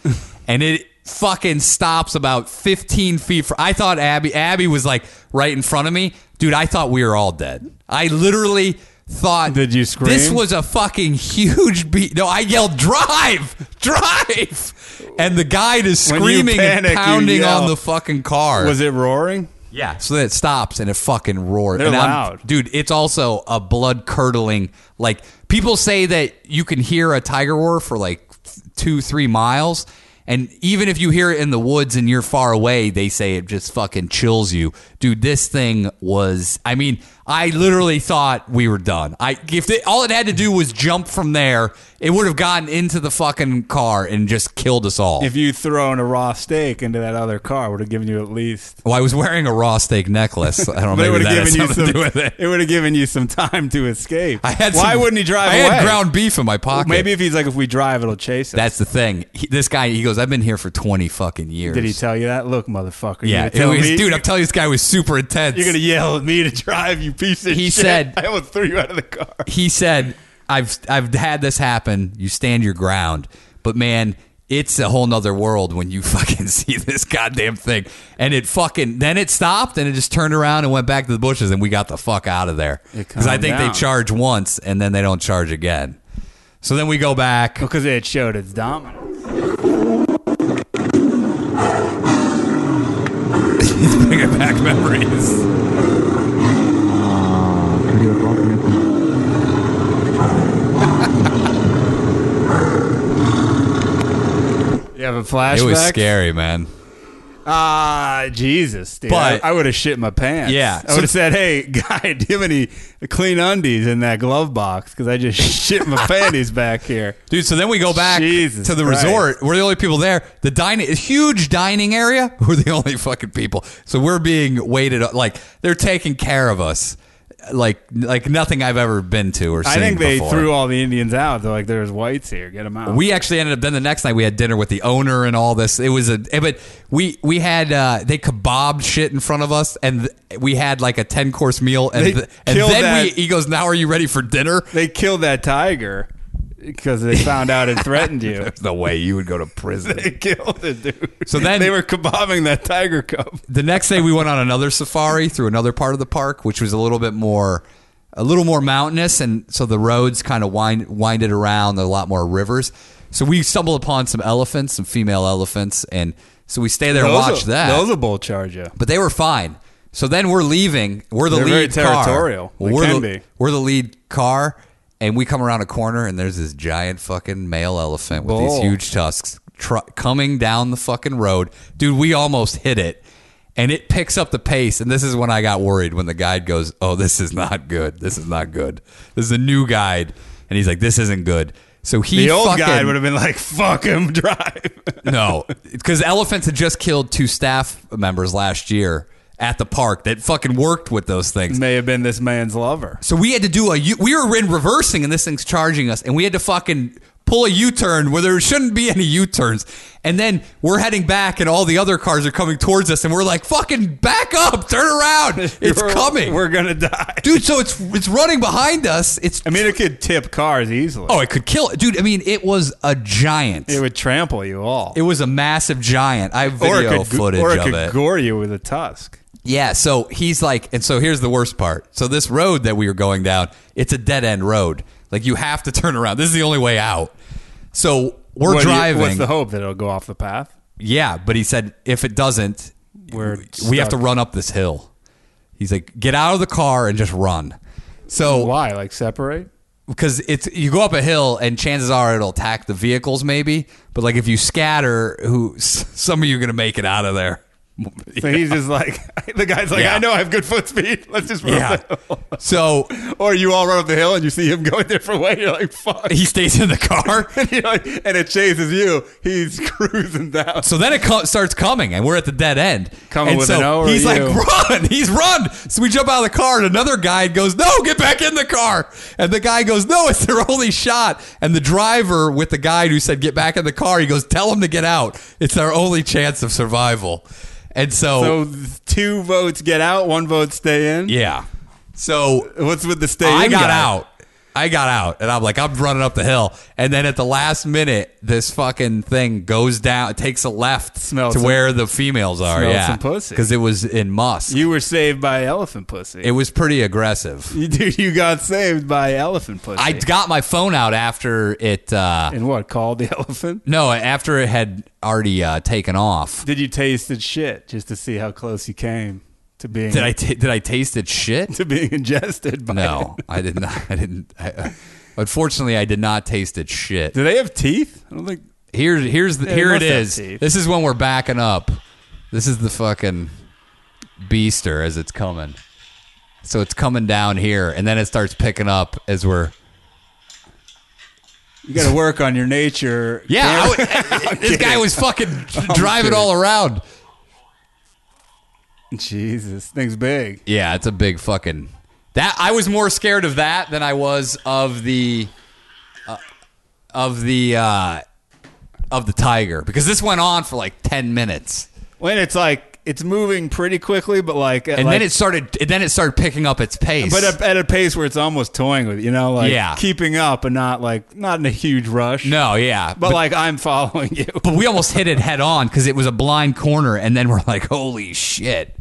Speaker 4: and it fucking stops about 15 feet. From, I thought Abby Abby was like right in front of me, dude. I thought we were all dead. I literally thought.
Speaker 3: Did you scream?
Speaker 4: This was a fucking huge beat. No, I yelled, "Drive, drive!" And the guide is
Speaker 3: When you
Speaker 4: screaming
Speaker 3: panic, you
Speaker 4: and pounding on
Speaker 3: yell.
Speaker 4: the fucking car.
Speaker 3: Was it roaring?
Speaker 4: Yeah. So then it stops and it fucking roars.
Speaker 3: They're
Speaker 4: and I'm-
Speaker 3: loud.
Speaker 4: dude. It's also a blood curdling. Like people say that you can hear a tiger roar for like two, three miles. And even if you hear it in the woods and you're far away, they say it just fucking chills you. Dude, this thing was I mean, I literally thought we were done. I if they, all it had to do was jump from there, it would have gotten into the fucking car and just killed us all.
Speaker 3: If you thrown a raw steak into that other car, would have given you at least.
Speaker 4: well, I was wearing a raw steak necklace. I don't know.
Speaker 3: But it
Speaker 4: maybe
Speaker 3: would have
Speaker 4: that had
Speaker 3: given you
Speaker 4: something
Speaker 3: some.
Speaker 4: to do with it.
Speaker 3: It would have given you some time to escape.
Speaker 4: I had.
Speaker 3: Why
Speaker 4: some-
Speaker 3: wouldn't he drive
Speaker 4: I
Speaker 3: away?
Speaker 4: had ground beef in my pocket.
Speaker 3: Maybe if he's like, if we drive, it'll chase us.
Speaker 4: that's the thing. He- this guy, he goes, "I've been here for twenty fucking years."
Speaker 3: Did he tell you that? Look, motherfucker.
Speaker 4: yeah,
Speaker 3: Yeah,
Speaker 4: it was, dude. I'm telling you, this guy was super intense.
Speaker 3: You're gonna yell at me to drive, you piece of
Speaker 4: He
Speaker 3: shit.
Speaker 4: said-
Speaker 3: I almost threw you out of the car.
Speaker 4: he said, "I've I've had this happen. You stand your ground, but man." It's a whole nother world when you fucking see this goddamn thing. And it fucking, then it stopped and it just turned around and went back to the bushes and we got the fuck out of there.
Speaker 3: It
Speaker 4: Because I
Speaker 3: calmed
Speaker 4: think
Speaker 3: down.
Speaker 4: they charge once and then they don't charge again. So then we go back.
Speaker 3: Because it showed its dominance.
Speaker 4: bringing back memories.
Speaker 3: You have a flashback?
Speaker 4: It was scary, man.
Speaker 3: Ah, Jesus, dude.
Speaker 4: But-
Speaker 3: I, would have shit my pants.
Speaker 4: Yeah.
Speaker 3: I would have said, hey, guy, do you have any clean undies in that glove box? Because I just shit my panties back here.
Speaker 4: Dude, so then we go back
Speaker 3: Jesus
Speaker 4: to the
Speaker 3: Christ.
Speaker 4: resort. We're the only people there. The dining, huge dining area. We're the only fucking people. So we're being waited like they're taking care of us, like like nothing I've ever been to or seen.
Speaker 3: I think they
Speaker 4: before.
Speaker 3: threw all the Indians out. They're like, there's whites here. Get them out.
Speaker 4: We actually ended up then the next night we had dinner with the owner and all this. It was a eh, but we we had uh, they kebabbed shit in front of us and th- we had like a ten course meal and
Speaker 3: They
Speaker 4: th- and
Speaker 3: killed
Speaker 4: then we
Speaker 3: that-
Speaker 4: he goes now are you ready for dinner?
Speaker 3: they killed that tiger because they found out it threatened you.
Speaker 4: There's no way you would go to prison.
Speaker 3: They killed it, dude.
Speaker 4: So then-
Speaker 3: they were kebabbing that tiger cub.
Speaker 4: the next day we went on another safari through another part of the park which was a little bit more a little more mountainous and so the roads kind of wind winded around a lot more rivers so we stumbled upon some elephants some female elephants and so we stay there and watch
Speaker 3: will,
Speaker 4: that
Speaker 3: Those will bull charge you.
Speaker 4: but they were fine so then we're leaving we're the
Speaker 3: They're very
Speaker 4: lead car.
Speaker 3: territorial. They
Speaker 4: we're,
Speaker 3: can
Speaker 4: the,
Speaker 3: be.
Speaker 4: we're the lead car and we come around a corner and there's this giant fucking male elephant with these
Speaker 3: Bull.
Speaker 4: huge tusks tr- coming down the fucking road. Dude, we almost hit it. And it picks up the pace. And this is when I got worried when the guide goes, Oh, this is not good. This is not good. This is a new guide. And he's like, This isn't good. So he
Speaker 3: The old
Speaker 4: fucking,
Speaker 3: guy would have been like, "Fuck him, drive."
Speaker 4: no, because elephants had just killed two staff members last year at the park that fucking worked with those things.
Speaker 3: May have been this man's lover.
Speaker 4: So we had to do a U- we were in reversing and this thing's charging us and we had to fucking pull a U-turn where there shouldn't be any U-turns. And then we're heading back and all the other cars are coming towards us and we're like fucking back up, turn around. It's
Speaker 3: We're-
Speaker 4: coming.
Speaker 3: We're gonna die.
Speaker 4: Dude, so it's it's running behind us. It's
Speaker 3: I mean, it could tip cars easily.
Speaker 4: oh, it could kill it. Dude, I mean, it was a giant.
Speaker 3: it
Speaker 4: It,
Speaker 3: would trample you all.
Speaker 4: was a massive giant. I have
Speaker 3: or
Speaker 4: video
Speaker 3: it could,
Speaker 4: footage
Speaker 3: or it
Speaker 4: of
Speaker 3: could
Speaker 4: it.
Speaker 3: gore you with a tusk.
Speaker 4: Yeah, so he's like, and so here's the worst part. So this road that we were going down, it's a dead end road. Like you have to turn around. This is the only way out. So we're
Speaker 3: What do you-
Speaker 4: driving.
Speaker 3: what's the hope that it'll go off the path?
Speaker 4: yeah, but he said if it doesn't,
Speaker 3: We're
Speaker 4: we have to
Speaker 3: stuck.
Speaker 4: run up this hill. He's like, get out of the car and just run. So
Speaker 3: Why? Like separate?
Speaker 4: because it's you go up a hill and chances are it'll attack the vehicles maybe, but like if you scatter, who s- some of you are gonna make it out of there.
Speaker 3: So he's just like the guy's like,
Speaker 4: Yeah.
Speaker 3: I know I have good foot speed. Let's just run
Speaker 4: Yeah.
Speaker 3: up the hill.
Speaker 4: So
Speaker 3: Or you all run up the hill and you see him going different way. You're like, fuck.
Speaker 4: he stays in the car.
Speaker 3: and, you're like, and it chases you. He's cruising down.
Speaker 4: So then it co- starts coming, and we're at the dead end.
Speaker 3: Coming
Speaker 4: and
Speaker 3: with
Speaker 4: so
Speaker 3: an O or
Speaker 4: he's
Speaker 3: a
Speaker 4: like,
Speaker 3: U?
Speaker 4: "Run!" He's run. So we jump out of the car, and another guy goes, "No, get back in the car!" And the guy goes, "No, it's their only shot." And the driver with the guy who said, "Get back in the car," he goes, "Tell him to get out. It's our only chance of survival." And so,
Speaker 3: So th- two votes get out, one vote stay in.
Speaker 4: yeah, so
Speaker 3: What's with the stay
Speaker 4: I
Speaker 3: in?
Speaker 4: got
Speaker 3: guy?
Speaker 4: out. I got out, and I'm like, I'm running up the hill, and then at the last minute, this fucking thing goes down. It takes a left
Speaker 3: Smelled
Speaker 4: to
Speaker 3: some-
Speaker 4: where the females are.
Speaker 3: smelled
Speaker 4: yeah,
Speaker 3: some pussy.
Speaker 4: because it was in musk.
Speaker 3: You were saved by elephant pussy.
Speaker 4: it was pretty aggressive.
Speaker 3: You- Dude, you got saved by elephant pussy.
Speaker 4: I got my phone out after it. Uh,
Speaker 3: And what? Called the elephant?
Speaker 4: no, after it had already uh, taken off.
Speaker 3: Did you taste its shit just to see how close you came to being
Speaker 4: Did I? ta did I taste it? Shit.
Speaker 3: to being ingested by
Speaker 4: No, I did not. I didn't. I, uh, unfortunately, I did not taste it. Shit.
Speaker 3: Do they have teeth? I don't think.
Speaker 4: Here's here's the,
Speaker 3: Yeah, they
Speaker 4: here it
Speaker 3: must have
Speaker 4: is.
Speaker 3: teeth.
Speaker 4: This is when we're backing up. This is the fucking beaster as it's coming. So it's coming down here, and then it starts picking up as we're.
Speaker 3: You got to work on your nature.
Speaker 4: Yeah,
Speaker 3: Camera-
Speaker 4: I would- this guy was fucking driving
Speaker 3: kidding.
Speaker 4: all around.
Speaker 3: Jesus, thing's big.
Speaker 4: Yeah, it's a big fucking. That I was more scared of that than I was of the, uh, of the, uh, of the tiger because this went on for like ten minutes.
Speaker 3: When it's like it's moving pretty quickly, but like
Speaker 4: And then it started. And then it started picking up its pace.
Speaker 3: but at, at a pace where it's almost toying with you know, like
Speaker 4: Yeah.
Speaker 3: keeping up and not like not in a huge rush.
Speaker 4: No, yeah,
Speaker 3: but, like I'm following you.
Speaker 4: but we almost hit it head on because it was a blind corner, and then we're like, "Holy shit!"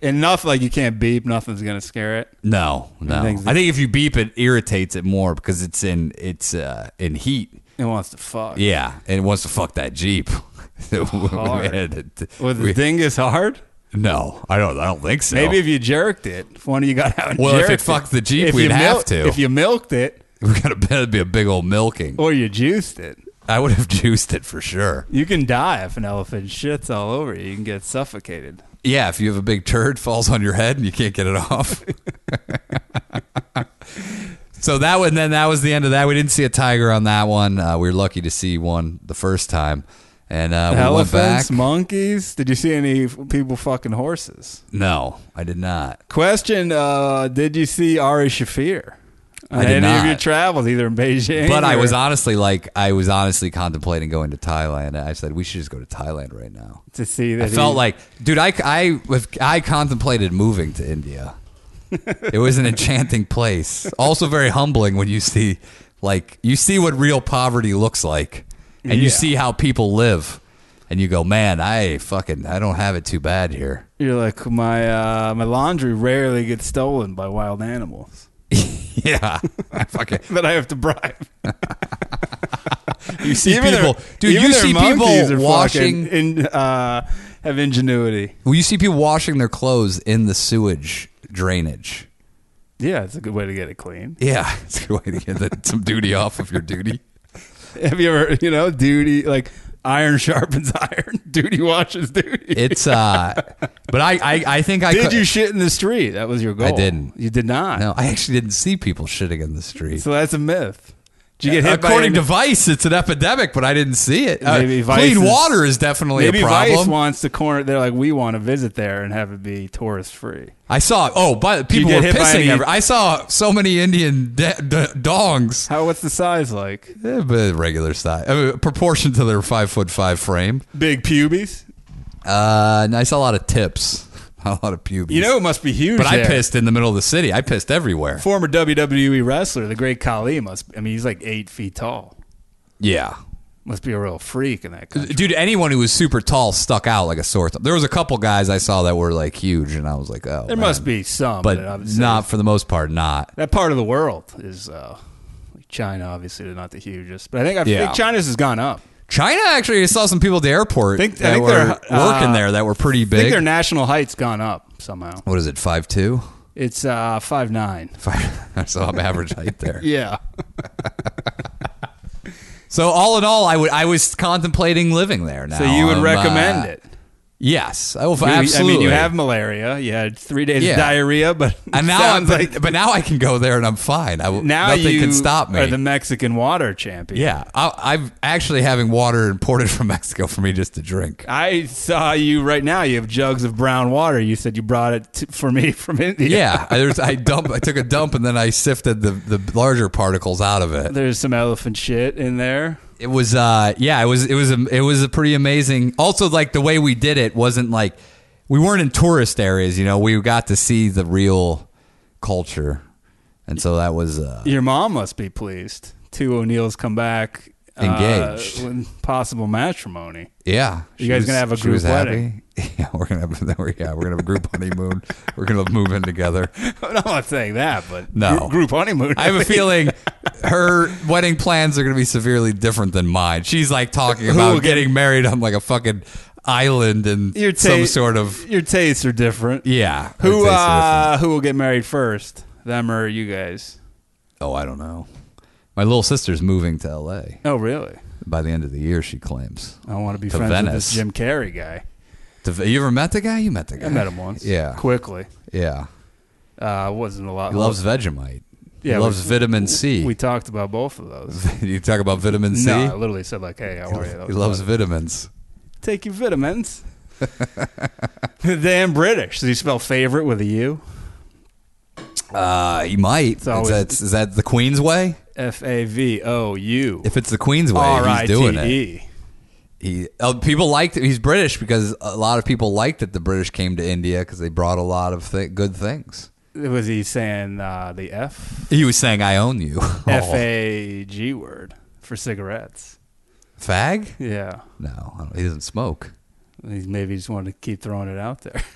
Speaker 3: Enough like you can't beep. Nothing's gonna scare it.
Speaker 4: No, no. I
Speaker 3: Everything's-
Speaker 4: think if you beep, it irritates it more because it's in it's uh, in heat.
Speaker 3: It wants to fuck.
Speaker 4: Yeah, and it wants to fuck that jeep. So we
Speaker 3: Hard.
Speaker 4: had to-
Speaker 3: Was the
Speaker 4: we-
Speaker 3: thing is hard?
Speaker 4: no, I don't. I don't think so.
Speaker 3: Maybe if you jerked it, if one of you got out. And
Speaker 4: Well, if it
Speaker 3: jerked
Speaker 4: fucked the Jeep,
Speaker 3: If
Speaker 4: we'd
Speaker 3: you
Speaker 4: have
Speaker 3: milk-
Speaker 4: to.
Speaker 3: If you milked it
Speaker 4: we gotta that'd be a big old milking.
Speaker 3: or you juiced it,
Speaker 4: I would have juiced it for sure.
Speaker 3: you can die if an elephant shits all over you. You can get suffocated.
Speaker 4: Yeah, if you have a big turd falls on your head and you can't get it off. so that one, then that was the end of that. We didn't see a tiger on that one. Uh, we were lucky to see one the first time, and uh, we
Speaker 3: Elephants,
Speaker 4: went back.
Speaker 3: monkeys. Did you see any f- people fucking horses?
Speaker 4: No, I did not.
Speaker 3: Question: uh, Did you see Ari Shafir?
Speaker 4: I did
Speaker 3: any of
Speaker 4: not.
Speaker 3: your travels, either in Beijing,
Speaker 4: But I
Speaker 3: or-
Speaker 4: was honestly like, I was honestly contemplating going to Thailand. I said we should just go to Thailand right now.
Speaker 3: to see that.
Speaker 4: I felt
Speaker 3: he-
Speaker 4: like, dude, I I I contemplated moving to India. it was an enchanting place. Also very humbling when you see like you see what real poverty looks like and you
Speaker 3: Yeah.
Speaker 4: see how people live and you go, "Man, I fucking I don't have it too bad here."
Speaker 3: you're like my uh, my laundry rarely gets stolen by wild animals
Speaker 4: Yeah. I fucking
Speaker 3: that I have to bribe.
Speaker 4: you see
Speaker 3: Even
Speaker 4: people
Speaker 3: their-
Speaker 4: dude,
Speaker 3: even
Speaker 4: you
Speaker 3: their
Speaker 4: see
Speaker 3: monkeys
Speaker 4: people
Speaker 3: are
Speaker 4: washing
Speaker 3: fucking in uh, have ingenuity.
Speaker 4: well, you see people washing their clothes in the sewage drainage.
Speaker 3: Yeah, it's a good way to get it clean.
Speaker 4: Yeah, it's a good way to get the- some duty off of your duty.
Speaker 3: Have you ever, you know, duty like iron sharpens iron, duty washes duty.
Speaker 4: It's uh but I I, I think I
Speaker 3: did
Speaker 4: could-
Speaker 3: you shit in the street? That was your goal.
Speaker 4: didn't.
Speaker 3: You did not.
Speaker 4: No, I actually didn't see people shitting in the street.
Speaker 3: So that's a myth. Did you get hit by
Speaker 4: According
Speaker 3: any-
Speaker 4: to Vice, it's an epidemic, but I didn't see it. Uh,
Speaker 3: Maybe Vice
Speaker 4: clean
Speaker 3: is-
Speaker 4: water is definitely
Speaker 3: Maybe
Speaker 4: a problem.
Speaker 3: Vice wants to corner. They're like, we want to visit there and have it be tourist free.
Speaker 4: I saw. Oh, but people
Speaker 3: get
Speaker 4: were
Speaker 3: hit by
Speaker 4: pissing.
Speaker 3: any-
Speaker 4: every- I saw so many Indian de- de- dongs,
Speaker 3: How? What's the size like?
Speaker 4: Eh, but regular size, I mean, proportion to their five foot five frame.
Speaker 3: Big pubes.
Speaker 4: Uh, and I saw a lot of tips, a lot of pubes.
Speaker 3: You know, it must be huge.
Speaker 4: but I
Speaker 3: there.
Speaker 4: pissed in the middle of the city. I pissed everywhere.
Speaker 3: Former WWE wrestler, the great Kali, must. I mean, he's like eight feet tall.
Speaker 4: Yeah.
Speaker 3: Must be a real freak in that country.
Speaker 4: Dude, anyone who was super tall stuck out like a sore thumb. There was a couple guys I saw that were like huge, and I was like, oh,
Speaker 3: There must be some, but,
Speaker 4: but
Speaker 3: obviously
Speaker 4: not for the most part, not.
Speaker 3: that part of the world is uh, like China. Obviously, they're not the hugest, but I think I
Speaker 4: Yeah.
Speaker 3: think China's has gone up.
Speaker 4: China actually I saw some people at the airport
Speaker 3: Think- I
Speaker 4: that
Speaker 3: think
Speaker 4: were
Speaker 3: they're, uh,
Speaker 4: working there that were pretty
Speaker 3: I think
Speaker 4: big.
Speaker 3: their national height's gone up somehow.
Speaker 4: what is it, five two?
Speaker 3: It's uh, five nine.
Speaker 4: Five. so I'm average height there.
Speaker 3: Yeah,
Speaker 4: So all in all, I would I was contemplating living there now.
Speaker 3: so you would
Speaker 4: I'm,
Speaker 3: recommend
Speaker 4: uh,
Speaker 3: it.
Speaker 4: Yes, I will,
Speaker 3: You-
Speaker 4: absolutely.
Speaker 3: I mean, you have malaria. You had three days
Speaker 4: Yeah.
Speaker 3: of diarrhea, but
Speaker 4: and now I'm,
Speaker 3: sounds
Speaker 4: but,
Speaker 3: like
Speaker 4: but now I can go there and I'm fine. I, will-
Speaker 3: now
Speaker 4: nothing
Speaker 3: you
Speaker 4: can stop me.
Speaker 3: Are the Mexican water champion?
Speaker 4: yeah, I, I'm actually having water imported from Mexico for me just to drink.
Speaker 3: I saw you right now. You have jugs of brown water. You said you brought it to, for me from India.
Speaker 4: Yeah, I, there's, I dump. I took a dump and then I sifted the, the larger particles out of it.
Speaker 3: There's some elephant shit in there.
Speaker 4: It was uh yeah, it was it was a, it was a pretty amazing. Also like the way we did it wasn't like we weren't in tourist areas, you know. We got to see the real culture. And so that was uh
Speaker 3: Your mom must be pleased. Two O'Neills come back uh,
Speaker 4: Engaged.
Speaker 3: when possible matrimony.
Speaker 4: yeah.
Speaker 3: You
Speaker 4: She
Speaker 3: guys gonna have a
Speaker 4: she
Speaker 3: group
Speaker 4: was
Speaker 3: wedding?
Speaker 4: happy. Yeah, we're gonna have yeah, we're gonna have a group honeymoon. We're gonna move in together.
Speaker 3: I'm not saying that, but
Speaker 4: No.
Speaker 3: gr- group honeymoon.
Speaker 4: I have a
Speaker 3: think.
Speaker 4: feeling her wedding plans are going to be severely different than mine. She's like talking
Speaker 3: will
Speaker 4: about
Speaker 3: get-
Speaker 4: getting married on like a fucking island and
Speaker 3: Your
Speaker 4: some
Speaker 3: ta-
Speaker 4: sort of
Speaker 3: your tastes are different.
Speaker 4: yeah. her
Speaker 3: Who
Speaker 4: tastes are different.
Speaker 3: uh, who will get married first? Them or you guys?
Speaker 4: Oh, I don't know. My little sister's moving to LA
Speaker 3: Oh, really?
Speaker 4: by the end of the year, she claims.
Speaker 3: I want to be
Speaker 4: To
Speaker 3: friends with
Speaker 4: Venice.
Speaker 3: this Jim Carrey guy.
Speaker 4: To- You ever met the guy? You met the guy.
Speaker 3: I met him once.
Speaker 4: Yeah.
Speaker 3: quickly.
Speaker 4: Yeah.
Speaker 3: Uh, wasn't a lot.
Speaker 4: He loves Vegemite.
Speaker 3: Yeah,
Speaker 4: he loves
Speaker 3: we-
Speaker 4: vitamin C.
Speaker 3: We talked about both of those.
Speaker 4: you talk about vitamin C?
Speaker 3: No, I Oh, literally said like, "Hey, how are you?"
Speaker 4: he loves vitamins.
Speaker 3: take your vitamins. Damn British. Does he spell favorite with a U?
Speaker 4: Uh, he might. Is
Speaker 3: always-
Speaker 4: that, is that the Queen's way?
Speaker 3: F A V O U
Speaker 4: If it's the Queen's way,
Speaker 3: R I
Speaker 4: he's
Speaker 3: T
Speaker 4: doing it.
Speaker 3: E.
Speaker 4: He uh, people liked it. He's British because a lot of people liked that the British came to India because they brought a lot of th- good things.
Speaker 3: E. Was he saying uh, the F
Speaker 4: He was saying, "I own you."
Speaker 3: F A G word for cigarettes?
Speaker 4: fag?
Speaker 3: Yeah,
Speaker 4: No, I don't, he doesn't smoke.
Speaker 3: he's maybe just wanted to keep throwing it out there.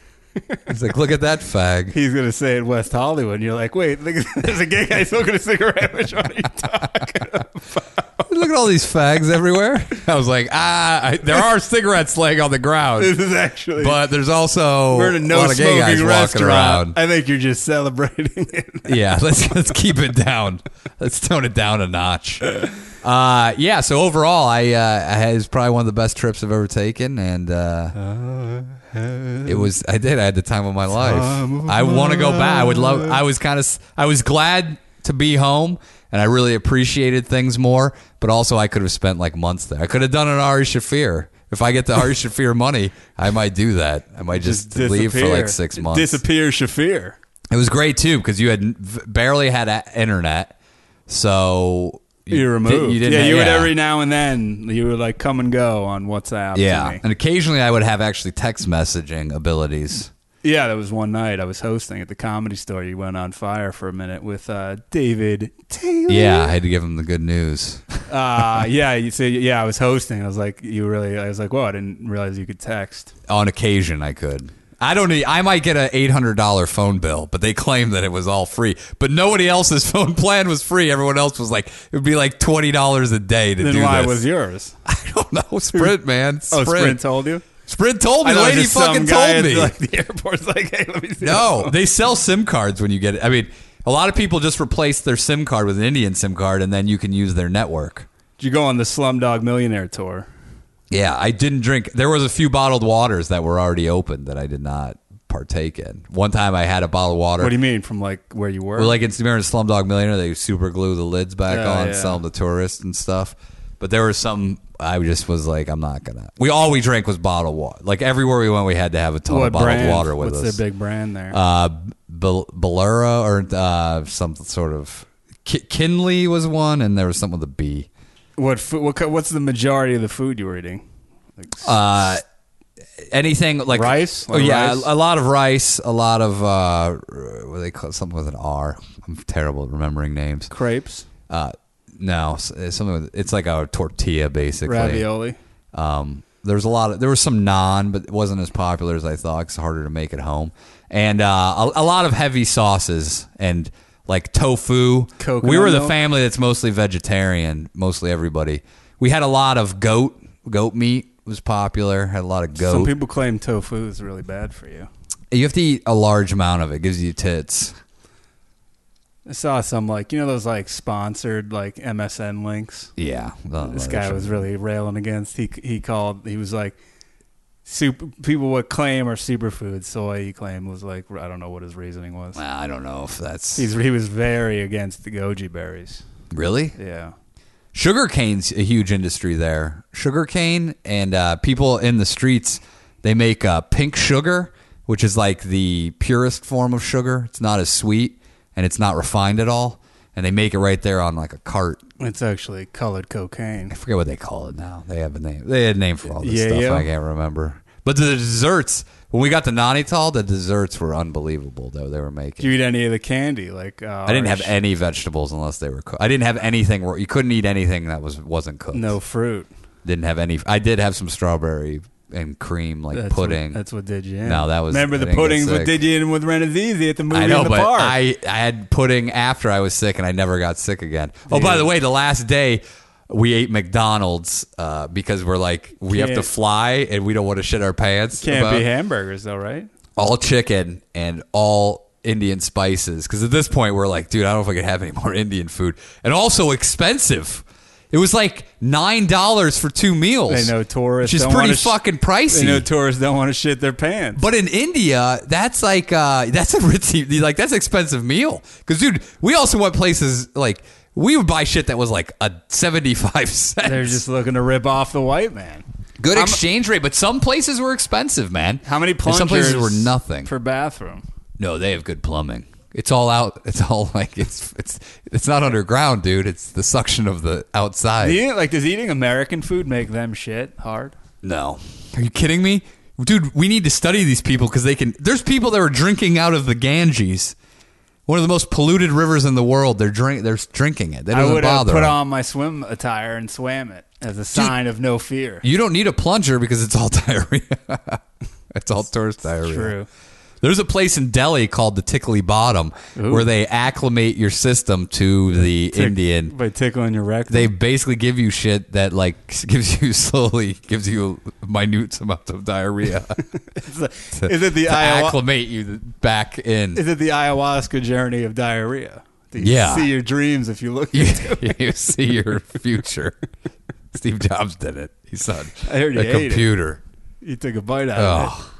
Speaker 4: He's like, look at that fag.
Speaker 3: He's gonna say it in West Hollywood. And you're like, wait, look, there's a gay guy smoking a cigarette. Which one are you talking? about?
Speaker 4: Look at all these fags everywhere. I was like, ah, I, there are cigarettes laying on the
Speaker 3: This
Speaker 4: ground,
Speaker 3: is actually
Speaker 4: but there's also
Speaker 3: we're in a
Speaker 4: a
Speaker 3: no
Speaker 4: lot of gay guys
Speaker 3: smoking
Speaker 4: walking
Speaker 3: restaurant.
Speaker 4: around.
Speaker 3: I think you're just celebrating it.
Speaker 4: Yeah, let's let's keep it down. Let's tone it down a notch. Uh, yeah. So overall, I uh, it was probably one of the best trips I've ever taken, and uh, it was. I did. I had the Uh, time of my life. I want to go back. I would love. I was kind of. I was glad to be home, and I really appreciated things more. But also, I could have spent like months there. I could have done an Ari Shafir. If I get the Ari Shafir money, I might do that. I might just, leave for like six months.
Speaker 3: Disappear, Shafir.
Speaker 4: It was great too because you had n- v- barely had a- internet, so you,
Speaker 3: You're
Speaker 4: di-
Speaker 3: removed. yeah,
Speaker 4: have-
Speaker 3: you would every now and then you would like come and go on WhatsApp.
Speaker 4: yeah,
Speaker 3: to me.
Speaker 4: and occasionally I would have actually text messaging abilities.
Speaker 3: yeah. There was one night I was hosting at the comedy store. You went on fire for a minute with uh, David Taylor.
Speaker 4: Yeah, I had to give them the good news.
Speaker 3: uh, yeah. You said yeah. I was hosting. I was like, you really? I was like, whoa! I didn't realize you could text.
Speaker 4: On occasion, I could. I don't need. I might get an eight hundred dollar phone bill, but they claim that it was all free. But nobody else's phone plan was free. Everyone else was like, it would be like twenty dollars a day to
Speaker 3: Then
Speaker 4: do
Speaker 3: why
Speaker 4: this.
Speaker 3: was yours?
Speaker 4: I don't know. Sprint, man.
Speaker 3: Oh,
Speaker 4: Sprint.
Speaker 3: Sprint, told you.
Speaker 4: Sprint told me. The
Speaker 3: thought it was
Speaker 4: lady
Speaker 3: just some
Speaker 4: fucking
Speaker 3: guy
Speaker 4: told
Speaker 3: at,
Speaker 4: me.
Speaker 3: Like the airport's like, hey, let me see.
Speaker 4: No, they sell SIM cards when you get it. I mean, a lot of people just replace their SIM card with an Indian SIM card, and then you can use their network.
Speaker 3: Did you go on the Slumdog Millionaire tour?
Speaker 4: Yeah, I didn't drink. There was a few bottled waters that were already open that I did not partake in. One time I had a bottle of water.
Speaker 3: What do you mean? From like where you were?
Speaker 4: Well, like in remember in Slumdog Millionaire, they super glue the lids back
Speaker 3: Yeah,
Speaker 4: on,
Speaker 3: yeah.
Speaker 4: sell them to tourists and stuff. But there was some I just was like, I'm not gonna. We all we drank was bottled water. Like everywhere we went, we had to have a ton of
Speaker 3: what
Speaker 4: bottled
Speaker 3: brand?
Speaker 4: water with
Speaker 3: What's
Speaker 4: us.
Speaker 3: their big brand there?
Speaker 4: uh, Bel- Belura or uh, some sort of Ki Kinley was one, and there was something with a B.
Speaker 3: what food? What, co- what's the majority of the food you were eating?
Speaker 4: Uh, anything like
Speaker 3: Rice?
Speaker 4: Oh yeah,
Speaker 3: Rice?
Speaker 4: a lot of rice, a lot of uh, what do they call it? something with an R. I'm terrible at remembering names.
Speaker 3: Crepes,
Speaker 4: Uh, no, s- it's something. With, it's like a tortilla, basically.
Speaker 3: ravioli.
Speaker 4: Um, there's a lot of there was some non, but it wasn't as popular as I thought. 'cause It's harder to make at home, and uh, a, a lot of heavy sauces and like tofu.
Speaker 3: Coconut
Speaker 4: we were the
Speaker 3: milk.
Speaker 4: family that's mostly vegetarian. Mostly everybody. We had a lot of goat. Goat meat was popular. Had a lot of
Speaker 3: Some
Speaker 4: goat.
Speaker 3: people claim tofu is really bad for you.
Speaker 4: you have to eat a large amount of it. Gives you tits.
Speaker 3: I saw some like you know those like sponsored like MSN links.
Speaker 4: Yeah.
Speaker 3: This guy was really railing against. He he called. He was like, super, people would claim are superfood. Soy he claimed was like I don't know what his reasoning was.
Speaker 4: Well, Ah, I don't know if that's
Speaker 3: He's he was very against the goji berries.
Speaker 4: really.
Speaker 3: Yeah,
Speaker 4: sugarcane's a huge industry there. Sugarcane and uh, people in the streets they make uh, pink sugar, which is like the purest form of sugar. It's not as sweet and it's not refined at all. And they make it right there on like a cart.
Speaker 3: it's actually colored cocaine.
Speaker 4: I forget what they call it now. They have a name. They had a name for all this
Speaker 3: Yeah,
Speaker 4: stuff.
Speaker 3: yeah.
Speaker 4: I can't remember. But the desserts when we got to Nanital, the desserts were unbelievable though they were making.
Speaker 3: Do you eat any of the candy? Like uh,
Speaker 4: I didn't have
Speaker 3: orange-
Speaker 4: any vegetables unless they were cooked. I didn't have anything. where- You couldn't eat anything that was wasn't cooked.
Speaker 3: no fruit.
Speaker 4: Didn't have any. I did have some strawberry and cream like
Speaker 3: That's
Speaker 4: pudding.
Speaker 3: What, that's what did you in.
Speaker 4: No, that was-
Speaker 3: remember
Speaker 4: I
Speaker 3: the
Speaker 4: didn't get
Speaker 3: puddings with
Speaker 4: sick.
Speaker 3: did you in with Ren is Easy at the movie
Speaker 4: I know,
Speaker 3: in the
Speaker 4: but
Speaker 3: park.
Speaker 4: I I had pudding after I was sick, and I never got sick again. Oh, by the way, the last day we ate McDonald's uh, because we're like we have to
Speaker 3: Can't-
Speaker 4: fly and we don't want to shit our pants.
Speaker 3: Can't
Speaker 4: about-
Speaker 3: be hamburgers though, right?
Speaker 4: all chicken and all Indian spices. Because at this point, we're like, dude, I don't know if I could have any more Indian food. And also expensive. It was like nine dollars for two meals.
Speaker 3: They know tourists.
Speaker 4: which is
Speaker 3: don't
Speaker 4: pretty
Speaker 3: wanna sh-
Speaker 4: fucking pricey.
Speaker 3: They know tourists don't want to shit their pants.
Speaker 4: But in India, that's like uh, that's a ritzy, like that's an expensive meal. Because dude, we also went places like we would buy shit that was like a seventy five cents.
Speaker 3: they're just looking to rip off the white man.
Speaker 4: good exchange rate, but some places were expensive, man.
Speaker 3: How many
Speaker 4: And
Speaker 3: plungers?
Speaker 4: Some places were nothing.
Speaker 3: per bathroom.
Speaker 4: no, they have good plumbing. It's all out. It's all like it's it's it's not underground, dude. It's the suction of the outside.
Speaker 3: Do you- like, does eating American food make them shit hard?
Speaker 4: No. Are you kidding me? Dude, we need to study these people because they can. There's people that are drinking out of the Ganges, one of the most polluted rivers in the world. They're drink. They're drinking it. That
Speaker 3: I
Speaker 4: doesn't
Speaker 3: would have
Speaker 4: bother.
Speaker 3: put
Speaker 4: them.
Speaker 3: on my swim attire and swam it as a sign of no fear.
Speaker 4: You don't need a plunger because it's all diarrhea. it's all tourist diarrhea.
Speaker 3: True.
Speaker 4: There's a place in Delhi called the Tickly Bottom where they acclimate your system to the Indian
Speaker 3: by tickling your rectum.
Speaker 4: they basically give you shit that like gives you slowly gives you minute amounts of diarrhea. to,
Speaker 3: is it the
Speaker 4: to
Speaker 3: ayahu-
Speaker 4: acclimate you back in?
Speaker 3: Is it the ayahuasca journey of diarrhea? Do you
Speaker 4: Yeah.
Speaker 3: see your dreams if you look
Speaker 4: you,
Speaker 3: into it?
Speaker 4: you see your future. Steve Jobs did it. He saw
Speaker 3: I heard he
Speaker 4: a
Speaker 3: ate it.
Speaker 4: computer.
Speaker 3: You took a bite out of
Speaker 4: Oh.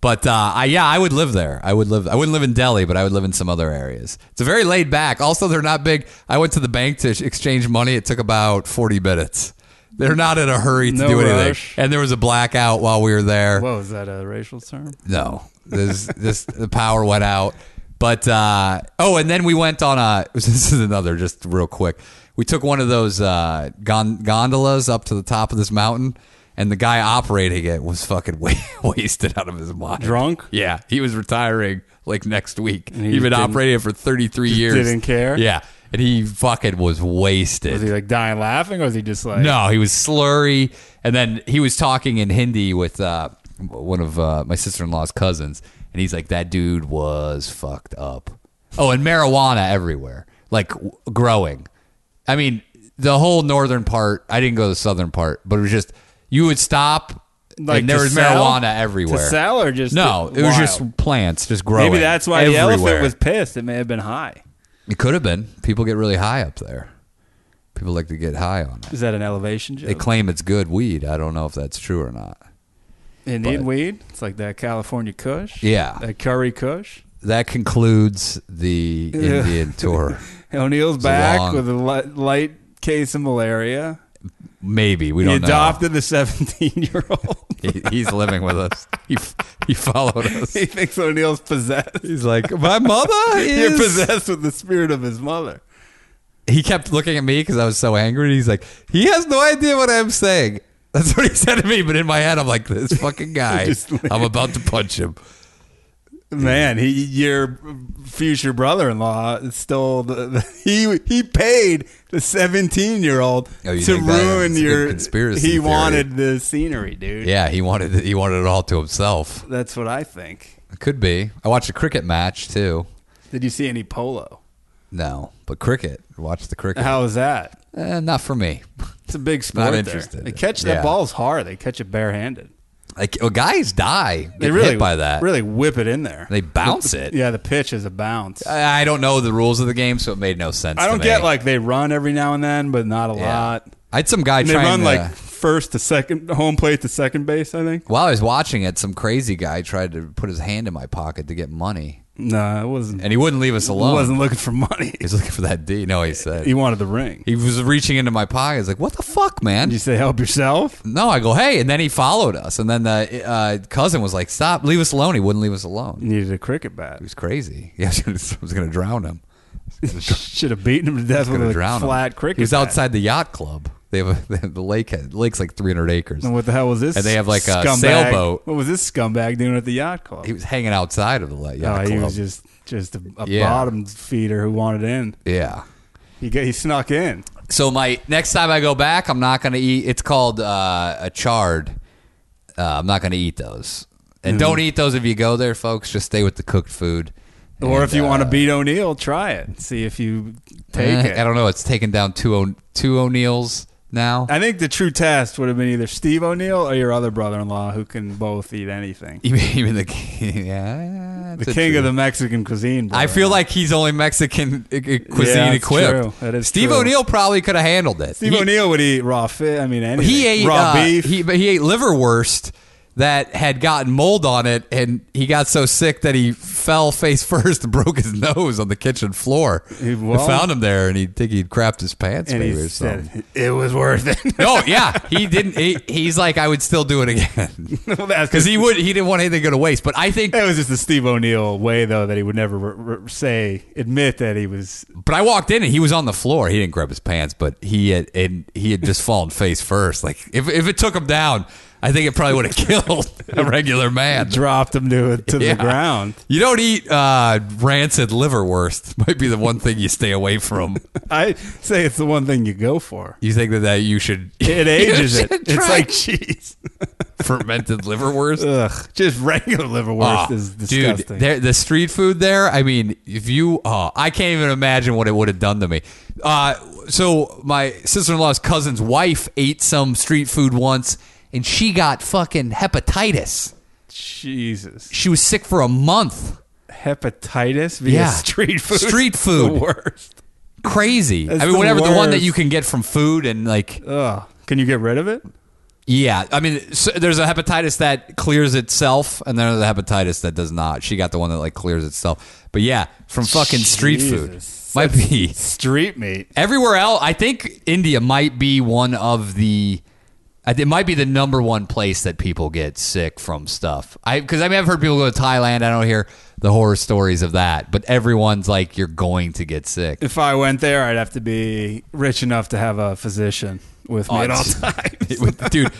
Speaker 4: But uh, I, yeah, I would live there. I would live. I wouldn't live in Delhi, but I would live in some other areas. It's a very laid back. Also, they're not big. I went to the bank to exchange money. It took about forty minutes. They're not in a hurry to
Speaker 3: No
Speaker 4: do anything.
Speaker 3: rush.
Speaker 4: And there was a blackout while we were there.
Speaker 3: it. What was that a racial term?
Speaker 4: No, this this the power went out. But uh, oh, and then we went on a. This is another just real quick. We took one of those uh, gon- gondolas up to the top of this mountain, and the guy operating it was fucking wa- wasted out of his mind.
Speaker 3: Drunk?
Speaker 4: Yeah, he was retiring like next week.
Speaker 3: he
Speaker 4: He had been
Speaker 3: didn't-
Speaker 4: operating it for thirty three years.
Speaker 3: didn't care?
Speaker 4: Yeah, and he fucking was wasted.
Speaker 3: Was he like dying laughing, or was he just like
Speaker 4: No, he was slurry, and then he was talking in Hindi with uh, one of uh, my sister in law's cousins, and he's like, "That dude was fucked up." Oh, and marijuana everywhere, like w- growing. I mean, the whole northern part. I didn't go to the southern part, but it was just you would stop,
Speaker 3: Like
Speaker 4: and there
Speaker 3: to
Speaker 4: was
Speaker 3: sell?
Speaker 4: marijuana everywhere.
Speaker 3: To sell or just
Speaker 4: no,
Speaker 3: to-
Speaker 4: it was
Speaker 3: wild?
Speaker 4: just plants just growing.
Speaker 3: maybe that's why
Speaker 4: everywhere.
Speaker 3: the elephant was pissed. It may have been high.
Speaker 4: It could have been. People get really high up there. People like to get high on it.
Speaker 3: Is that an elevation
Speaker 4: They
Speaker 3: joke?
Speaker 4: claim it's good weed. I don't know if that's true or not.
Speaker 3: Indian weed. It's like that California Kush.
Speaker 4: Yeah.
Speaker 3: That curry Kush.
Speaker 4: That concludes the Indian tour.
Speaker 3: O'Neill's
Speaker 4: a
Speaker 3: back
Speaker 4: long-
Speaker 3: with a li- light case of malaria.
Speaker 4: Maybe we
Speaker 3: He
Speaker 4: don't
Speaker 3: adopted the 17 year old.
Speaker 4: know. He, he's living with us. He he followed us.
Speaker 3: he thinks O'Neill's possessed.
Speaker 4: He's like, my mother
Speaker 3: You're
Speaker 4: is.
Speaker 3: possessed with the spirit of his mother.
Speaker 4: He kept looking at me because I was so angry. He's like, he has no idea what I'm saying. That's what he said to me. But in my head, I'm like, this fucking guy.
Speaker 3: Just-
Speaker 4: I'm about to punch him.
Speaker 3: Man, he your future brother-in-law stole the, the he he paid the 17-year-old
Speaker 4: Oh, you
Speaker 3: to
Speaker 4: think that
Speaker 3: ruin
Speaker 4: is a
Speaker 3: your
Speaker 4: good conspiracy
Speaker 3: He
Speaker 4: theory.
Speaker 3: wanted the scenery, dude.
Speaker 4: Yeah, he wanted he wanted it all to himself.
Speaker 3: That's what I think.
Speaker 4: Could be. I watched a cricket match too.
Speaker 3: Did you see any polo?
Speaker 4: No, but cricket. Watch the cricket.
Speaker 3: How was that?
Speaker 4: Eh, not for me.
Speaker 3: It's a big sport. there.
Speaker 4: interested.
Speaker 3: They catch that
Speaker 4: Yeah.
Speaker 3: ball's hard. They catch it barehanded.
Speaker 4: Like oh, guys die.
Speaker 3: They
Speaker 4: get
Speaker 3: really
Speaker 4: hit by that.
Speaker 3: Really whip it in there.
Speaker 4: They bounce it.
Speaker 3: yeah, the pitch is a bounce. I,
Speaker 4: I I don't know the rules of the game, so it made no sense. to
Speaker 3: don't
Speaker 4: me.
Speaker 3: get like they run every now and then, but not a
Speaker 4: Yeah.
Speaker 3: lot.
Speaker 4: I had some guy
Speaker 3: And they
Speaker 4: trying
Speaker 3: run
Speaker 4: to,
Speaker 3: like first to second, home plate to second base. I think.
Speaker 4: while I was watching it, some crazy guy tried to put his hand in my pocket to get money,
Speaker 3: No, it wasn't.
Speaker 4: and he wouldn't leave us alone.
Speaker 3: He wasn't looking for money.
Speaker 4: He was looking for that D. No, he said
Speaker 3: He
Speaker 4: he,
Speaker 3: wanted the ring.
Speaker 4: was reaching into my pocket. He's like, "What the fuck, man?"
Speaker 3: Did you say help yourself?
Speaker 4: no, I go, "Hey," and then he followed us, and then the uh, cousin was like, "Stop, leave us alone." He wouldn't leave us alone.
Speaker 3: You needed a cricket bat.
Speaker 4: He was crazy. Yeah, I was gonna- I was going to drown him.
Speaker 3: Should have beaten him to death with
Speaker 4: Going
Speaker 3: a
Speaker 4: to drown
Speaker 3: flat
Speaker 4: him.
Speaker 3: cricket.
Speaker 4: He was
Speaker 3: bat.
Speaker 4: outside the yacht club. They have a, they have the lake. The lake's like 300 acres.
Speaker 3: And what the hell was this?
Speaker 4: And they have, like, a
Speaker 3: scumbag-
Speaker 4: sailboat.
Speaker 3: What was this scumbag doing at the yacht club?
Speaker 4: He was hanging outside of the la-
Speaker 3: oh,
Speaker 4: yacht
Speaker 3: he
Speaker 4: club.
Speaker 3: was just just a, a
Speaker 4: Yeah.
Speaker 3: bottom feeder who wanted in.
Speaker 4: yeah.
Speaker 3: He got, he snuck in.
Speaker 4: So my next time I go back, I'm not going to eat. It's called uh, a chard. Uh, I'm not going to eat those. And
Speaker 3: Mm-hmm.
Speaker 4: don't eat those if you go there, folks. Just stay with the cooked food.
Speaker 3: Or
Speaker 4: And,
Speaker 3: if you
Speaker 4: uh,
Speaker 3: want to beat O'Neill, try it. See if you take
Speaker 4: eh,
Speaker 3: it.
Speaker 4: I don't know. It's taken down two o- two O'Neills now.
Speaker 3: I think the true test would have been either Steve O'Neill or your other brother-in-law, who can both eat anything.
Speaker 4: even, even the yeah,
Speaker 3: The king of the Mexican cuisine.
Speaker 4: I
Speaker 3: brother.
Speaker 4: feel like he's only Mexican uh, uh, cuisine
Speaker 3: that's
Speaker 4: equipped.
Speaker 3: true. That is
Speaker 4: Steve
Speaker 3: true.
Speaker 4: O'Neill probably could have handled it.
Speaker 3: Steve
Speaker 4: He-
Speaker 3: O'Neill would eat raw fish. I mean, anything.
Speaker 4: He ate
Speaker 3: raw
Speaker 4: uh,
Speaker 3: beef.
Speaker 4: He but he ate liverwurst that had gotten mold on it, and he got so sick that he fell face first and broke his nose on the kitchen floor.
Speaker 3: He-
Speaker 4: They
Speaker 3: well-
Speaker 4: found him there, and he think he'd crapped his pants
Speaker 3: and
Speaker 4: maybe
Speaker 3: he
Speaker 4: or something.
Speaker 3: said it was worth it.
Speaker 4: no, yeah, he didn't. He, he's like, I would still do it again
Speaker 3: Well, that's
Speaker 4: because he would. He didn't want anything to go to waste. But I think.
Speaker 3: It was just the Steve O'Neill way, though, that he would never r- r- say, admit that he was.
Speaker 4: But I walked in and he was on the floor. He didn't grab his pants, but he had and he had just fallen face first. Like if if it took him down, I think it probably would have killed a regular man.
Speaker 3: dropped him to to
Speaker 4: Yeah.
Speaker 3: the ground.
Speaker 4: You don't eat uh, rancid liverwurst. Might be the one thing you stay away from.
Speaker 3: I say it's the one thing you go for.
Speaker 4: You think that, that you should
Speaker 3: It ages
Speaker 4: you
Speaker 3: it.
Speaker 4: should
Speaker 3: It's
Speaker 4: try
Speaker 3: like cheese.
Speaker 4: fermented liverwurst.
Speaker 3: Ugh, just regular liverwurst
Speaker 4: Oh,
Speaker 3: is disgusting.
Speaker 4: dude, there- the street food there. I mean, if you, oh, I can't even imagine what it would have done to me. Uh, so my sister-in-law's cousin's wife ate some street food once, and she got fucking hepatitis.
Speaker 3: Jesus,
Speaker 4: She was sick for a month.
Speaker 3: hepatitis via
Speaker 4: Yeah.
Speaker 3: street food.
Speaker 4: Street food.
Speaker 3: the worst.
Speaker 4: Crazy.
Speaker 3: That's
Speaker 4: I mean,
Speaker 3: the
Speaker 4: whatever the one that
Speaker 3: worst.
Speaker 4: you can get from food and like
Speaker 3: Ugh, can you get rid of it?
Speaker 4: Yeah, I mean, s there's a hepatitis that clears itself, and there's a hepatitis that does not. She got the one that like clears itself. But yeah, from fucking street food,
Speaker 3: Jesus.
Speaker 4: might be
Speaker 3: Street meat.
Speaker 4: everywhere else. I think India might be one of the. I think It might be the number one place that people get sick from stuff. I because I mean I've heard people go to Thailand. I don't hear the horror stories of that, but everyone's like, you're going to get sick.
Speaker 3: If I went there, I'd have to be rich enough to have a physician with me
Speaker 4: Oh,
Speaker 3: at all
Speaker 4: it's-
Speaker 3: times.
Speaker 4: Dude,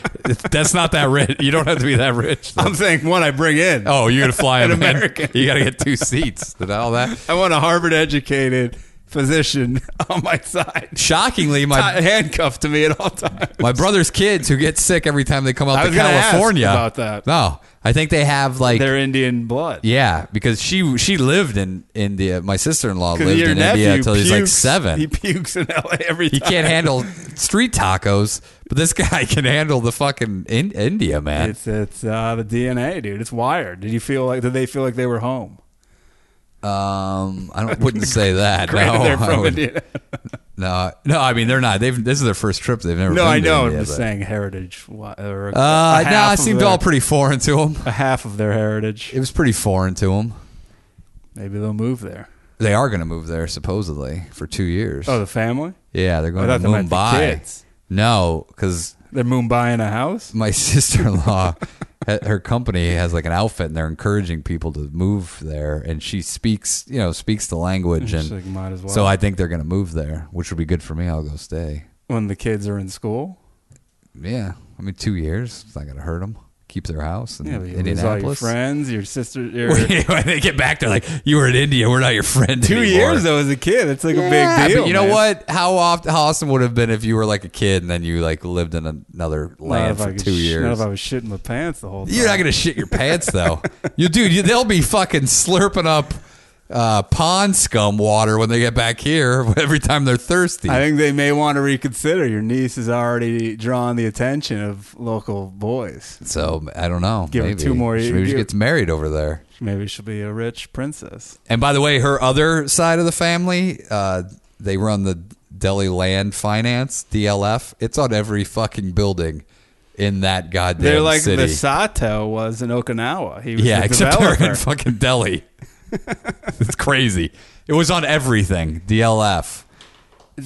Speaker 4: that's not that rich. You don't have to be that rich. though.
Speaker 3: I'm saying one I bring in.
Speaker 4: Oh, you're gonna fly
Speaker 3: An
Speaker 4: him in.
Speaker 3: American.
Speaker 4: You gotta get two seats and all that.
Speaker 3: I want a Harvard educated physician on my side,
Speaker 4: Shockingly,
Speaker 3: Tie-
Speaker 4: my
Speaker 3: handcuffed to me at all times.
Speaker 4: my brother's kids who get sick every time they come out
Speaker 3: I
Speaker 4: to
Speaker 3: was gonna ask
Speaker 4: California
Speaker 3: about that.
Speaker 4: No, I think they have like
Speaker 3: They're Indian blood.
Speaker 4: yeah, because she she lived in India. My sister in law
Speaker 3: 'Cause
Speaker 4: lived
Speaker 3: your
Speaker 4: in
Speaker 3: nephew
Speaker 4: India until he's like
Speaker 3: pukes-
Speaker 4: seven.
Speaker 3: He
Speaker 4: He,
Speaker 3: pukes in LA every time.
Speaker 4: can't handle street tacos, but this guy can handle the fucking in, India man.
Speaker 3: It's it's uh, the DNA, dude. It's wired. Did you feel like? Did they feel like they were home?
Speaker 4: Um, I don't, wouldn't say that.
Speaker 3: Granted,
Speaker 4: no,
Speaker 3: they're
Speaker 4: I
Speaker 3: from
Speaker 4: would-
Speaker 3: Indiana.
Speaker 4: No, no, I mean they're not. They've this is their first trip. They've never.
Speaker 3: No,
Speaker 4: been
Speaker 3: I
Speaker 4: to
Speaker 3: know.
Speaker 4: India,
Speaker 3: I'm just
Speaker 4: but-
Speaker 3: saying heritage. wa- Or a-
Speaker 4: Uh,
Speaker 3: a
Speaker 4: no,
Speaker 3: half
Speaker 4: it
Speaker 3: of
Speaker 4: seemed
Speaker 3: their-
Speaker 4: all pretty foreign to them.
Speaker 3: A half of their heritage.
Speaker 4: It was pretty foreign to them.
Speaker 3: Maybe they'll move there.
Speaker 4: They are going to move there supposedly for two years.
Speaker 3: Oh, the family?
Speaker 4: yeah, they're going
Speaker 3: I
Speaker 4: to
Speaker 3: thought they meant the
Speaker 4: Mumbai.
Speaker 3: kids.
Speaker 4: No, because
Speaker 3: They're Mumbai in a house?
Speaker 4: my sister-in-law ha- her company has like an outfit and they're encouraging people to move there and she speaks you know speaks the language and
Speaker 3: She's like, might as well.
Speaker 4: so i think they're going to move there which would be good for me i'll go stay
Speaker 3: When the kids are in school?
Speaker 4: yeah i mean two years it's not going to hurt them keep their house in
Speaker 3: Yeah, but you lose all your
Speaker 4: indianapolis
Speaker 3: friends, your sister. Your,
Speaker 4: when they get back they're like you were in india we're not your friend
Speaker 3: two
Speaker 4: anymore."
Speaker 3: years, though, as a kid. It's like a
Speaker 4: Yeah,
Speaker 3: big deal.
Speaker 4: but you know
Speaker 3: man.
Speaker 4: what? How often, how awesome would it have been if you were like a kid and then you like lived in another
Speaker 3: Not
Speaker 4: land
Speaker 3: if I
Speaker 4: for
Speaker 3: could
Speaker 4: two
Speaker 3: sh-
Speaker 4: years.
Speaker 3: Not if I was shitting my pants the whole time.
Speaker 4: You're not gonna shit your pants though. you dude, you, they'll be fucking slurping up uh, pond scum water when they get back here. Every time they're thirsty.
Speaker 3: I think they may want to reconsider. Your niece has already drawn the attention of local boys.
Speaker 4: so I don't know.
Speaker 3: Give her
Speaker 4: maybe.
Speaker 3: two more
Speaker 4: Maybe she
Speaker 3: years.
Speaker 4: gets married over there.
Speaker 3: Maybe she'll be a rich princess.
Speaker 4: And by the way, her other side of the family, uh, they run the Delhi Land Finance (DLF). It's on every fucking building in that goddamn
Speaker 3: They're like
Speaker 4: city.
Speaker 3: the Sato was in Okinawa. He was
Speaker 4: yeah,
Speaker 3: a
Speaker 4: except they're in
Speaker 3: developer.
Speaker 4: fucking Delhi. it's crazy. It was on everything. DLF.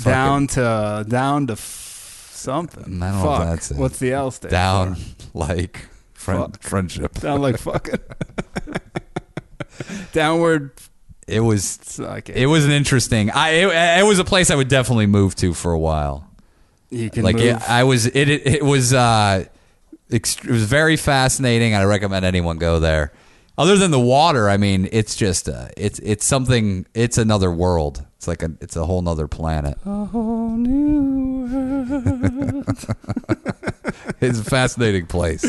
Speaker 3: down to down to f- something.
Speaker 4: I don't know
Speaker 3: Fuck.
Speaker 4: if that's it.
Speaker 3: What's the L stand?
Speaker 4: down
Speaker 3: for?
Speaker 4: like friend,
Speaker 3: uh, Fuck. uh,
Speaker 4: friendship.
Speaker 3: Down like fucking. Downward.
Speaker 4: It was
Speaker 3: I can't-
Speaker 4: it was an interesting. I it, it was a place I would definitely move to for a while.
Speaker 3: you can
Speaker 4: Like
Speaker 3: move.
Speaker 4: it, I was it it, it was uh ext- it was very fascinating. I recommend anyone go there. Other than the water, I mean, it's just uh, it's it's something. It's another world. It's like a it's a whole nother planet.
Speaker 3: whole new world.
Speaker 4: It's a fascinating place.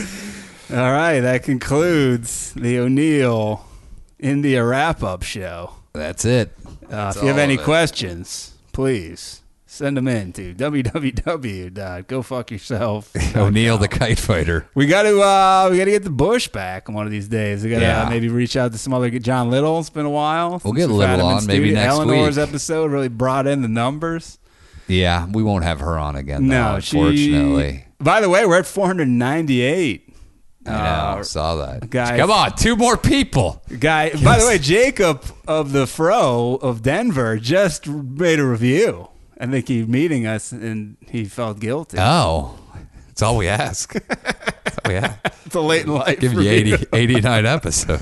Speaker 3: All right, that concludes the O'Neill India wrap up show.
Speaker 4: That's it.
Speaker 3: Uh, if you have any questions, please send them in to www.gofuckyourself.
Speaker 4: O'Neill, the kite fighter.
Speaker 3: we got to uh, we got to get the bush back one of these days. We got to
Speaker 4: Yeah.
Speaker 3: maybe reach out to some other John Little. It's been a while.
Speaker 4: We'll
Speaker 3: since
Speaker 4: get
Speaker 3: we've had
Speaker 4: Little
Speaker 3: him in
Speaker 4: on maybe
Speaker 3: studio.
Speaker 4: next
Speaker 3: Eleanor's
Speaker 4: week.
Speaker 3: episode really brought in the numbers.
Speaker 4: Yeah, we won't have her on again. Though,
Speaker 3: no, she-
Speaker 4: Oh, unfortunately.
Speaker 3: by the way, we're at 498.
Speaker 4: I know,
Speaker 3: Uh,
Speaker 4: saw that.
Speaker 3: guys-
Speaker 4: Come on, two more people.
Speaker 3: Guy, by the way, Jacob of the Fro of Denver just made a review. I think he's meeting us, and he felt guilty.
Speaker 4: Oh, that's all we ask. That's all we ask.
Speaker 3: It's a late in life.
Speaker 4: Give you
Speaker 3: review.
Speaker 4: 80, 89 episodes.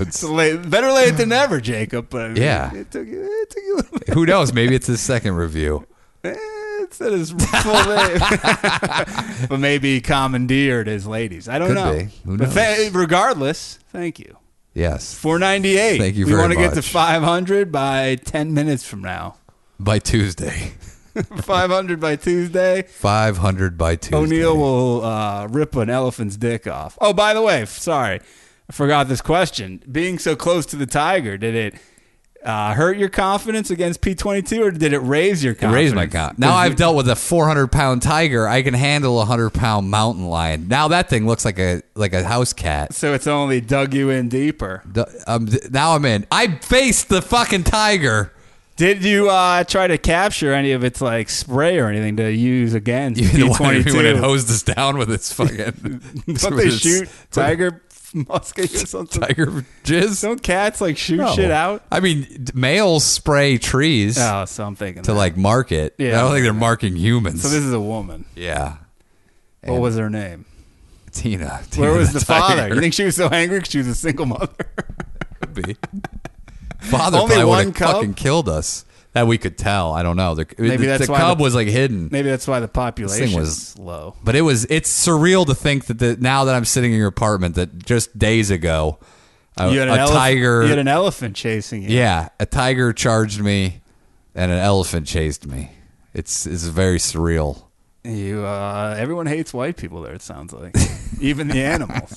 Speaker 3: It's late- better late than never, Jacob. But I mean,
Speaker 4: Yeah.
Speaker 3: it took you. It took you a little bit.
Speaker 4: Who knows? Maybe it's his second review.
Speaker 3: Eh, It's not his full name, but maybe he commandeered his ladies. I don't
Speaker 4: Could
Speaker 3: know.
Speaker 4: be. Who
Speaker 3: But
Speaker 4: knows?
Speaker 3: tha- regardless, thank you.
Speaker 4: Yes,
Speaker 3: Four ninety eight.
Speaker 4: Thank you
Speaker 3: We
Speaker 4: very
Speaker 3: wanna get to
Speaker 4: much.
Speaker 3: five hundred by ten minutes from now.
Speaker 4: by Tuesday.
Speaker 3: Five hundred by Tuesday.
Speaker 4: 500 by Tuesday.
Speaker 3: O'Neill will uh, rip an elephant's dick off. Oh, by the way, f- sorry, I forgot this question. Being so close to the tiger, did it uh, hurt your confidence against P twenty two, or did it raise your
Speaker 4: It
Speaker 3: confidence?
Speaker 4: raised my count. Now I've dealt with a 400 pound tiger. I can handle a 100 pound mountain lion. Now that thing looks like a like a house cat.
Speaker 3: So it's only dug you in deeper.
Speaker 4: D- Um, th- now I'm in. I faced the fucking tiger.
Speaker 3: Did you uh, try to capture any of its like spray or anything to use against
Speaker 4: You
Speaker 3: P
Speaker 4: know what I
Speaker 3: twenty
Speaker 4: mean? When it
Speaker 3: two?
Speaker 4: hosed us down with its fucking.
Speaker 3: Don't
Speaker 4: with
Speaker 3: they
Speaker 4: its
Speaker 3: shoot tiger muskets or something?
Speaker 4: Tiger jizz?
Speaker 3: Don't cats like shoot shit out?
Speaker 4: I mean, d- males spray trees
Speaker 3: Oh, so I'm thinking
Speaker 4: to
Speaker 3: that.
Speaker 4: like mark it.
Speaker 3: Yeah.
Speaker 4: I don't think they're marking humans.
Speaker 3: So this is a woman.
Speaker 4: yeah.
Speaker 3: What was her name?
Speaker 4: Tina. Tina
Speaker 3: Where was the father?
Speaker 4: tiger.
Speaker 3: You think she was so angry because she was a single mother?
Speaker 4: Could be. Father
Speaker 3: Only
Speaker 4: probably would
Speaker 3: one
Speaker 4: have
Speaker 3: cub?
Speaker 4: fucking killed us. That we could tell. I don't know. The,
Speaker 3: Maybe
Speaker 4: the,
Speaker 3: that's
Speaker 4: the
Speaker 3: why
Speaker 4: cub
Speaker 3: the-
Speaker 4: was like hidden.
Speaker 3: Maybe that's why the population
Speaker 4: was-
Speaker 3: was low.
Speaker 4: But it was it's surreal to think that the, now that I'm sitting in your apartment that just days ago a,
Speaker 3: You had an
Speaker 4: a
Speaker 3: elef-
Speaker 4: tiger
Speaker 3: You had an elephant chasing you.
Speaker 4: yeah, a tiger charged me and an elephant chased me. It's it's very surreal.
Speaker 3: You. Uh, everyone hates white people there. It sounds like even the animals.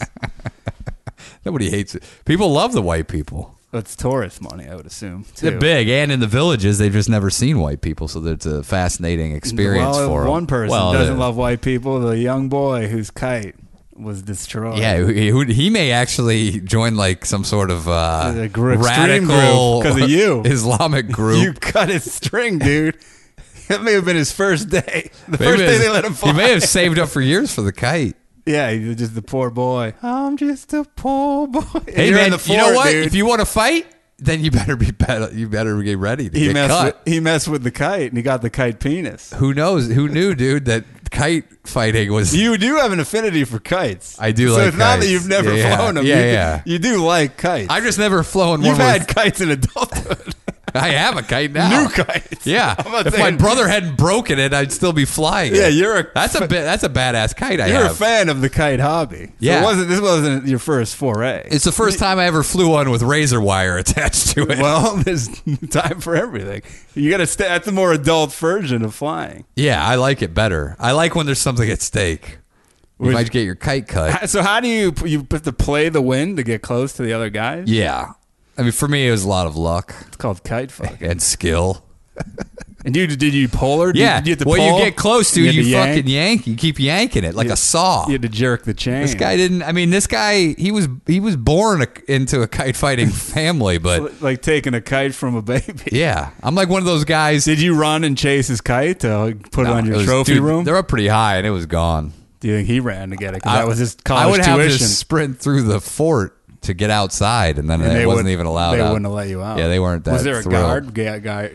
Speaker 4: Nobody hates it. People love the white people.
Speaker 3: It's tourist money, I would assume. Too.
Speaker 4: They're big, and in the villages, they've just never seen white people, so it's a fascinating experience
Speaker 3: well,
Speaker 4: for
Speaker 3: if
Speaker 4: 'em.
Speaker 3: One person
Speaker 4: Well, uh,
Speaker 3: doesn't
Speaker 4: the-
Speaker 3: love white people. The young boy whose kite was destroyed.
Speaker 4: Yeah, he, who- he may actually join like some sort of uh,
Speaker 3: The gr- extreme
Speaker 4: radical
Speaker 3: group 'cause of you.
Speaker 4: Islamic group.
Speaker 3: You cut his string, dude. that may have been his first day. The
Speaker 4: Maybe
Speaker 3: first
Speaker 4: it
Speaker 3: day
Speaker 4: was-
Speaker 3: they let him fly.
Speaker 4: He may have saved up for years for the kite.
Speaker 3: yeah, he was just the poor boy. I'm just a poor boy.
Speaker 4: Hey man, you know what?
Speaker 3: Dude.
Speaker 4: If you want to fight, then you better be better. You better get ready to
Speaker 3: he
Speaker 4: get
Speaker 3: messed
Speaker 4: cut.
Speaker 3: with, he messed with the kite and he got the kite penis.
Speaker 4: Who knows? Who knew, dude? That kite fighting was.
Speaker 3: You do have an affinity for kites.
Speaker 4: I do
Speaker 3: so
Speaker 4: like
Speaker 3: it's not that
Speaker 4: kites.
Speaker 3: you've never
Speaker 4: Yeah, yeah.
Speaker 3: flown them.
Speaker 4: Yeah,
Speaker 3: you,
Speaker 4: yeah.
Speaker 3: you do like kites.
Speaker 4: I've just never flown
Speaker 3: You've
Speaker 4: one.
Speaker 3: had
Speaker 4: with,
Speaker 3: kites in adulthood.
Speaker 4: I have a kite now.
Speaker 3: New kites.
Speaker 4: Yeah.
Speaker 3: I'm not
Speaker 4: If my
Speaker 3: saying-
Speaker 4: brother hadn't broken it, I'd still be flying. it.
Speaker 3: Yeah, you're a-
Speaker 4: That's a bit. That's a badass kite. I
Speaker 3: You're
Speaker 4: have.
Speaker 3: a fan of the kite hobby. So
Speaker 4: Yeah.
Speaker 3: It wasn't, this wasn't your first foray.
Speaker 4: It's the first time I ever flew one with razor wire attached to it.
Speaker 3: well, there's time for everything. You got to stay. That's the more adult version of flying.
Speaker 4: yeah, I like it better. I like when there's something at stake. You
Speaker 3: Would-
Speaker 4: might get your kite cut.
Speaker 3: So how do you you have to play the wind to get close to the other guys?
Speaker 4: Yeah. I mean, for me, it was a lot of luck
Speaker 3: It's called kite fuck.
Speaker 4: and skill.
Speaker 3: And you did you pull her? Did-
Speaker 4: Yeah.
Speaker 3: Did you have to
Speaker 4: what
Speaker 3: pull?
Speaker 4: you get close to,
Speaker 3: You had
Speaker 4: you,
Speaker 3: to yank?
Speaker 4: fucking yank. You keep yanking it like a saw.
Speaker 3: You had to jerk the chain.
Speaker 4: This guy didn't. I mean, this guy he was he was born a, into a kite fighting family, but
Speaker 3: like taking a kite from a baby.
Speaker 4: yeah, I'm like one of those guys.
Speaker 3: Did you run and chase his kite to like, put it on your trophy room?
Speaker 4: They're up pretty high, and it was gone.
Speaker 3: Do you think he ran to get it? 'Cause that was his college
Speaker 4: I would have
Speaker 3: tuition.
Speaker 4: to sprint through the fort to get outside, and then
Speaker 3: And
Speaker 4: it wasn't
Speaker 3: wouldn't-
Speaker 4: even allowed.
Speaker 3: They
Speaker 4: out.
Speaker 3: wouldn't let you out.
Speaker 4: Yeah, they weren't that.
Speaker 3: Was there a guard
Speaker 4: thrilled.
Speaker 3: guy? guy?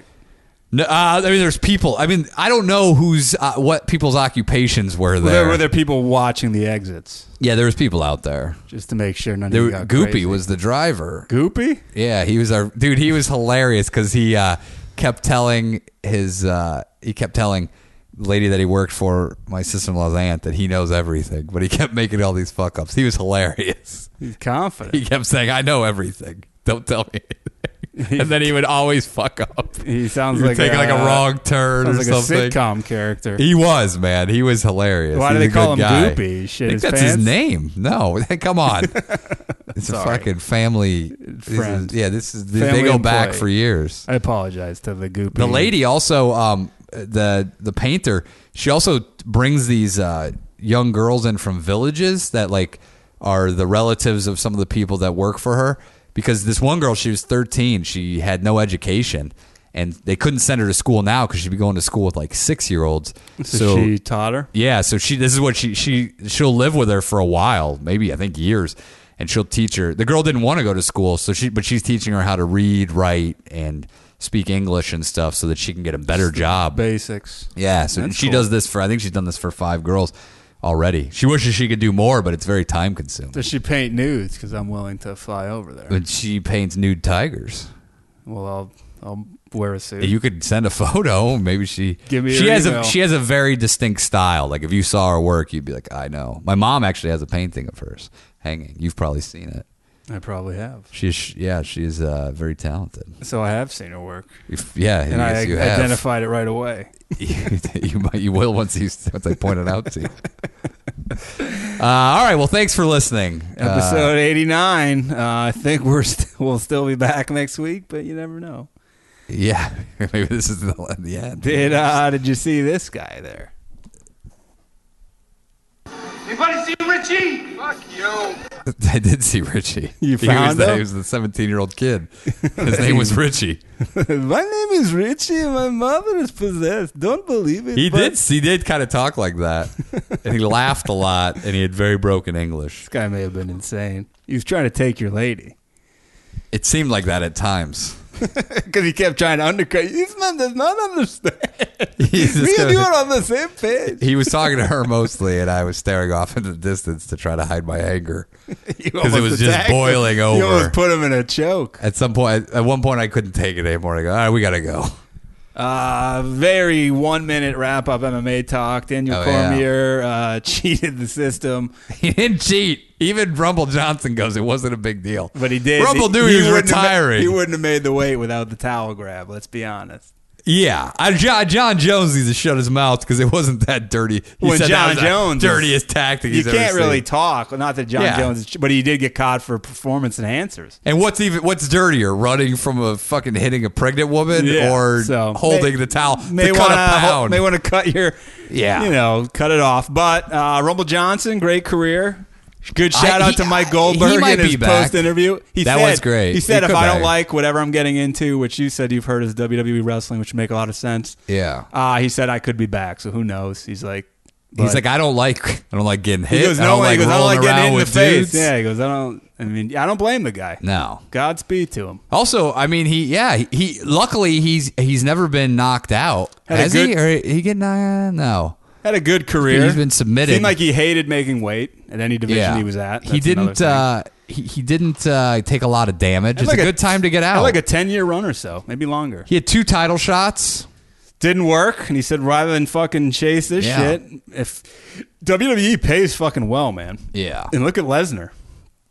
Speaker 4: No, uh, I mean, there's people. I mean, I don't know who's uh, what people's occupations were
Speaker 3: Were
Speaker 4: there.
Speaker 3: there, were there people watching the exits
Speaker 4: Yeah, there was people out there.
Speaker 3: just to make sure none
Speaker 4: There,
Speaker 3: of you got
Speaker 4: Goopy
Speaker 3: crazy?
Speaker 4: was the driver.
Speaker 3: Goopy.
Speaker 4: Yeah, he was our dude. He was hilarious because he uh, kept telling his uh, he kept telling the lady that he worked for, my sister-in-law's aunt, that he knows everything, but he kept making all these fuck ups. He was hilarious.
Speaker 3: He's confident.
Speaker 4: He kept saying, "I know everything. Don't tell me." anything." and then he would always fuck up.
Speaker 3: He sounds
Speaker 4: He would
Speaker 3: like
Speaker 4: take
Speaker 3: a,
Speaker 4: like a wrong turn or
Speaker 3: sounds like
Speaker 4: something.
Speaker 3: a sitcom character.
Speaker 4: He was man. He was hilarious.
Speaker 3: Why do they
Speaker 4: He's a
Speaker 3: call
Speaker 4: good
Speaker 3: him
Speaker 4: guy.
Speaker 3: Goopy? Shit
Speaker 4: I think
Speaker 3: his
Speaker 4: that's
Speaker 3: pants?
Speaker 4: his name. No, come on. It's a
Speaker 3: Sorry.
Speaker 4: fucking family. this is-
Speaker 3: Friend.
Speaker 4: yeah, this is they
Speaker 3: Family
Speaker 4: go back
Speaker 3: employee.
Speaker 4: for years.
Speaker 3: I apologize to the Goopy.
Speaker 4: The lady also, um, the the painter, she also brings these uh, young girls in from villages that like are the relatives of some of the people that work for her. Because this one girl, she was 13, she had no education, and they couldn't send her to school now because she'd be going to school with like six year olds.
Speaker 3: So, she taught her.
Speaker 4: Yeah, so she this is what she she she'll live with her for a while, maybe I think years, and she'll teach her. The girl didn't want to go to school, so she but she's teaching her how to read, write, and speak English and stuff so that she can get a better job.
Speaker 3: Basics.
Speaker 4: Yeah, so
Speaker 3: That's
Speaker 4: she
Speaker 3: cool.
Speaker 4: does this for I think she's done this for 5 girls already. She wishes she could do more, but it's very time consuming.
Speaker 3: Does she paint nudes? Because I'm willing to fly over there.
Speaker 4: But she paints nude tigers.
Speaker 3: Well, I'll I'll wear a suit.
Speaker 4: You could send a photo. Maybe she
Speaker 3: Give me
Speaker 4: she
Speaker 3: her
Speaker 4: has a
Speaker 3: email.
Speaker 4: she has a very distinct style. Like if you saw her work, you'd be like, I know. My mom actually has a painting of hers hanging. You've probably seen it.
Speaker 3: I probably have.
Speaker 4: She's yeah, she's uh, very talented.
Speaker 3: So I have seen her work,
Speaker 4: If- yeah,
Speaker 3: and
Speaker 4: yes,
Speaker 3: I
Speaker 4: you have.
Speaker 3: identified it right away.
Speaker 4: you might you will once you once I point it out to you. Uh, all right. Well, thanks for listening. Uh,
Speaker 3: Episode 89. Uh, I think we're st- we'll still be back next week, but you never know.
Speaker 4: yeah, maybe this is the, the end.
Speaker 3: Did uh, did you see this guy there?
Speaker 2: Anybody see Richie? Fuck you.
Speaker 4: I did see Richie.
Speaker 3: You
Speaker 4: he was
Speaker 3: found
Speaker 4: the,
Speaker 3: him?
Speaker 4: He was the seventeen-year-old kid. His name was Richie.
Speaker 3: my name is Richie, and my mother is possessed. Don't believe it.
Speaker 4: He
Speaker 3: but-
Speaker 4: did.
Speaker 3: This
Speaker 4: He did kind of talk like that, and he laughed a lot, and he had very broken English.
Speaker 3: guy may have been insane. He was trying to take your lady
Speaker 4: It seemed like that at times.
Speaker 3: because he kept trying to undercut. you. This man does not understand.
Speaker 4: He's just
Speaker 3: Me and
Speaker 4: gonna-
Speaker 3: you are on the same page.
Speaker 4: he was talking to her mostly, and I was staring off in the distance to try to hide my anger.
Speaker 3: Because
Speaker 4: it was just boiling
Speaker 3: You
Speaker 4: over.
Speaker 3: almost put him in a choke.
Speaker 4: At some point, at one point, I couldn't take it anymore. I go, all right, we gotta go.
Speaker 3: Uh, very one minute wrap up MMA talk. Daniel
Speaker 4: Oh, yeah.
Speaker 3: Cormier uh, cheated the system,
Speaker 4: He didn't cheat. Even Rumble Johnson goes, it wasn't a big deal.
Speaker 3: but he did.
Speaker 4: Rumble knew he, was
Speaker 3: wouldn't have ma-
Speaker 4: retiring.
Speaker 3: he wouldn't have made the weight without the towel grab. Let's be honest.
Speaker 4: yeah, I, John, John Jones needs to shut his mouth because it wasn't that dirty. He
Speaker 3: When
Speaker 4: said that
Speaker 3: John
Speaker 4: was the
Speaker 3: Jones is-
Speaker 4: dirtiest tactic.
Speaker 3: You
Speaker 4: he's ever
Speaker 3: can't really
Speaker 4: seen.
Speaker 3: talk. Well, not that John
Speaker 4: Yeah.
Speaker 3: Jones, is- but he did get caught for performance enhancers.
Speaker 4: And what's even what's dirtier, running from a fucking hitting a pregnant woman or
Speaker 3: so
Speaker 4: holding
Speaker 3: may-
Speaker 4: the towel
Speaker 3: May
Speaker 4: to cut
Speaker 3: wanna,
Speaker 4: a pound?
Speaker 3: May want to cut your,
Speaker 4: Yeah.
Speaker 3: you know, cut it off. But uh, Rumble Johnson, great career. Good shout
Speaker 4: I-
Speaker 3: out
Speaker 4: he-
Speaker 3: to Mike
Speaker 4: I-
Speaker 3: Goldberg
Speaker 4: he might
Speaker 3: in his
Speaker 4: be back.
Speaker 3: post interview. He
Speaker 4: That
Speaker 3: said,
Speaker 4: was great.
Speaker 3: He said,
Speaker 4: He
Speaker 3: if
Speaker 4: could
Speaker 3: I don't
Speaker 4: back.
Speaker 3: like whatever I'm getting into, which you said you've heard is WWE E wrestling, which make a lot of sense.
Speaker 4: Yeah.
Speaker 3: Uh, he said I could be back, so who knows? He's like,
Speaker 4: He's
Speaker 3: but-
Speaker 4: like, I don't like, I don't like getting hit.
Speaker 3: he goes,
Speaker 4: I don't
Speaker 3: no,
Speaker 4: like
Speaker 3: he goes, I don't
Speaker 4: rolling
Speaker 3: like getting
Speaker 4: around
Speaker 3: hit in the
Speaker 4: with
Speaker 3: face.
Speaker 4: dudes.
Speaker 3: Yeah, he goes, I don't. I mean, I don't blame the guy.
Speaker 4: No.
Speaker 3: Godspeed to him.
Speaker 4: Also, I mean, he yeah, he, he luckily he's he's never been knocked out.
Speaker 3: Had a
Speaker 4: Has he?
Speaker 3: good-
Speaker 4: Or he get knocked? No.
Speaker 3: Had a good career.
Speaker 4: He's been submitted.
Speaker 3: Seemed like he hated making weight at any division
Speaker 4: Yeah,
Speaker 3: he was at.
Speaker 4: He
Speaker 3: That's another
Speaker 4: didn't.
Speaker 3: thing.
Speaker 4: Uh, he, he didn't uh, take a lot of damage. It's
Speaker 3: like
Speaker 4: a
Speaker 3: a-
Speaker 4: good time to get
Speaker 3: Had
Speaker 4: out.
Speaker 3: like a ten year run or so, maybe longer.
Speaker 4: he had two title shots.
Speaker 3: didn't work and he said rather than fucking chase this
Speaker 4: Yeah.
Speaker 3: shit if WWE pays fucking well man
Speaker 4: Yeah,
Speaker 3: and look at Lesnar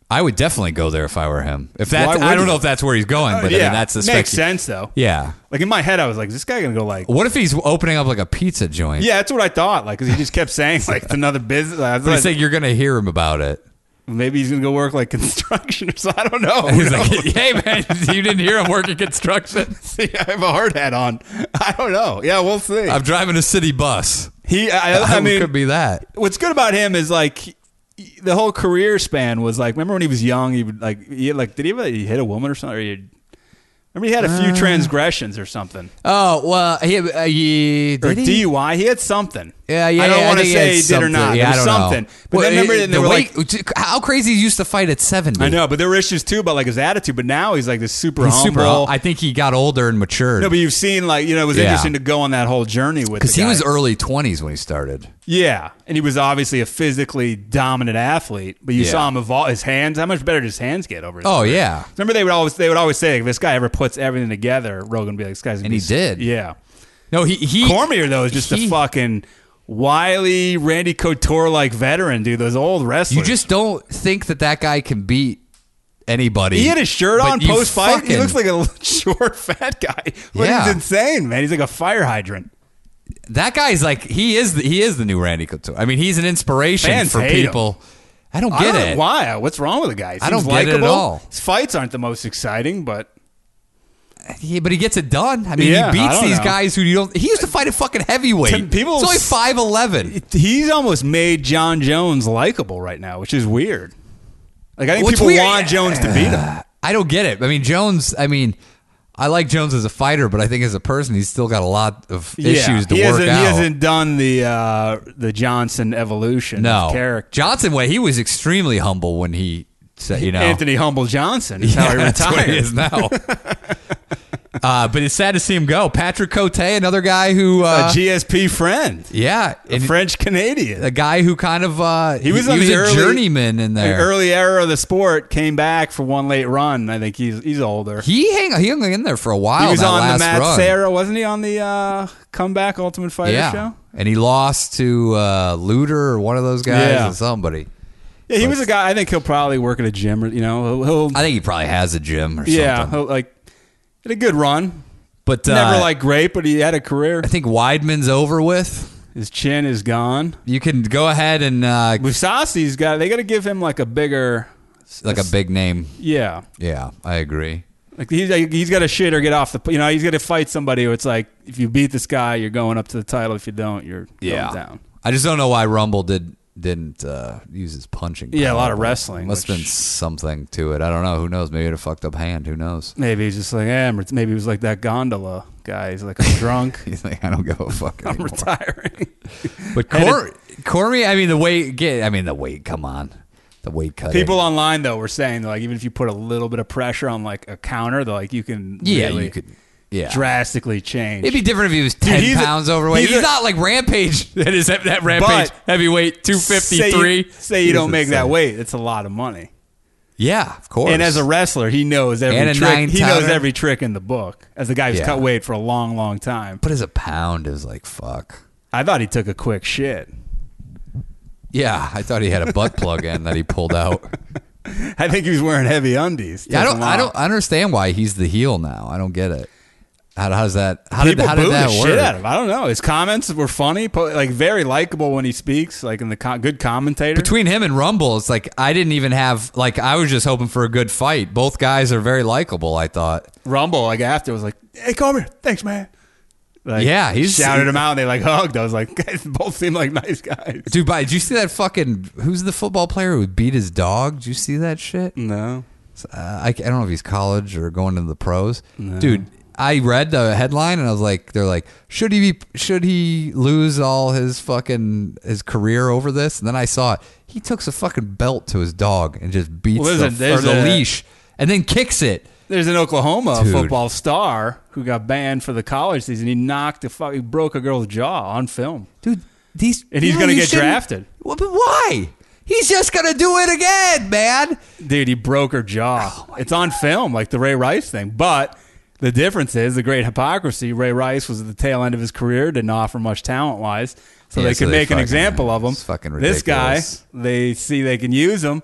Speaker 4: I would definitely go there if I were him. If that,
Speaker 3: Why
Speaker 4: I
Speaker 3: would
Speaker 4: don't
Speaker 3: you?
Speaker 4: know if that's where he's going, but I mean, that's the
Speaker 3: makes
Speaker 4: specu-
Speaker 3: sense though
Speaker 4: Yeah.
Speaker 3: like in my head I was like is this guy gonna go like
Speaker 4: What if he's opening up like a pizza joint?
Speaker 3: yeah that's what I thought like 'cause he just kept saying like it's another business I was
Speaker 4: But he's
Speaker 3: like,
Speaker 4: saying you're gonna hear him about it.
Speaker 3: maybe he's gonna go work like construction or so I don't know
Speaker 4: He's like, "Hey man, you didn't hear him working construction?
Speaker 3: See, I have a hard hat on I don't know yeah we'll see
Speaker 4: I'm driving a city bus.
Speaker 3: he I, I mean
Speaker 4: could be that.
Speaker 3: what's good about him is like he- the whole career span was like remember when he was young he would like he had, like did he ever he hit a woman or something or he had, remember he had a
Speaker 4: Uh,
Speaker 3: few transgressions or something
Speaker 4: Oh well, he, uh, he
Speaker 3: or
Speaker 4: did he?
Speaker 3: DUI he had something
Speaker 4: Yeah, yeah.
Speaker 3: I don't
Speaker 4: yeah,
Speaker 3: want to
Speaker 4: think
Speaker 3: say he
Speaker 4: had
Speaker 3: did or not
Speaker 4: Yeah,
Speaker 3: There was
Speaker 4: I don't know.
Speaker 3: something but
Speaker 4: Well,
Speaker 3: then remember they
Speaker 4: it- the
Speaker 3: were
Speaker 4: weight-
Speaker 3: like
Speaker 4: how crazy he used to fight at seventy.
Speaker 3: I know but there were issues too about like his attitude but now he's like this super
Speaker 4: He's super.
Speaker 3: humble
Speaker 4: I think he got older and matured
Speaker 3: no but you've seen like you know it was
Speaker 4: Yeah.
Speaker 3: interesting to go on that whole journey with
Speaker 4: because
Speaker 3: because
Speaker 4: he was early twenties when he started.
Speaker 3: Yeah, and he was obviously a physically dominant athlete, but you
Speaker 4: Yeah.
Speaker 3: saw him evolve his hands. How much better did his hands get over? His
Speaker 4: Oh,
Speaker 3: career?
Speaker 4: yeah.
Speaker 3: remember they would always they would always say like, if this guy ever puts everything together, Rogan would be like this guy's. gonna
Speaker 4: And he
Speaker 3: be s-"
Speaker 4: did.
Speaker 3: Yeah,
Speaker 4: No, he he
Speaker 3: Cormier though is just
Speaker 4: he-
Speaker 3: a fucking wily Randy Couture like veteran dude. Those old wrestlers.
Speaker 4: You just don't think that that guy can beat anybody.
Speaker 3: he had his shirt
Speaker 4: but
Speaker 3: on
Speaker 4: you
Speaker 3: post fight. He
Speaker 4: fucking-
Speaker 3: looks like a short fat guy. But
Speaker 4: Yeah.
Speaker 3: he's insane, man. He's like a fire hydrant.
Speaker 4: that guy's like he is the, he is the new Randy Couture. I mean, he's an inspiration
Speaker 3: Fans
Speaker 4: for
Speaker 3: hate him.
Speaker 4: people. I don't
Speaker 3: I
Speaker 4: get
Speaker 3: don't
Speaker 4: it.
Speaker 3: know why. What's wrong with the guy? He
Speaker 4: I don't
Speaker 3: seems
Speaker 4: get it at
Speaker 3: likable.
Speaker 4: all.
Speaker 3: His fights aren't the most exciting, but.
Speaker 4: He- but he gets it done. I mean,
Speaker 3: Yeah,
Speaker 4: he
Speaker 3: I
Speaker 4: beats
Speaker 3: don't
Speaker 4: these
Speaker 3: know.
Speaker 4: guys who you don't. He used to fight a fucking heavyweight.
Speaker 3: Tim, people-
Speaker 4: He's only five eleven.
Speaker 3: he's almost made John Jones likable right now, which is weird. Like I think
Speaker 4: What's
Speaker 3: people
Speaker 4: weird-
Speaker 3: want Jones to beat him.
Speaker 4: I don't get it. I mean, Jones. I mean, I like Jones as a fighter, but I think as a person, he's still got a lot of issues to
Speaker 3: he
Speaker 4: work
Speaker 3: hasn't,
Speaker 4: out.
Speaker 3: He hasn't done the uh, the Johnson evolution
Speaker 4: no
Speaker 3: of character.
Speaker 4: Johnson way. He was extremely humble when he said, you know,
Speaker 3: Anthony Humble Johnson is
Speaker 4: Yeah,
Speaker 3: how he
Speaker 4: that's what
Speaker 3: retired.
Speaker 4: he is now. uh, but it's sad to see him go. Patrick Cote, another guy who,
Speaker 3: a
Speaker 4: uh,
Speaker 3: GSP friend,
Speaker 4: yeah,
Speaker 3: a
Speaker 4: and
Speaker 3: French Canadian.
Speaker 4: a guy who kind of uh,
Speaker 3: he was, on the
Speaker 4: a
Speaker 3: early,
Speaker 4: journeyman in there.
Speaker 3: the early era of the sport. Came back for one late run. I think he's he's older.
Speaker 4: he hang he hung in there for a while.
Speaker 3: He was
Speaker 4: that
Speaker 3: on the
Speaker 4: last
Speaker 3: Matt
Speaker 4: run.
Speaker 3: Sarah, wasn't he? On the uh, comeback Ultimate Fighter
Speaker 4: yeah.
Speaker 3: show.
Speaker 4: And he lost to uh, Luter or one of those guys
Speaker 3: Yeah.
Speaker 4: or somebody.
Speaker 3: Yeah, he was a guy. I think he'll probably work at a gym. Or, you know, he'll, he'll
Speaker 4: I think he probably has a gym or
Speaker 3: yeah,
Speaker 4: something.
Speaker 3: he'll, like had a good run.
Speaker 4: But uh,
Speaker 3: Never like great, but he had a career.
Speaker 4: I think Weidman's over with.
Speaker 3: His chin is gone.
Speaker 4: You can go ahead and uh,
Speaker 3: Musasi's got. They got to give him like a bigger.
Speaker 4: like a big name.
Speaker 3: Yeah,
Speaker 4: Yeah, I agree.
Speaker 3: like he's like, he's got to shit or get off the. You know, he's got to fight somebody. Where it's like, if you beat this guy, you're going up to the title. If you don't, you're going down.
Speaker 4: I just don't know why Rumble did didn't uh, use his punching.
Speaker 3: Yeah, a
Speaker 4: power.
Speaker 3: lot of wrestling,
Speaker 4: Must have been
Speaker 3: which-
Speaker 4: something to it. I don't know. Who knows? Maybe it had a fucked up hand. Who knows?
Speaker 3: Maybe he's just like, eh, I'm- maybe he was like that gondola guy. He's like, I'm drunk.
Speaker 4: He's like, I don't give a fuck
Speaker 3: I'm
Speaker 4: anymore.
Speaker 3: retiring.
Speaker 4: But
Speaker 3: And it-
Speaker 4: Cor- Cormier, I mean the weight. Get, I mean the weight. Come on, the weight cut.
Speaker 3: People online though were saying like even if you put a little bit of pressure on like a counter, they're like you can
Speaker 4: yeah,
Speaker 3: really
Speaker 4: you could. Yeah,
Speaker 3: drastically change.
Speaker 4: It'd be different if he was ten
Speaker 3: he's a-
Speaker 4: pounds overweight.
Speaker 3: he's
Speaker 4: He's,
Speaker 3: a-
Speaker 4: not like Rampage. That is that Rampage
Speaker 3: But-
Speaker 4: heavyweight two fifty
Speaker 3: Say
Speaker 4: three.
Speaker 3: you, say you don't make that weight, it's a lot of money.
Speaker 4: Yeah, of course.
Speaker 3: And as a wrestler, he knows every
Speaker 4: And a
Speaker 3: trick.
Speaker 4: nine
Speaker 3: He knows
Speaker 4: touter.
Speaker 3: every trick in the book. As a guy who's
Speaker 4: Yeah.
Speaker 3: cut weight for a long, long time,
Speaker 4: but as a pound is like fuck.
Speaker 3: I thought he took a quick shit.
Speaker 4: Yeah, I thought he had a butt plug in that he pulled out.
Speaker 3: I think he was wearing heavy undies.
Speaker 4: Yeah, I
Speaker 3: Took
Speaker 4: don't.
Speaker 3: them
Speaker 4: I
Speaker 3: off.
Speaker 4: don't understand why he's the heel now. I don't get it. How, how does that? How
Speaker 3: People
Speaker 4: did how did
Speaker 3: booed
Speaker 4: that
Speaker 3: the
Speaker 4: work?
Speaker 3: shit out of him. I don't know. His comments were funny, po- like very likable when he speaks, like in the co- good commentator.
Speaker 4: Between him and Rumble, it's like I didn't even have like I was just hoping for a good fight. Both guys are very likable. I thought.
Speaker 3: Rumble, like after, was like, "Hey, Comer, thanks, man." Like,
Speaker 4: Yeah, he's-
Speaker 3: shouted him out, and they like hugged. I was like, guys, both seem like nice guys.
Speaker 4: Dude, by, did you see that fucking? Who's the football player who beat his dog? Did you see that shit?
Speaker 3: No,
Speaker 4: Uh, I, I don't know if he's college or going into the pros. Dude, I read the headline and I was like, they're like, should he be? Should he lose all his fucking his career over this? And then I saw it. He took a fucking belt to his dog and just beats
Speaker 3: Well,
Speaker 4: the,
Speaker 3: there's a-
Speaker 4: or
Speaker 3: there's
Speaker 4: the
Speaker 3: a-
Speaker 4: leash and then kicks it.
Speaker 3: There's an Oklahoma
Speaker 4: Dude.
Speaker 3: football star who got banned for the college season. He knocked a fuck, he broke a girl's jaw on film.
Speaker 4: dude. These
Speaker 3: And he's
Speaker 4: no,
Speaker 3: gonna
Speaker 4: you
Speaker 3: get
Speaker 4: shouldn't-
Speaker 3: drafted.
Speaker 4: Well, but why? He's just gonna do it again, man.
Speaker 3: Dude, he broke her jaw.
Speaker 4: Oh
Speaker 3: it's on film, like the Ray Rice thing. But the difference is the great hypocrisy. Ray Rice was at the tail end of his career, didn't offer much talent wise, so
Speaker 4: Yeah,
Speaker 3: they
Speaker 4: so
Speaker 3: could
Speaker 4: they
Speaker 3: make an
Speaker 4: fucking-
Speaker 3: example of him.
Speaker 4: it's fucking
Speaker 3: This guy,
Speaker 4: ridiculous.
Speaker 3: they see they can use him.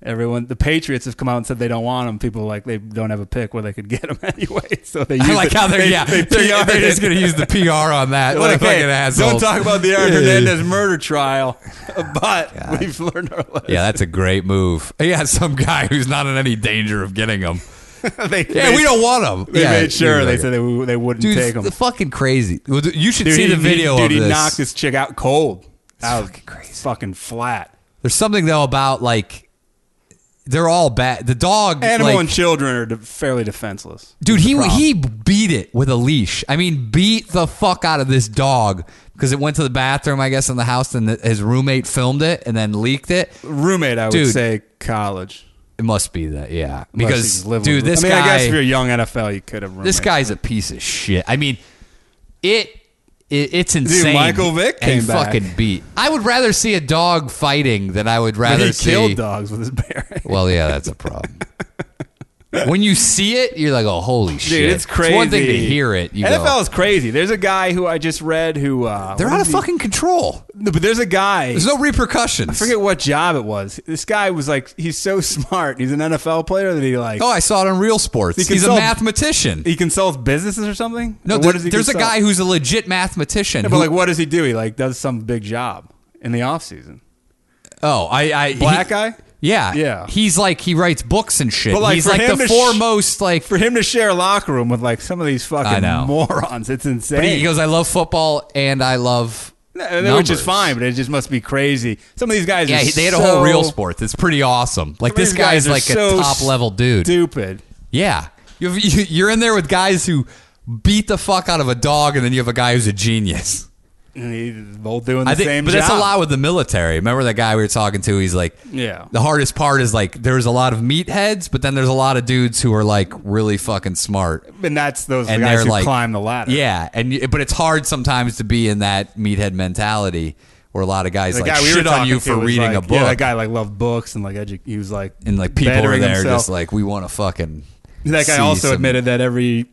Speaker 3: Everyone, the Patriots have come out and said they don't want him. People like they don't have a pick where they could get him anyway. So they use
Speaker 4: I like
Speaker 3: it.
Speaker 4: how they're
Speaker 3: they,
Speaker 4: yeah
Speaker 3: they
Speaker 4: they're,
Speaker 3: PR
Speaker 4: they're just
Speaker 3: it.
Speaker 4: gonna use the PR on that. what a
Speaker 3: Like,
Speaker 4: fucking
Speaker 3: hey,
Speaker 4: asshole!
Speaker 3: Don't talk about the Aaron Hernandez murder trial, but we've learned our lesson.
Speaker 4: Yeah, that's a great move. Yeah, some guy who's not in any danger of getting him.
Speaker 3: they,
Speaker 4: Yeah, we don't want him.
Speaker 3: They
Speaker 4: yeah,
Speaker 3: made sure
Speaker 4: dude,
Speaker 3: they
Speaker 4: like-
Speaker 3: said they, w- they wouldn't
Speaker 4: Dude,
Speaker 3: take him.
Speaker 4: the fucking crazy. Well, dude, You should
Speaker 3: Dude,
Speaker 4: see
Speaker 3: he-
Speaker 4: the video
Speaker 3: he,
Speaker 4: of
Speaker 3: dude,
Speaker 4: this.
Speaker 3: he knocked this chick out cold. That was
Speaker 4: fucking
Speaker 3: fucking
Speaker 4: crazy.
Speaker 3: flat.
Speaker 4: There's something though about like they're all bad. The dog,
Speaker 3: Animal
Speaker 4: like,
Speaker 3: and children are de- fairly defenseless.
Speaker 4: dude, he
Speaker 3: problem.
Speaker 4: he beat it with a leash. I mean, beat the fuck out of this dog because it went to the bathroom, I guess, in the house, and the, his roommate filmed it and then leaked it.
Speaker 3: Roommate, I would
Speaker 4: Dude.
Speaker 3: say college.
Speaker 4: It must be that, yeah,
Speaker 3: Unless
Speaker 4: because
Speaker 3: you live
Speaker 4: dude,
Speaker 3: with-
Speaker 4: this
Speaker 3: I mean,
Speaker 4: guy.
Speaker 3: I guess if you're young NFL, you could have. Roommate.
Speaker 4: This guy's a piece of shit. I mean, it, it it's insane.
Speaker 3: Michael Vick
Speaker 4: and
Speaker 3: came back.
Speaker 4: fucking beat. I would rather see a dog fighting than I would
Speaker 3: But
Speaker 4: rather
Speaker 3: he
Speaker 4: see.
Speaker 3: killed dogs with his bare.
Speaker 4: Well, yeah, that's a problem. when you see it, you're like, oh, holy shit!
Speaker 3: Dude, it's crazy.
Speaker 4: one thing to hear it. You
Speaker 3: NFL
Speaker 4: go,
Speaker 3: is crazy. There's a guy who I just read who uh,
Speaker 4: they're
Speaker 3: what
Speaker 4: out
Speaker 3: is he-
Speaker 4: of fucking control.
Speaker 3: No, but there's a guy.
Speaker 4: There's no repercussions.
Speaker 3: I forget what job it was. This guy was like, he's so smart. He's an NFL player that he like
Speaker 4: Oh, I saw it on Real Sports.
Speaker 3: He
Speaker 4: He's a
Speaker 3: consult-
Speaker 4: mathematician.
Speaker 3: he consults businesses or something.
Speaker 4: no,
Speaker 3: Or
Speaker 4: there-
Speaker 3: does he
Speaker 4: there's a
Speaker 3: consult?
Speaker 4: guy who's a legit mathematician.
Speaker 3: Yeah,
Speaker 4: who-
Speaker 3: but like, what does he do? He like does some big job in the off season.
Speaker 4: oh, I, I
Speaker 3: Black
Speaker 4: he-
Speaker 3: guy.
Speaker 4: Yeah,
Speaker 3: Yeah.
Speaker 4: He's like he writes books and shit.
Speaker 3: But, like,
Speaker 4: he's
Speaker 3: for
Speaker 4: like
Speaker 3: him
Speaker 4: the
Speaker 3: to sh-
Speaker 4: foremost like
Speaker 3: For him to share a locker room with like some of these
Speaker 4: I
Speaker 3: fucking
Speaker 4: know.
Speaker 3: morons, it's insane.
Speaker 4: But he goes, I love football and I love.
Speaker 3: No, which is
Speaker 4: numbers."
Speaker 3: fine, but it just must be crazy. Some of these guys,
Speaker 4: Yeah,
Speaker 3: are
Speaker 4: he- they had a
Speaker 3: so
Speaker 4: whole real sports. It's pretty awesome.
Speaker 3: Some
Speaker 4: Like
Speaker 3: of
Speaker 4: this
Speaker 3: these guys
Speaker 4: guy's
Speaker 3: are
Speaker 4: like
Speaker 3: so
Speaker 4: a top level dude.
Speaker 3: Stupid.
Speaker 4: Yeah, you have, you, you're in there with guys who beat the fuck out of a dog, and then you have a guy who's a genius.
Speaker 3: And he, both doing the
Speaker 4: I think,
Speaker 3: same.
Speaker 4: but
Speaker 3: job.
Speaker 4: that's a lot with the military. Remember that guy we were talking to? He's like,
Speaker 3: Yeah.
Speaker 4: The hardest part is like there's a lot of meatheads, but then there's a lot of dudes who are like really fucking smart.
Speaker 3: And that's those
Speaker 4: and
Speaker 3: guys
Speaker 4: they're
Speaker 3: who
Speaker 4: like
Speaker 3: climb the ladder.
Speaker 4: Yeah, and you, but it's hard sometimes to be in that meathead mentality where a lot of guys
Speaker 3: The
Speaker 4: like
Speaker 3: guy we
Speaker 4: shit
Speaker 3: were
Speaker 4: on you
Speaker 3: talking to
Speaker 4: for
Speaker 3: was
Speaker 4: reading
Speaker 3: like-
Speaker 4: a book,
Speaker 3: Yeah, that guy like loved books and like edu- he was like
Speaker 4: and like people are
Speaker 3: bettering
Speaker 4: there
Speaker 3: himself.
Speaker 4: just like we want to fucking.
Speaker 3: That guy
Speaker 4: see
Speaker 3: also
Speaker 4: some-
Speaker 3: admitted that every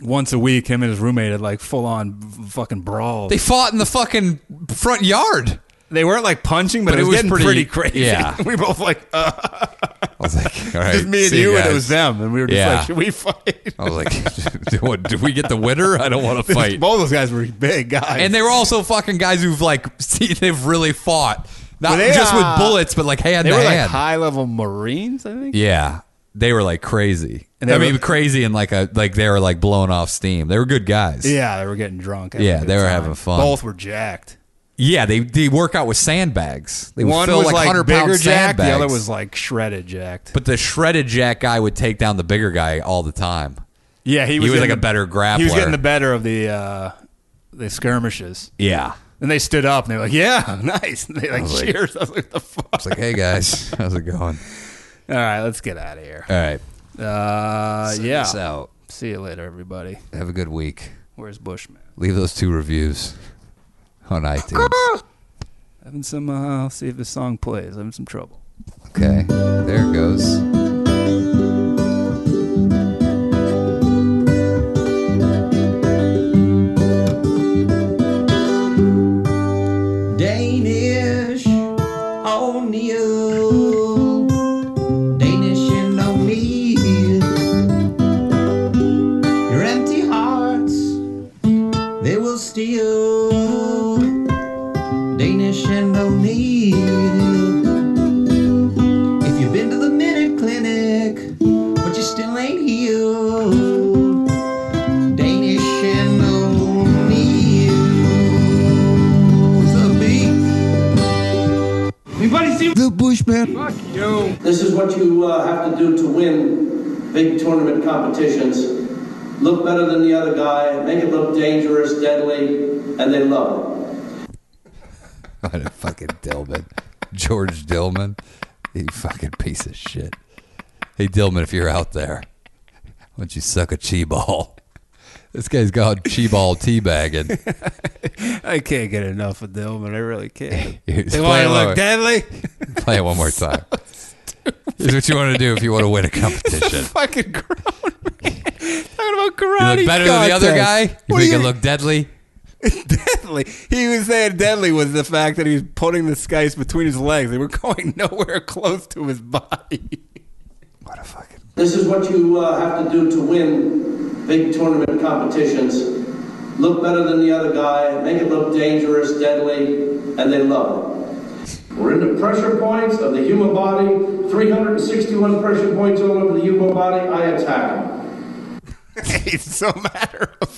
Speaker 3: once a week, him and his roommate had like full on fucking brawls.
Speaker 4: they fought in the fucking front yard.
Speaker 3: They weren't like punching, but, it, was getting pretty, crazy.
Speaker 4: yeah.
Speaker 3: we both like uh,
Speaker 4: I was like, all right,
Speaker 3: just me and
Speaker 4: see
Speaker 3: you, and
Speaker 4: guys.
Speaker 3: it was them, and we were just
Speaker 4: Yeah.
Speaker 3: like, should we fight?
Speaker 4: I was like, do, what, do we get the winner? I don't want to fight.
Speaker 3: Both those guys were big guys.
Speaker 4: And they were also fucking guys who've like see, they've really fought, not
Speaker 3: Were they,
Speaker 4: just
Speaker 3: uh,
Speaker 4: with bullets, but like hand
Speaker 3: they
Speaker 4: to
Speaker 3: were like
Speaker 4: hand.
Speaker 3: high level Marines, I think.
Speaker 4: Yeah, they were like crazy.
Speaker 3: And they
Speaker 4: I
Speaker 3: were-
Speaker 4: mean, crazy and like a like they were like blowing off steam. They were good guys.
Speaker 3: Yeah, they were getting drunk. having
Speaker 4: Yeah,
Speaker 3: a good
Speaker 4: they were
Speaker 3: time.
Speaker 4: having fun.
Speaker 3: Both were jacked.
Speaker 4: yeah. They they work out with sandbags. They would
Speaker 3: One
Speaker 4: fill
Speaker 3: was
Speaker 4: like
Speaker 3: like,
Speaker 4: hundred
Speaker 3: bigger
Speaker 4: pound
Speaker 3: jacked,
Speaker 4: sandbags.
Speaker 3: the other was like shredded jacked.
Speaker 4: but the shredded jack guy would take down the bigger guy all the time.
Speaker 3: yeah, he was,
Speaker 4: was, like,
Speaker 3: getting
Speaker 4: a better
Speaker 3: He was
Speaker 4: grappler.
Speaker 3: getting the better of the uh, the skirmishes.
Speaker 4: Yeah.
Speaker 3: And they stood up and they were like, "Yeah, nice." And they like
Speaker 4: was like-
Speaker 3: cheers. I was like, "The fuck!"
Speaker 4: It's like, hey guys, how's it going?
Speaker 3: All right, let's get out of here.
Speaker 4: All right.
Speaker 3: Uh,
Speaker 4: Send
Speaker 3: yeah.
Speaker 4: us out.
Speaker 3: See you later, everybody.
Speaker 4: Have a good week.
Speaker 3: Where's Bushman?
Speaker 4: Leave those two reviews on iTunes.
Speaker 3: Having some. Uh, I'll see if this song plays. Having some trouble.
Speaker 4: Okay. There it goes.
Speaker 8: Danish O'Neill. Danish and O'Neill. Your empty hearts, they will steal. Danish and O'Neill. If you've been to the Minute Clinic, but you still ain't healed. Danish and O'Neill. you, Bushman.
Speaker 11: This is what you uh, have to do to win big tournament competitions. Look better than the other guy, make it look dangerous, deadly, and they love it.
Speaker 4: What a fucking Dillman. George Dillman. You fucking piece of shit. Hey, Dillman, if you're out there, why don't you suck a chi ball? This guy's got chi ball teabagging.
Speaker 3: I can't get enough of Dillman. I really can't.
Speaker 4: Here's-
Speaker 3: they
Speaker 4: play
Speaker 3: want
Speaker 4: it
Speaker 3: to
Speaker 4: lower.
Speaker 3: look deadly.
Speaker 4: Play it one more time. Here's what you want to do if you want to win a competition.
Speaker 3: Fucking grown man. Talking about
Speaker 4: You
Speaker 3: karate.
Speaker 4: look better than the other guy.
Speaker 3: contest.
Speaker 4: You
Speaker 3: What
Speaker 4: make
Speaker 3: do
Speaker 4: it look deadly.
Speaker 3: deadly. He was saying deadly was the fact that he was putting the skies between his legs. They were going nowhere close to his body.
Speaker 11: This is what you uh, have to do to win big tournament competitions. Look better than the other guy, make it look dangerous, deadly, and they love it. We're into pressure points of the human body. 361 pressure points all over the human body. I attack him.
Speaker 8: He's so matter of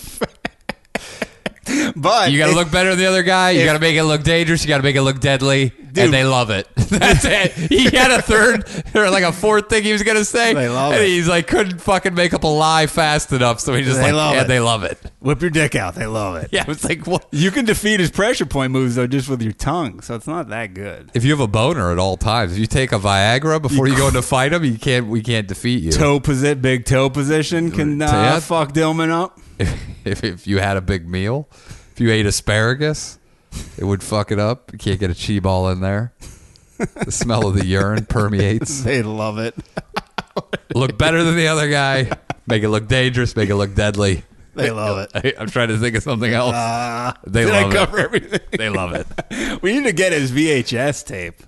Speaker 8: fact. But
Speaker 4: You got to
Speaker 8: it-
Speaker 4: look better than the other guy. You got to make it look dangerous. You got to make it look deadly. And they love it. That's it. He had a third or like a fourth thing he was going to say.
Speaker 3: They love
Speaker 4: and
Speaker 3: it.
Speaker 4: he's like, couldn't fucking make up a lie fast enough. So he just
Speaker 3: They
Speaker 4: like,
Speaker 3: love
Speaker 4: yeah,
Speaker 3: it.
Speaker 4: they love it.
Speaker 3: Whip your dick out. They love it.
Speaker 4: Yeah, it's like, what?
Speaker 3: You can defeat his pressure point moves though just with your tongue, so it's not that good.
Speaker 4: If you have a boner at all times, if you take a Viagra before you, go in to fight him, you can't. We can't defeat you.
Speaker 3: Toe position, big toe position can uh,
Speaker 4: Yeah.
Speaker 3: fuck Dillman up.
Speaker 4: if, if you had a big meal, if you ate asparagus, it would fuck it up. You can't get a chi ball in there. The smell of the urine permeates.
Speaker 3: They love it.
Speaker 4: Look better than the other guy. Make it look dangerous. Make it look deadly.
Speaker 3: They love it.
Speaker 4: I, am trying to think of something else. they
Speaker 3: Did I
Speaker 4: love
Speaker 3: cover
Speaker 4: it.
Speaker 3: everything?
Speaker 4: They love it.
Speaker 3: We need to get his VHS tape.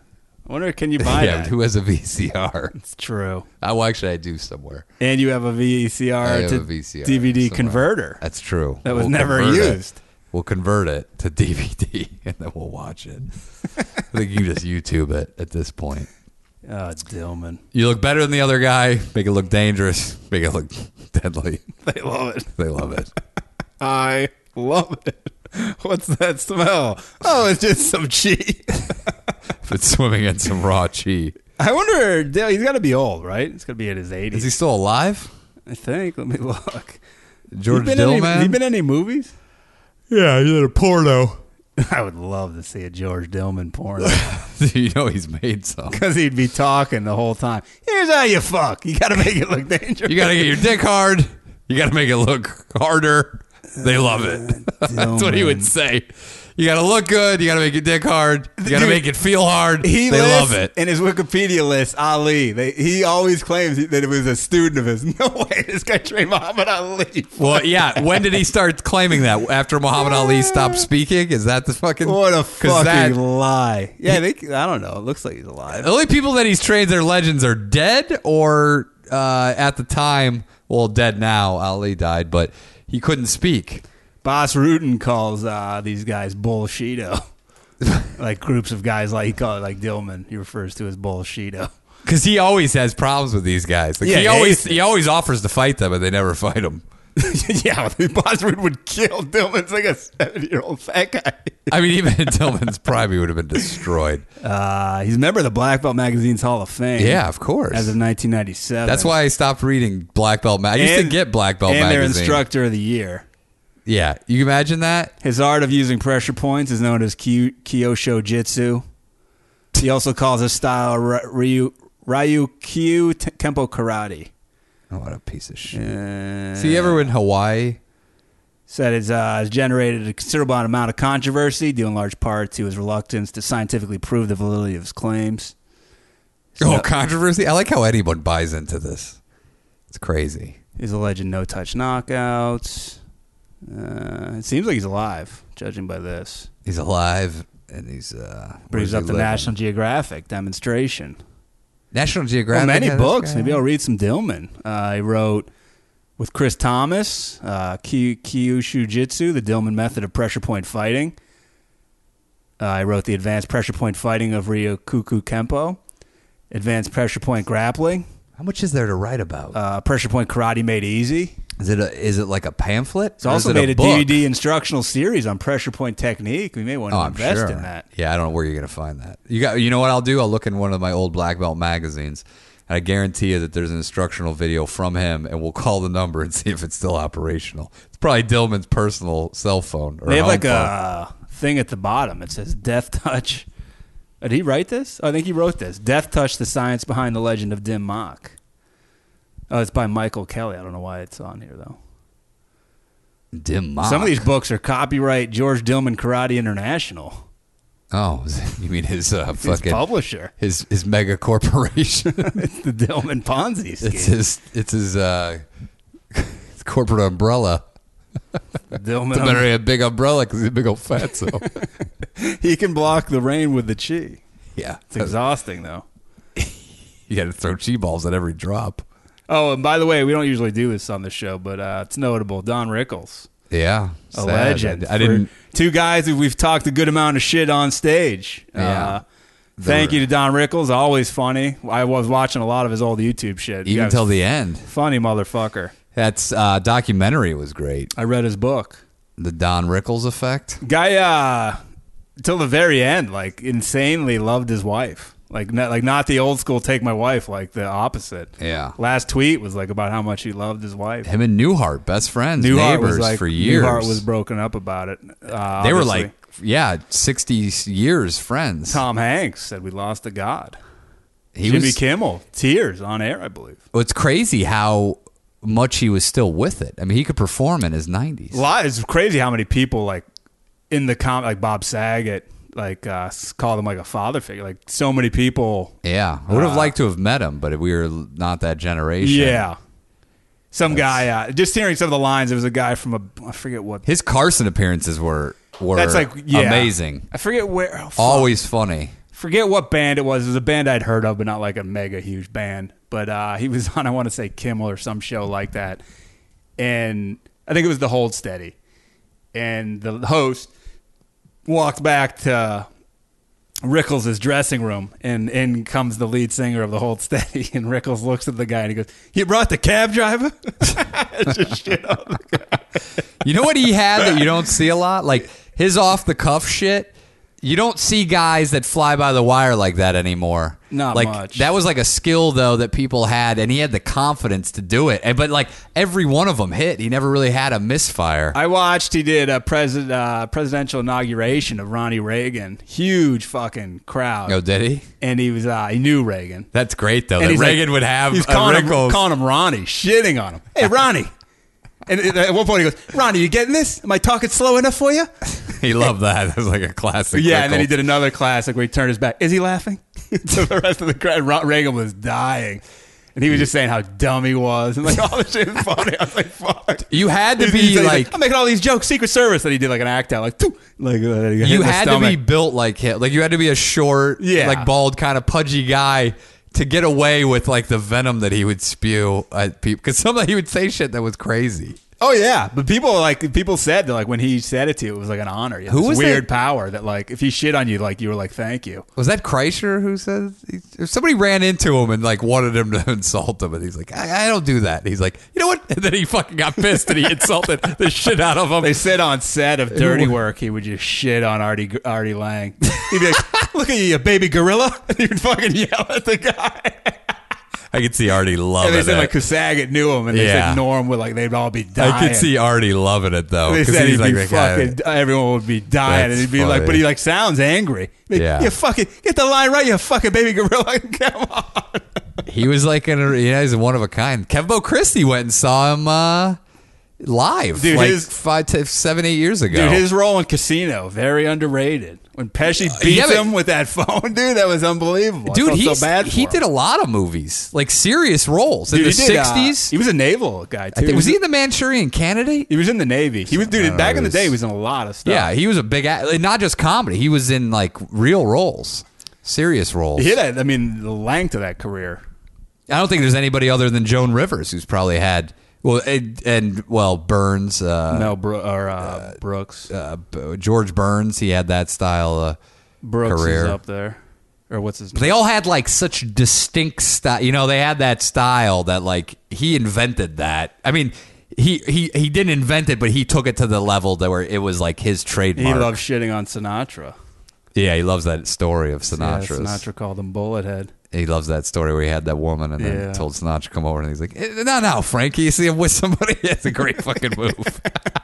Speaker 3: I wonder can you buy
Speaker 4: yeah,
Speaker 3: that?
Speaker 4: who has a VCR?
Speaker 3: it's true.
Speaker 4: I, well, actually, I do somewhere.
Speaker 3: And you have a VCR
Speaker 4: I have
Speaker 3: to
Speaker 4: a VCR
Speaker 3: DVD
Speaker 4: somewhere.
Speaker 3: converter.
Speaker 4: That's true.
Speaker 3: That was never
Speaker 4: convert it.
Speaker 3: used.
Speaker 4: We'll convert it to DVD and then we'll watch it. I think you can just YouTube it at this point.
Speaker 3: Oh, Dillman.
Speaker 4: You look better than the other guy. Make it look dangerous. Make it look deadly.
Speaker 3: They love it.
Speaker 4: They love it.
Speaker 3: I love it. What's that smell? Oh, it's just some chi.
Speaker 4: If it's swimming in some raw chi.
Speaker 3: I wonder. Dill- He's got to be old, right? He's got to be in his 80s.
Speaker 4: Is he still alive?
Speaker 3: I think. Let me look.
Speaker 4: George
Speaker 3: He's been in any-
Speaker 4: Dillman?
Speaker 3: He been in any movies?
Speaker 4: yeah, he's in a porno.
Speaker 3: I would love to see a George Dillman porn
Speaker 4: you know he's made some.
Speaker 3: because he'd be talking the whole time. Here's how you fuck. You got to make it look dangerous.
Speaker 4: You got to get your dick hard. You got to make it look harder. They love it. That's what he would
Speaker 3: Uh, Dillman.
Speaker 4: say. You got to look good. You got to make your dick hard. You got to
Speaker 3: Dude,
Speaker 4: make it feel hard.
Speaker 3: He
Speaker 4: they
Speaker 3: lists
Speaker 4: love it.
Speaker 3: In his Wikipedia list, Ali. They, he always claims that it was a student of his. No way, this guy trained Muhammad Ali.
Speaker 4: Well, yeah. When did he start claiming that? After Muhammad Ali stopped speaking? Is that the fucking?
Speaker 3: What a fucking
Speaker 4: 'cause that-
Speaker 3: lie! Yeah, they, I don't know. It looks like he's alive.
Speaker 4: The only people that he's trained their legends are dead or uh, at the time, well, dead now. Ali died, but he couldn't speak.
Speaker 3: Boss Rudin calls uh, these guys bullshito. like groups of guys, like he called like Dillman. He refers to as bullshito.
Speaker 4: Because he always has problems with these guys. Like,
Speaker 3: Yeah,
Speaker 4: he
Speaker 3: he
Speaker 4: always
Speaker 3: hates
Speaker 4: he always offers to fight them, but they never fight him.
Speaker 3: yeah, Boss Rudin would kill Dillman. It's like a seven-year-old fat guy.
Speaker 4: I mean, even in Tillman's prime, he would have been destroyed.
Speaker 3: Uh, he's a member of the Black Belt Magazine's Hall of Fame.
Speaker 4: Yeah, of course.
Speaker 3: As of 1997.
Speaker 4: That's why I stopped reading Black Belt. Ma- I used to
Speaker 3: And-
Speaker 4: get Black Belt
Speaker 3: and their
Speaker 4: magazine.
Speaker 3: instructor of the year.
Speaker 4: yeah, you can imagine that.
Speaker 3: His art of using pressure points is known as Ky- Kyosho Jitsu. He also calls his style Ra- Ryu Ryukyu T- Kempo Karate.
Speaker 4: Oh, what a piece of shit.
Speaker 3: Uh,
Speaker 4: See, ever in Hawaii?
Speaker 3: said it's, uh, has generated a considerable amount of controversy, due in large part to his reluctance to scientifically prove the validity of his claims.
Speaker 4: Oh,
Speaker 3: So-
Speaker 4: controversy. I like how anyone buys into this. It's crazy.
Speaker 3: He's alleged no touch knockouts. Uh, it seems like he's alive, judging by this.
Speaker 4: He's alive and he's uh
Speaker 3: But
Speaker 4: where's
Speaker 3: he's
Speaker 4: he
Speaker 3: up the
Speaker 4: living?
Speaker 3: National Geographic demonstration.
Speaker 4: National
Speaker 3: Well,
Speaker 4: Geographic.
Speaker 3: many
Speaker 4: had this
Speaker 3: books.
Speaker 4: guy.
Speaker 3: Maybe I'll read some Dillman. Uh, he wrote with Chris Thomas, uh, Ky- Kyushu Jitsu, the Dillman method of pressure point fighting. Uh, I wrote the advanced pressure point fighting of Ryokuku Kempo, advanced pressure point grappling,
Speaker 4: How much is there to write about?
Speaker 3: uh, pressure point karate made easy.
Speaker 4: Is it a, is it like a pamphlet?
Speaker 3: It's also
Speaker 4: is it
Speaker 3: made a,
Speaker 4: book?
Speaker 3: DVD instructional series on pressure point technique. We may want to
Speaker 4: Oh, I'm
Speaker 3: invest
Speaker 4: sure.
Speaker 3: in that.
Speaker 4: Yeah, I don't know where you're gonna find that. You got. You know what I'll do? I'll look in one of my old black belt magazines, and I guarantee you that there's an instructional video from him, and we'll call the number and see if it's still operational. It's probably Dillman's personal cell phone. Or
Speaker 3: They have
Speaker 4: home
Speaker 3: like
Speaker 4: phone.
Speaker 3: a thing at the bottom. It says Death Touch. Did he write this? Oh, I think he wrote this. Death Touch: The Science Behind the Legend of Dim Mak. Oh, it's by Michael Kelly. I don't know why it's on here though.
Speaker 4: dim. Mock.
Speaker 3: Some of these books are copyright George Dillman Karate International.
Speaker 4: Oh, you mean his uh,
Speaker 3: It's his
Speaker 4: fucking
Speaker 3: publisher.
Speaker 4: his his mega corporation?
Speaker 3: it's the Dillman Ponzi scheme.
Speaker 4: it's his it's his uh, corporate umbrella.
Speaker 3: Dillman.
Speaker 4: It's better a big umbrella because he's a big old fatso.
Speaker 3: he can block the rain with the chi.
Speaker 4: yeah,
Speaker 3: It's exhausting though.
Speaker 4: you got to throw chi balls at every drop.
Speaker 3: Oh, and by the way, we don't usually do this on the show, but uh, it's notable. Don Rickles,
Speaker 4: Yeah,
Speaker 3: a
Speaker 4: sad. I-
Speaker 3: legend.
Speaker 4: I didn't.
Speaker 3: For two guys who we've talked a good amount of shit on stage. Uh,
Speaker 4: Yeah.
Speaker 3: thank
Speaker 4: They
Speaker 3: you
Speaker 4: were-
Speaker 3: to Don Rickles. Always funny. I was watching a lot of his old YouTube shit.
Speaker 4: even
Speaker 3: Yeah,
Speaker 4: till the end.
Speaker 3: funny motherfucker.
Speaker 4: That's uh, documentary was great.
Speaker 3: I read his book.
Speaker 4: The Don Rickles effect.
Speaker 3: Guy, uh, till the very end, like insanely loved his wife. Like not, like not the old school take my wife, like the opposite.
Speaker 4: Yeah.
Speaker 3: Last tweet was like about how much he loved his wife.
Speaker 4: Him and Newhart, best friends,
Speaker 3: Newhart
Speaker 4: neighbors
Speaker 3: was like,
Speaker 4: for years.
Speaker 3: Newhart was broken up about it. Uh,
Speaker 4: they were
Speaker 3: obviously.
Speaker 4: like, yeah, sixty years friends.
Speaker 3: Tom Hanks said we lost a god.
Speaker 4: he
Speaker 3: Jimmy
Speaker 4: was.
Speaker 3: Kimmel, tears on air, I believe.
Speaker 4: Well, it's crazy how much he was still with it. I mean, he could perform in his nineties.
Speaker 3: A lot. It's crazy how many people like in the com like Bob Saget like uh, s- called him like a father figure. Like so many people.
Speaker 4: Yeah, I would have liked to have met him, but we were not that generation.
Speaker 3: Uh, Yeah. Some guy. Uh, just hearing some of the lines. There was a guy from a I forget what.
Speaker 4: his Carson appearances were were
Speaker 3: That's like yeah.
Speaker 4: amazing.
Speaker 3: I forget where. oh, fuck.
Speaker 4: Always funny.
Speaker 3: forget what band it was. It was a band I'd heard of, but not like a mega huge band. But uh, he was on, I want to say Kimmel or some show like that, and I think it was the Hold Steady, and the host walked back to Rickles' dressing room, and in comes the lead singer of the Hold Steady, and Rickles looks at the guy and he goes, "You brought the cab driver?" Just shit on the guy.
Speaker 4: You know what he had that you don't see a lot? Like his off the cuff shit. You don't see guys that fly by the wire like that anymore.
Speaker 3: Not
Speaker 4: like
Speaker 3: much.
Speaker 4: that was like a skill though that people had, and he had the confidence to do it. And but like every one of them hit. He never really had a misfire.
Speaker 3: I watched. He did a president uh, presidential inauguration of Ronnie Reagan. Huge fucking crowd.
Speaker 4: oh, did he?
Speaker 3: and he was uh, he knew Reagan.
Speaker 4: That's great though.
Speaker 3: And
Speaker 4: That
Speaker 3: he's
Speaker 4: Reagan
Speaker 3: like-
Speaker 4: would have
Speaker 3: he's
Speaker 4: a
Speaker 3: calling him,
Speaker 4: Rickles.
Speaker 3: calling him Ronnie, shitting on him. Hey Ronnie. And it- at one point he goes, Ronnie, you getting this? Am I talking slow enough for you?
Speaker 4: he loved that. That was like a classic.
Speaker 3: Yeah, and then he
Speaker 4: Rickles.
Speaker 3: did another classic where he turned his back. Is he laughing? so the rest of the crowd, Ron- Reagan was dying. And he was just saying how dumb he was. And like, all this shit is funny. I was like, fuck.
Speaker 4: You had to
Speaker 3: He's-
Speaker 4: be,
Speaker 3: he's
Speaker 4: like-
Speaker 3: I'm making all these jokes, Secret Service. And he did like an act out, like, Too! like uh,
Speaker 4: you had to be built like him. Like you had to be a short,
Speaker 3: Yeah.
Speaker 4: like bald, kind of pudgy guy to get away with like the venom that he would spew at people. Because somebody he would say shit that was crazy.
Speaker 3: Oh yeah, but people like people said that like when he said it to you, it was like an honor. You had
Speaker 4: Who
Speaker 3: this
Speaker 4: was
Speaker 3: weird
Speaker 4: that?
Speaker 3: power that like if he shit on you, like you were like thank you.
Speaker 4: Was that Kreischer who said or somebody ran into him and like wanted him to insult him, and he's like, I, I don't do that. And he's like, you know what? And then he fucking got pissed and he insulted the shit out of him.
Speaker 3: They said on set of Dirty
Speaker 4: wa-
Speaker 3: Work, he would just shit on Artie Artie Lang. He'd be like, "Look at you, you baby gorilla!" And he'd fucking yell at the guy.
Speaker 4: Oh, I could see Artie
Speaker 3: And
Speaker 4: loving
Speaker 3: they said
Speaker 4: it.
Speaker 3: like Kasagat knew him, and they
Speaker 4: Yeah.
Speaker 3: said Norm would like they'd all be dying.
Speaker 4: I could see Artie loving it though.
Speaker 3: They
Speaker 4: 'cause
Speaker 3: said he'd be
Speaker 4: "That guy-
Speaker 3: fucking. Everyone would be dying, and
Speaker 4: That's
Speaker 3: he'd be like,
Speaker 4: funny.
Speaker 3: "But he like sounds angry." Like,
Speaker 4: Yeah.
Speaker 3: you fucking get the line right, you fucking baby gorilla. Come on.
Speaker 4: He was like in a, yeah, he's a one of a kind. Kevbo Christie went and saw him uh, live
Speaker 3: Dude,
Speaker 4: like
Speaker 3: his-
Speaker 4: five to seven, eight years ago.
Speaker 3: Dude, his role in Casino very underrated. When Pesci beat
Speaker 4: Uh, yeah, but-
Speaker 3: him with that phone, dude, that was unbelievable.
Speaker 4: Dude,
Speaker 3: I felt
Speaker 4: he's,
Speaker 3: so bad. For
Speaker 4: he
Speaker 3: him.
Speaker 4: did a lot of movies, like serious roles
Speaker 3: Dude,
Speaker 4: in the
Speaker 3: he did, uh,
Speaker 4: sixties.
Speaker 3: he was a naval guy too.
Speaker 4: was he in the Manchurian Candidate?
Speaker 3: He was in the Navy. He was dude. Back in the
Speaker 4: was-
Speaker 3: day, he was uh, in a lot of stuff.
Speaker 4: Yeah, he was a big, act- like, not just comedy. He was in like real roles, serious roles.
Speaker 3: he hit. A, I mean, the length of that career.
Speaker 4: I don't think there's anybody other than Joan Rivers who's probably had well, and, and well Burns, uh,
Speaker 3: Mel Bro- or uh, Brooks.
Speaker 4: uh, B- George Burns. He had that style. Uh,
Speaker 3: Brooks
Speaker 4: career.
Speaker 3: is up there. Or what's his
Speaker 4: But they
Speaker 3: name?
Speaker 4: all had like such distinct style. You know, they had that style that like he invented that. I mean, he he he didn't invent it, but he took it to the level that where it was like his
Speaker 3: He
Speaker 4: trademark.
Speaker 3: loves shitting on Sinatra.
Speaker 4: yeah, he loves that story of
Speaker 3: Yeah,
Speaker 4: Sinatra's.
Speaker 3: Sinatra called him Bullethead.
Speaker 4: He loves that story where he had that woman and then
Speaker 3: Yeah.
Speaker 4: told Sinatra to come over, and he's like, "Eh, "No, no, Frankie, you see him with somebody. It's a great fucking move."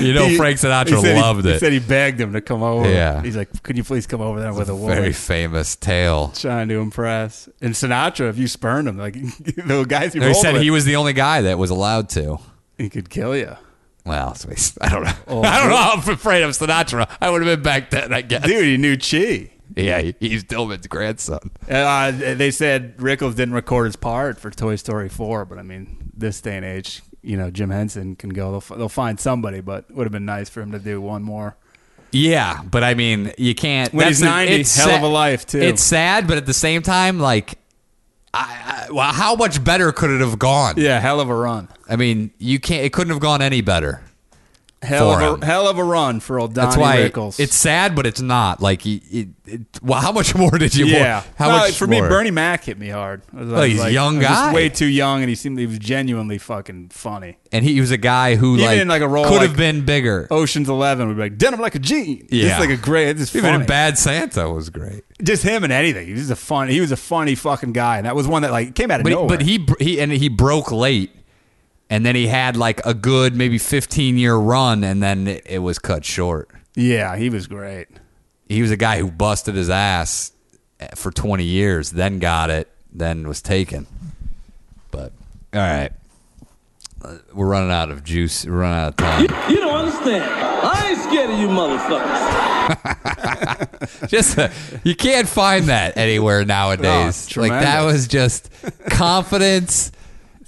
Speaker 4: you know, Frank
Speaker 3: He
Speaker 4: Sinatra
Speaker 3: said he-
Speaker 4: loved
Speaker 3: he,
Speaker 4: it.
Speaker 3: said he begged him to come over.
Speaker 4: Yeah.
Speaker 3: He's like, could you please come over there with a woman?
Speaker 4: Very famous tale.
Speaker 3: Trying to impress. And Sinatra, if you spurned him, like the guys he
Speaker 4: He
Speaker 3: rolled
Speaker 4: said
Speaker 3: with,
Speaker 4: he was the only guy that was allowed to.
Speaker 3: he could kill you.
Speaker 4: Well, so he's- I don't know. I don't know. how I'm afraid of Sinatra. I would have been back then, I guess.
Speaker 3: Dude, he knew Chi.
Speaker 4: Yeah, he- he's Dillman's grandson.
Speaker 3: Uh, they said Rickles didn't record his part for Toy Story 4, but I mean, this day and age, you know, Jim Henson can go. They'll, f- they'll find somebody, but would have been nice for him to do one more.
Speaker 4: Yeah, but I mean, you can't.
Speaker 3: When he's
Speaker 4: that's a-
Speaker 3: 90,
Speaker 4: it's
Speaker 3: hell of a life, too.
Speaker 4: It's sad, but at the same time, like, I, I, well, how much better could it have gone?
Speaker 3: Yeah, hell of a run.
Speaker 4: I mean, you can't. It couldn't have gone any better.
Speaker 3: Hell
Speaker 4: For
Speaker 3: of
Speaker 4: him.
Speaker 3: a, hell of a run for old Donnie
Speaker 4: That's why
Speaker 3: Rickles.
Speaker 4: it's sad, but it's not. Like, you- it, it, well, how much more did you?
Speaker 3: yeah.
Speaker 4: More, how
Speaker 3: No,
Speaker 4: much
Speaker 3: for me,
Speaker 4: more?
Speaker 3: Bernie Mac hit me hard. I was- I
Speaker 4: Well,
Speaker 3: was
Speaker 4: he's a
Speaker 3: like-
Speaker 4: young
Speaker 3: I was just
Speaker 4: guy.
Speaker 3: way too young, and he seemed he was genuinely fucking funny.
Speaker 4: and he was a guy who
Speaker 3: Even
Speaker 4: like,
Speaker 3: in, like, a role
Speaker 4: could
Speaker 3: like- Oh,
Speaker 4: have been bigger.
Speaker 3: Ocean's Eleven would be like denim like a jean.
Speaker 4: Yeah.
Speaker 3: just like a great. Just
Speaker 4: Even
Speaker 3: funny.
Speaker 4: in Bad Santa was great.
Speaker 3: just him and anything. He was a fun. He was a funny fucking guy, and that was one that like came out of
Speaker 4: But he,
Speaker 3: nowhere.
Speaker 4: but he br- he and he broke late, and then he had like a good maybe 15 year run, and then it, it was cut short.
Speaker 3: yeah, he was great.
Speaker 4: He was a guy who busted his ass eh, for 20 years, then got it, then was taken. But all right, Uh, we're running out of juice. We're running out of time.
Speaker 12: You don't understand. I ain't scared of you motherfuckers.
Speaker 4: Just uh, you can't find that anywhere nowadays.
Speaker 3: No,
Speaker 4: like that
Speaker 3: Oh, tremendous.
Speaker 4: was just confidence.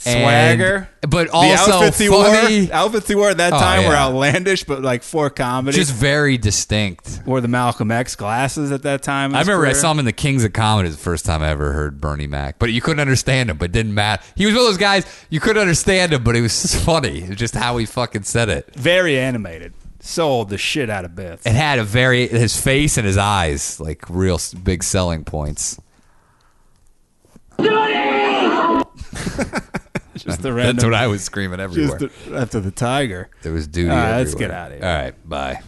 Speaker 4: and-
Speaker 3: Swagger,
Speaker 4: but
Speaker 3: the
Speaker 4: also
Speaker 3: outfits he
Speaker 4: funny.
Speaker 3: wore. Outfits he wore at that
Speaker 4: Oh,
Speaker 3: time were
Speaker 4: yeah.
Speaker 3: outlandish, but like for comedy.
Speaker 4: just very distinct.
Speaker 3: wore the Malcolm X glasses at that time. in
Speaker 4: I
Speaker 3: his
Speaker 4: remember I
Speaker 3: career.
Speaker 4: saw him in the Kings of Comedy the first time I ever heard Bernie Mac, but you couldn't understand him, but it didn't matter. He was one of those guys you couldn't understand him, but he was just funny. It was just how he fucking said it.
Speaker 3: very animated. Sold the shit out of bits.
Speaker 4: It had a very his face and his eyes like real s- big selling points.
Speaker 3: Just the
Speaker 4: That's
Speaker 3: random.
Speaker 4: what I was screaming everywhere.
Speaker 3: just the, after the tiger.
Speaker 4: there was duty.
Speaker 3: All right, let's
Speaker 4: everywhere.
Speaker 3: get outta here.
Speaker 4: All right, bye.